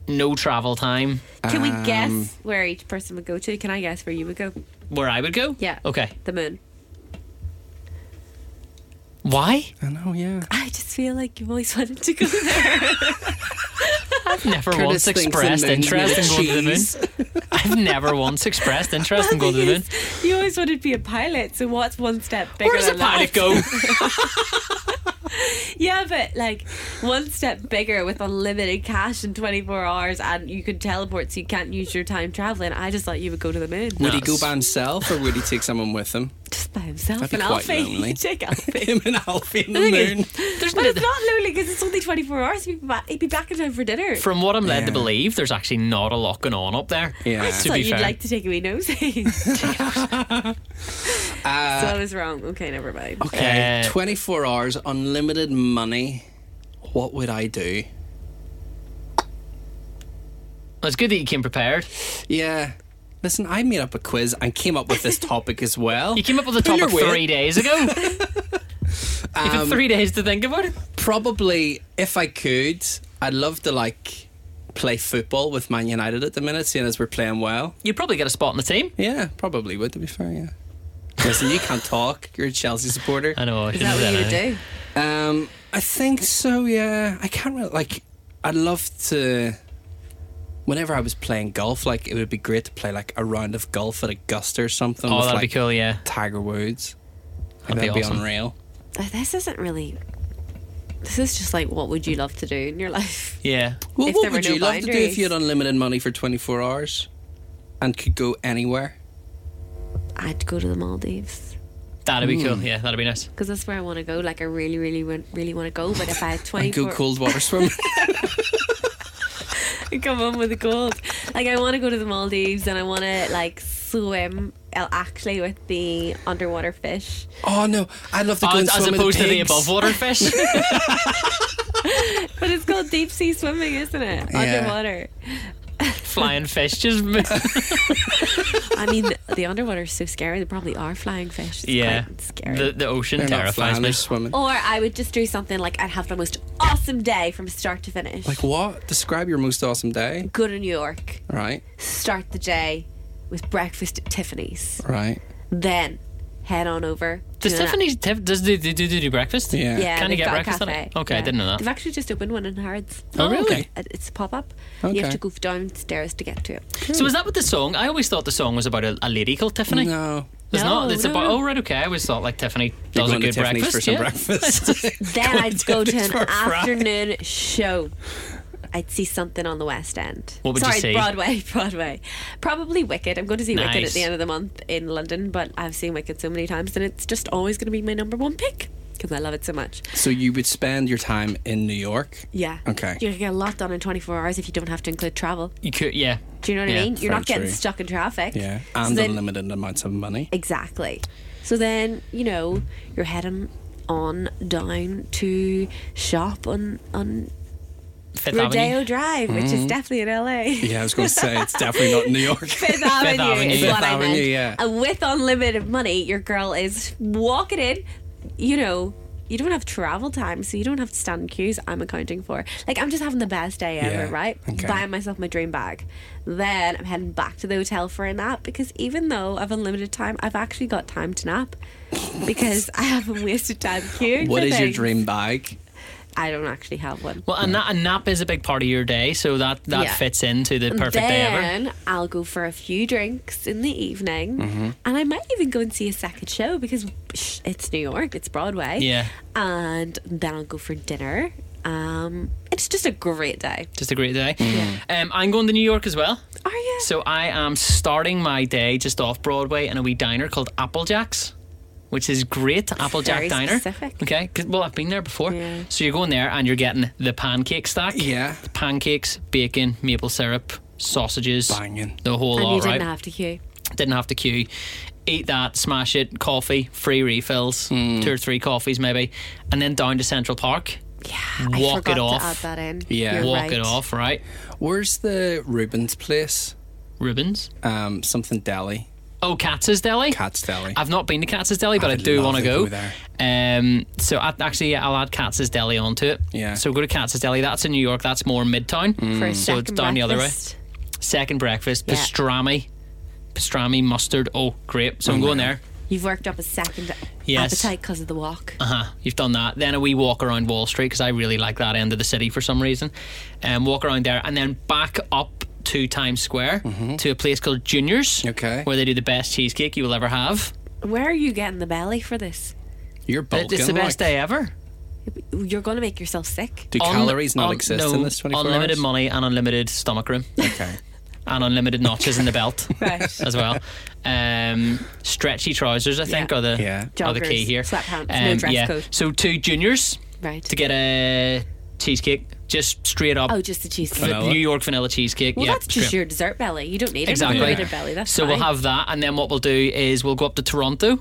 Speaker 1: no travel time.
Speaker 2: Can we guess where each person would go to? Can I guess where you would go?
Speaker 1: Where I would go?
Speaker 2: Yeah.
Speaker 1: Okay.
Speaker 2: The moon.
Speaker 1: Why?
Speaker 3: I know. Yeah.
Speaker 2: I just feel like you've always wanted to go there.
Speaker 1: I've never
Speaker 3: Curtis
Speaker 1: once
Speaker 3: thinks the
Speaker 1: expressed
Speaker 3: moon's made
Speaker 1: interest
Speaker 3: of
Speaker 1: in going to the
Speaker 3: cheese.
Speaker 1: moon. I've never once expressed interest in going to the moon.
Speaker 2: You always wanted to be a pilot, so what's one step bigger?
Speaker 1: Where does a
Speaker 2: than that?
Speaker 1: pilot go?
Speaker 2: Yeah, but like one step bigger with unlimited cash in 24 hours, and you can teleport, so you can't use your time traveling. I just thought you would go to the moon.
Speaker 3: Would he
Speaker 1: Nuts.
Speaker 3: go by himself or would he take someone with him?
Speaker 2: Just by himself
Speaker 3: That'd be
Speaker 2: and
Speaker 3: quite
Speaker 2: Alfie.
Speaker 3: lonely.
Speaker 2: Take Alfie.
Speaker 3: Him and Alfie and the
Speaker 1: thing is-
Speaker 3: moon.
Speaker 1: There's
Speaker 2: But it's not lonely because it's only 24 hours. He'd be back, he'd be back in time for dinner.
Speaker 1: From what I'm led to
Speaker 3: Yeah.
Speaker 1: believe, there's actually not a lot going on up there.
Speaker 3: Yeah.
Speaker 2: I
Speaker 3: I
Speaker 2: just
Speaker 3: just
Speaker 1: to
Speaker 2: thought
Speaker 1: be
Speaker 2: you'd
Speaker 1: fair.
Speaker 2: like to take a wee nosy. so
Speaker 3: Uh,
Speaker 2: I was wrong. Okay, never mind.
Speaker 3: Okay.
Speaker 1: Uh,
Speaker 3: 24 hours, unlimited money. What would I do?
Speaker 1: Well, It's good that you came prepared.
Speaker 3: Yeah. Listen, I made up a quiz and came up with this topic as well.
Speaker 1: You came up with the
Speaker 3: Pull
Speaker 1: topic
Speaker 3: your weight.
Speaker 1: three days ago. you had
Speaker 3: Um,
Speaker 1: three days to think about it.
Speaker 3: Probably, if I could, I'd love to like play football with Man United at the minute, seeing as we're playing well.
Speaker 1: You'd probably get a spot on the team.
Speaker 3: Yeah, probably would, to be fair, yeah. Listen, you can't talk. You're a Chelsea supporter.
Speaker 1: I know. I
Speaker 2: Is
Speaker 1: shouldn't have
Speaker 2: that what
Speaker 1: said
Speaker 2: you
Speaker 1: anything.
Speaker 2: would do?
Speaker 3: Um, I think so. Yeah, I can't really like. I'd love to. Whenever I was playing golf, like it would be great to play like a round of golf at Augusta or something.
Speaker 1: Oh,
Speaker 3: with,
Speaker 1: that'd
Speaker 3: like,
Speaker 1: be cool. Yeah.
Speaker 3: Tiger Woods. Like,
Speaker 1: That'd be
Speaker 3: that'd be,
Speaker 1: awesome.
Speaker 3: unreal.
Speaker 2: Uh, This isn't really. This is just like what would you love to do in your life?
Speaker 1: Yeah.
Speaker 3: Well,
Speaker 2: If
Speaker 3: what
Speaker 2: there were
Speaker 3: would
Speaker 2: no
Speaker 3: you love to do if
Speaker 2: boundaries.
Speaker 3: you had unlimited money for twenty four hours, and could go anywhere?
Speaker 2: I'd go to the Maldives
Speaker 1: That'd be
Speaker 3: Hmm.
Speaker 1: cool. Yeah, that'd be nice.
Speaker 2: because that's where I want to go. Like I really, really, wa- really want to go. But if I had
Speaker 3: And go
Speaker 2: 24,
Speaker 3: cold water swim.
Speaker 2: come home with the gold. Like I want to go to the Maldives and I want to like swim. uh, Actually, with the underwater fish.
Speaker 3: oh no, I'd love to go
Speaker 1: Oh,
Speaker 3: and
Speaker 1: as
Speaker 3: swim with
Speaker 1: opposed
Speaker 3: the
Speaker 1: to the
Speaker 3: pigs.
Speaker 1: above water fish.
Speaker 2: But it's called deep sea swimming, isn't it?
Speaker 3: Yeah.
Speaker 2: Underwater.
Speaker 1: Flying fish just. mo-
Speaker 2: I mean, the underwater is so scary. They probably are flying fish. It's
Speaker 1: yeah.
Speaker 2: quite scary.
Speaker 1: The, the ocean
Speaker 3: They're not
Speaker 1: terrifies
Speaker 3: flying,
Speaker 1: me.
Speaker 3: they're swimming.
Speaker 2: or I would just do something like I'd have the most awesome day from start to finish.
Speaker 3: Like what? Describe your most awesome day.
Speaker 2: go to New York,
Speaker 3: Right,
Speaker 2: start the day with breakfast at Tiffany's,
Speaker 3: right.
Speaker 2: then head on over.
Speaker 1: Does
Speaker 2: do that.
Speaker 1: Tiffany's Tiff, does do, do, do, do, do breakfast?
Speaker 3: Yeah.
Speaker 2: Yeah,
Speaker 1: Can you get
Speaker 2: they've got a
Speaker 1: breakfast on it?
Speaker 2: cafe.
Speaker 1: Okay, I
Speaker 2: Yeah.
Speaker 1: didn't know that.
Speaker 2: They've actually just opened one in Harrods.
Speaker 1: Oh, really?
Speaker 3: okay.
Speaker 2: It- It's a pop up. You
Speaker 3: Okay.
Speaker 2: have to go downstairs to get to it.
Speaker 1: So is that what the song? I always thought the song was about a, a lady called Tiffany.
Speaker 3: No.
Speaker 1: It's
Speaker 2: No,
Speaker 1: not. It's
Speaker 2: no,
Speaker 1: about.
Speaker 2: no.
Speaker 1: Oh right, okay. I always thought like Tiffany
Speaker 3: You're
Speaker 1: does a
Speaker 3: going to
Speaker 1: good
Speaker 3: Tiffany's
Speaker 1: breakfast.
Speaker 3: for some
Speaker 1: yeah.
Speaker 3: breakfast.
Speaker 2: Then I'd go to
Speaker 3: Tiffany's
Speaker 2: an
Speaker 3: for a fry.
Speaker 2: afternoon show. I'd see something on the West End.
Speaker 1: What would you
Speaker 2: Sorry,
Speaker 1: see?
Speaker 2: Broadway, Broadway. Probably Wicked. I'm going to see Wicked
Speaker 1: Nice.
Speaker 2: at the end of the month in London, but I've seen Wicked so many times, and it's just always going to be my number one pick because I love it so much.
Speaker 3: so you would spend your time in New York.
Speaker 2: Yeah.
Speaker 3: Okay.
Speaker 2: You can get a lot done in 24 hours if you don't have to include travel.
Speaker 1: You could, yeah.
Speaker 2: Do you know what
Speaker 1: Yeah,
Speaker 2: I mean? You're not
Speaker 3: very
Speaker 2: getting
Speaker 3: true.
Speaker 2: stuck in traffic.
Speaker 3: Yeah.
Speaker 2: So
Speaker 3: And
Speaker 2: then-
Speaker 3: unlimited amounts of money.
Speaker 2: Exactly. So then, you know, you're heading on down to shop on, on
Speaker 1: Fifth
Speaker 2: Rodeo
Speaker 1: Avenue.
Speaker 2: Drive, which is definitely in LA.
Speaker 3: Mm. Yeah, I was going to say it's definitely not New York.
Speaker 2: Fifth Avenue,
Speaker 1: Avenue,
Speaker 2: is
Speaker 1: yeah.
Speaker 2: what I
Speaker 3: Fifth
Speaker 2: meant.
Speaker 3: Avenue, yeah.
Speaker 2: And with unlimited money, your girl is walking in. You know, you don't have travel time, so you don't have to stand in queues. I'm accounting for. Like I'm just having the best day ever,
Speaker 3: Yeah,
Speaker 2: right?
Speaker 3: okay.
Speaker 2: Buying myself my dream bag. Then I'm heading back to the hotel for a nap because even though I've unlimited time, I've actually got time to nap because I haven't wasted time queuing.
Speaker 3: What
Speaker 2: for
Speaker 3: is your
Speaker 2: things.
Speaker 3: dream bag?
Speaker 2: I don't actually have one.
Speaker 1: Well, and that a nap is a big part of your day, so that that
Speaker 2: Yeah.
Speaker 1: fits into the perfect day ever.
Speaker 2: then I'll go for a few drinks in the evening,
Speaker 1: Mm-hmm.
Speaker 2: and I might even go and see a second show because psh, it's New York, it's Broadway.
Speaker 1: Yeah.
Speaker 2: and then I'll go for dinner. Um, it's just a great day.
Speaker 1: Just a great day. Um, I'm going to New York as well.
Speaker 2: Are you?
Speaker 1: So I am starting my day just off Broadway in a wee diner called Applejacks, which is great. Applejack
Speaker 2: very
Speaker 1: Diner.
Speaker 2: specific.
Speaker 1: Okay. 'cause- well, I've been there before.
Speaker 2: Yeah.
Speaker 1: So you're going there and you're getting the pancake stack.
Speaker 3: Yeah.
Speaker 1: The pancakes, bacon, maple syrup, sausages.
Speaker 3: Banging.
Speaker 1: The whole
Speaker 2: and
Speaker 1: lot,
Speaker 2: you didn't
Speaker 1: right?
Speaker 2: have to queue.
Speaker 1: didn't have to queue. Eat that, smash it, coffee, free refills,
Speaker 3: Hmm.
Speaker 1: two or three coffees maybe, and then down to Central Park.
Speaker 2: Yeah, I
Speaker 1: Walk
Speaker 2: forgot
Speaker 1: it off.
Speaker 2: to add that in.
Speaker 3: Yeah.
Speaker 2: You're
Speaker 1: walk
Speaker 2: right.
Speaker 1: it off, right?
Speaker 3: Where's the Rubens place?
Speaker 1: Rubens.
Speaker 3: Um, something deli,
Speaker 1: Oh, Katz's Deli.
Speaker 3: Cat's Deli.
Speaker 1: I've not been to Katz's Deli, but I,
Speaker 3: I'd
Speaker 1: do
Speaker 3: love
Speaker 1: want to
Speaker 3: to
Speaker 1: go.
Speaker 3: go there.
Speaker 1: Um, so I, actually, yeah, I'll add Katz's Deli onto it.
Speaker 3: Yeah. Hmm.
Speaker 1: So go to Katz's Deli. That's in New York. That's more Midtown.
Speaker 2: For a
Speaker 1: Mm, So it's
Speaker 2: second
Speaker 1: down the other way.
Speaker 2: breakfast.
Speaker 1: Second breakfast,
Speaker 2: Yeah.
Speaker 1: pastrami, pastrami mustard. Oh, great! So I'm going there.
Speaker 2: You've worked up a second
Speaker 1: Yes.
Speaker 2: appetite because of the walk.
Speaker 1: Uh huh. You've done that. Then a wee walk around Wall Street because I really like that end of the city for some reason. Um, walk around there and then back up to Times Square to a place called Juniors.
Speaker 3: Mm-hmm. Okay.
Speaker 1: Where they do the best cheesecake you will ever have.
Speaker 2: Where are you getting the belly for this?
Speaker 3: You're
Speaker 1: It-
Speaker 3: bulking.
Speaker 1: it's the best
Speaker 3: like.
Speaker 1: day ever.
Speaker 2: You're going to make yourself sick.
Speaker 3: Do
Speaker 1: Un-
Speaker 3: calories not
Speaker 1: un-
Speaker 3: exist
Speaker 1: no,
Speaker 3: in this 24
Speaker 1: Unlimited
Speaker 3: hours?
Speaker 1: money and unlimited stomach room
Speaker 3: Okay.
Speaker 1: and unlimited notches in the belt
Speaker 2: Right.
Speaker 1: as well. Um, stretchy trousers, I think,
Speaker 2: Yeah.
Speaker 1: are the
Speaker 3: Yeah.
Speaker 1: are the key
Speaker 2: Joggers,
Speaker 1: here. Um,
Speaker 2: sweat pants, no dress
Speaker 1: yeah.
Speaker 2: code.
Speaker 1: So two juniors
Speaker 2: Right.
Speaker 1: to get a cheesecake, just straight up.
Speaker 2: Oh, just the cheese.
Speaker 1: the
Speaker 3: Vanilla.
Speaker 1: New York vanilla cheesecake.
Speaker 2: Well,
Speaker 1: yeah,
Speaker 2: that's just
Speaker 1: straight-
Speaker 2: your dessert belly. You don't need an
Speaker 1: Exactly.
Speaker 2: unlimited belly. That's
Speaker 1: so
Speaker 2: fine.
Speaker 1: we'll have that, and then what we'll do is we'll go up to Toronto,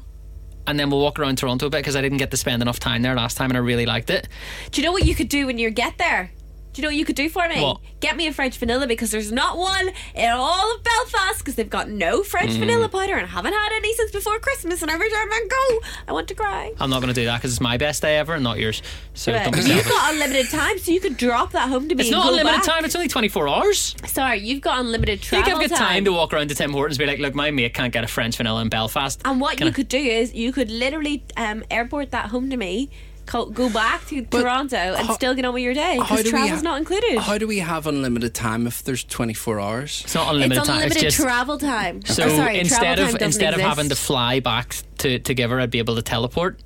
Speaker 1: and then we'll walk around Toronto a bit because I didn't get to spend enough time there last time, and I really liked it.
Speaker 2: Do you know what you could do when you get there? Do you know what you could do for me?
Speaker 1: What?
Speaker 2: Get me a French vanilla because there's not one in all of Belfast because they've got no French
Speaker 1: Mm.
Speaker 2: vanilla powder and I haven't had any since before Christmas. And every time I go, I want to cry.
Speaker 1: I'm not going to do that because it's my best day ever and not yours. So
Speaker 2: But
Speaker 1: don't be
Speaker 2: you've
Speaker 1: selfish.
Speaker 2: got unlimited time, so you could drop that home to me.
Speaker 1: It's
Speaker 2: and
Speaker 1: not
Speaker 2: go
Speaker 1: unlimited
Speaker 2: back.
Speaker 1: time. It's only 24 hours.
Speaker 2: Sorry, you've got unlimited
Speaker 1: I
Speaker 2: travel
Speaker 1: think I've got time to walk around to Tim Hortons and be like, look, my mate can't get a French vanilla in Belfast.
Speaker 2: And what
Speaker 1: Can
Speaker 2: you
Speaker 1: I-
Speaker 2: could do is you could literally um, airport that home to me, co- go back to Toronto, and
Speaker 3: how-
Speaker 2: still get on with your day
Speaker 3: How do
Speaker 2: because
Speaker 3: we
Speaker 2: travel's
Speaker 3: ha-
Speaker 2: not included.
Speaker 3: How do we have unlimited time if there's 24 hours?
Speaker 1: It's not unlimited
Speaker 2: it's
Speaker 1: time.
Speaker 2: unlimited
Speaker 1: it's just.
Speaker 2: travel time.
Speaker 1: so
Speaker 2: Oh, sorry, travel
Speaker 1: instead
Speaker 2: time
Speaker 1: of
Speaker 2: doesn't
Speaker 1: instead of
Speaker 2: exist.
Speaker 1: having to fly back to, to give her, I'd be able to teleport.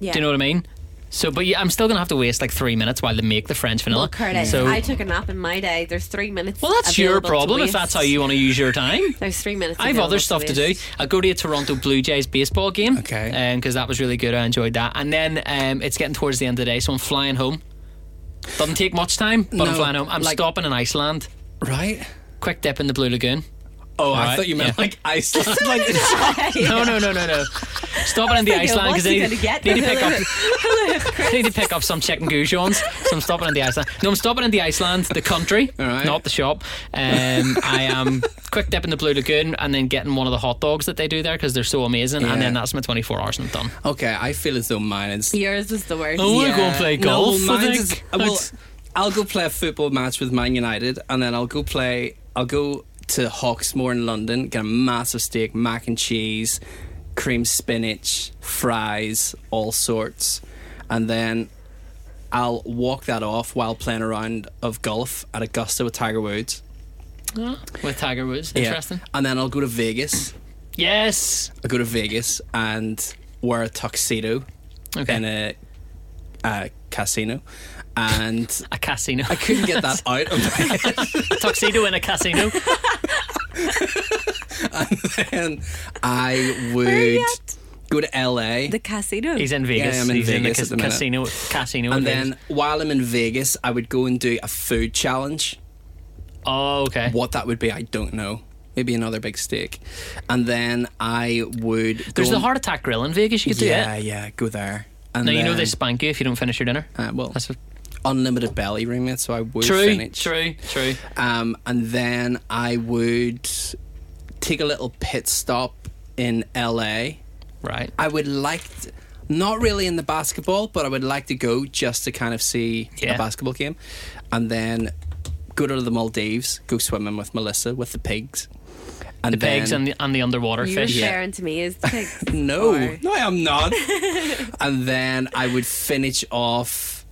Speaker 2: yeah.
Speaker 1: Do you know what I mean? So, but yeah, I'm still gonna have to waste like three minutes while they make the French vanilla.
Speaker 2: Well, Curtis,
Speaker 1: so,
Speaker 2: I took a nap in my day. There's three minutes.
Speaker 1: well, that's your
Speaker 2: available to
Speaker 1: problem if
Speaker 2: waste.
Speaker 1: that's how you want to use your time.
Speaker 2: There's three minutes.
Speaker 1: I have
Speaker 2: available
Speaker 1: other stuff to do.
Speaker 2: waste.
Speaker 1: I go to a Toronto Blue Jays baseball game,
Speaker 3: Okay.
Speaker 1: because that was really good. I enjoyed that. And then um, it's getting towards the end of the day, so I'm flying home. Doesn't take much time, but I'm
Speaker 3: No,
Speaker 1: flying home. I'm
Speaker 3: like-
Speaker 1: stopping in Iceland.
Speaker 3: Right?
Speaker 1: Quick dip in the Blue Lagoon.
Speaker 3: Oh, I
Speaker 1: Alright,
Speaker 3: thought you meant
Speaker 1: yeah.
Speaker 3: like Iceland. like
Speaker 1: No, no, no, no, no. Stopping in the
Speaker 2: thinking,
Speaker 1: Iceland
Speaker 2: what's
Speaker 1: because
Speaker 2: he
Speaker 1: they
Speaker 2: gonna get?
Speaker 1: need to pick up. need to pick up some chicken goujons. So I'm stopping in the Iceland. No, I'm stopping in the Iceland, the country,
Speaker 3: Alright.
Speaker 1: not the shop. Um, I am quick dip in the Blue Lagoon and then getting one of the hot dogs that they do there because they're so amazing.
Speaker 3: Yeah.
Speaker 1: And then that's my 24 hours and I'm done.
Speaker 3: Okay, I feel as though mine is.
Speaker 2: Yours was the worst.
Speaker 1: Oh, I wanna go and play golf,
Speaker 3: No, well,
Speaker 1: I
Speaker 3: mine's
Speaker 1: think.
Speaker 3: is- well, I'll go play a football match with Man United, and then I'll go play. I'll go to Hawksmoor in London, get a massive steak, mac and cheese, cream spinach, fries, all sorts. And then I'll walk that off while playing a round of golf at Augusta with Tiger Woods.
Speaker 1: with Tiger Woods.
Speaker 3: Yeah.
Speaker 1: Interesting.
Speaker 3: And then I'll go to Vegas.
Speaker 1: Yes.
Speaker 3: I go to Vegas and wear a tuxedo
Speaker 1: Okay.
Speaker 3: in a, a casino. And
Speaker 1: a casino.
Speaker 3: I couldn't get that out of my head.
Speaker 1: tuxedo in a casino.
Speaker 3: And I
Speaker 2: are you
Speaker 3: would go to LA.
Speaker 2: The casino.
Speaker 1: He's in Vegas.
Speaker 3: I'm in
Speaker 1: He's in the
Speaker 3: Vegas
Speaker 1: cas-
Speaker 3: at the minute.
Speaker 1: casino. Casino.
Speaker 3: and
Speaker 1: in Vegas.
Speaker 3: then while I'm in Vegas, I would go and do a food challenge.
Speaker 1: Oh, okay.
Speaker 3: What that would be, I don't know. Maybe another big steak. And then I would go
Speaker 1: There's the
Speaker 3: and-
Speaker 1: heart attack grill in Vegas. You could do
Speaker 3: Yeah,
Speaker 1: it.
Speaker 3: yeah, go there. And
Speaker 1: Now you know
Speaker 3: then-
Speaker 1: they spank you if you don't finish your dinner.
Speaker 3: Uh, well,
Speaker 1: That's a-
Speaker 3: unlimited belly remit, so I would
Speaker 1: true.
Speaker 3: finish.
Speaker 1: True. True.
Speaker 3: Um, and then I would take a little pit stop in LA.
Speaker 1: Right.
Speaker 3: I would like, t not really in the basketball, but I would like to go just to kind of see
Speaker 1: Yeah.
Speaker 3: a basketball game, and then go to the Maldives, go swimming with Melissa with the pigs, and
Speaker 1: The pigs
Speaker 3: then-
Speaker 1: and the and the underwater
Speaker 2: you were
Speaker 1: fish.
Speaker 2: sharing to me is the pigs.
Speaker 3: no,
Speaker 2: Or-
Speaker 3: no, I am not. and then I would finish off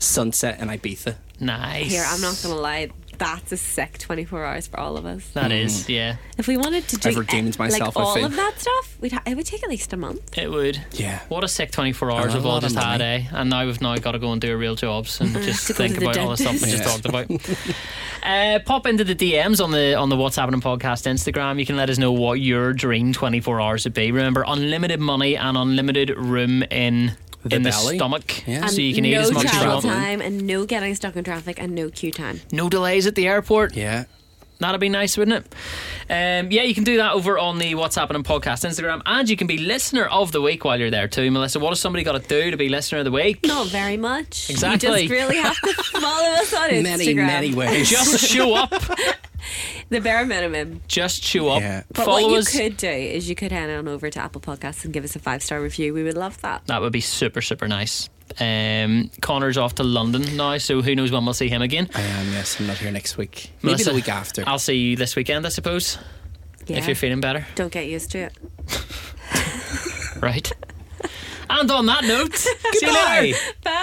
Speaker 3: sunset in Ibiza.
Speaker 1: Nice.
Speaker 2: Here, I'm not gonna lie. That's a sick 24 hours for all of us.
Speaker 1: That is,
Speaker 3: Mm.
Speaker 1: yeah.
Speaker 2: If we wanted to do
Speaker 3: I've redeemed
Speaker 2: eh,
Speaker 3: myself, I
Speaker 2: like all
Speaker 3: think.
Speaker 2: of that stuff, we'd ha- it would take at least a month.
Speaker 1: It would.
Speaker 3: Yeah.
Speaker 1: What a sick 24 hours
Speaker 3: And a
Speaker 1: we've all
Speaker 3: lot of
Speaker 1: just had, eh?
Speaker 3: money.
Speaker 1: And now we've now got to go and do our real jobs and just
Speaker 2: to go
Speaker 1: think
Speaker 2: to the
Speaker 1: about all the stuff we just
Speaker 3: dentist.
Speaker 1: talked about. uh, pop into the DMs on the on the What's Happening podcast Instagram. You can let us know what your dream 24 hours would be. Remember, unlimited money and unlimited room in
Speaker 3: The
Speaker 1: in the
Speaker 3: belly.
Speaker 1: stomach,
Speaker 3: Yeah.
Speaker 1: so you can
Speaker 2: no
Speaker 1: eat as much as you
Speaker 2: travel
Speaker 1: want.
Speaker 3: Travel.
Speaker 2: time and no getting stuck in traffic and no queue time.
Speaker 1: No delays at the airport.
Speaker 3: Yeah.
Speaker 1: That'd be nice, wouldn't it? Um, yeah, you can do that over on the What's Happening podcast Instagram, and you can be listener of the week while you're there too, Melissa. What does somebody got to do to be listener of the week?
Speaker 2: Not very much. You
Speaker 1: Exactly.
Speaker 2: just really have to follow us on Instagram.
Speaker 3: Many, many ways.
Speaker 1: Just show up.
Speaker 2: The bare minimum.
Speaker 1: Just show up.
Speaker 3: Yeah.
Speaker 2: But
Speaker 1: Follow
Speaker 2: what you
Speaker 1: us.
Speaker 2: could do is you could head on over to Apple Podcasts and give us a five star review. We would love that.
Speaker 1: That would be super, super nice. Um, Connor's off to London now, so who knows when we'll see him again.
Speaker 3: I am, yes. I'm not here next week. Maybe
Speaker 1: Melissa,
Speaker 3: the week after.
Speaker 1: I'll see you this weekend, I suppose,
Speaker 2: Yeah.
Speaker 1: if you're feeling better.
Speaker 2: Don't get used to it.
Speaker 1: Right. and on that note, see you later.
Speaker 2: Bye.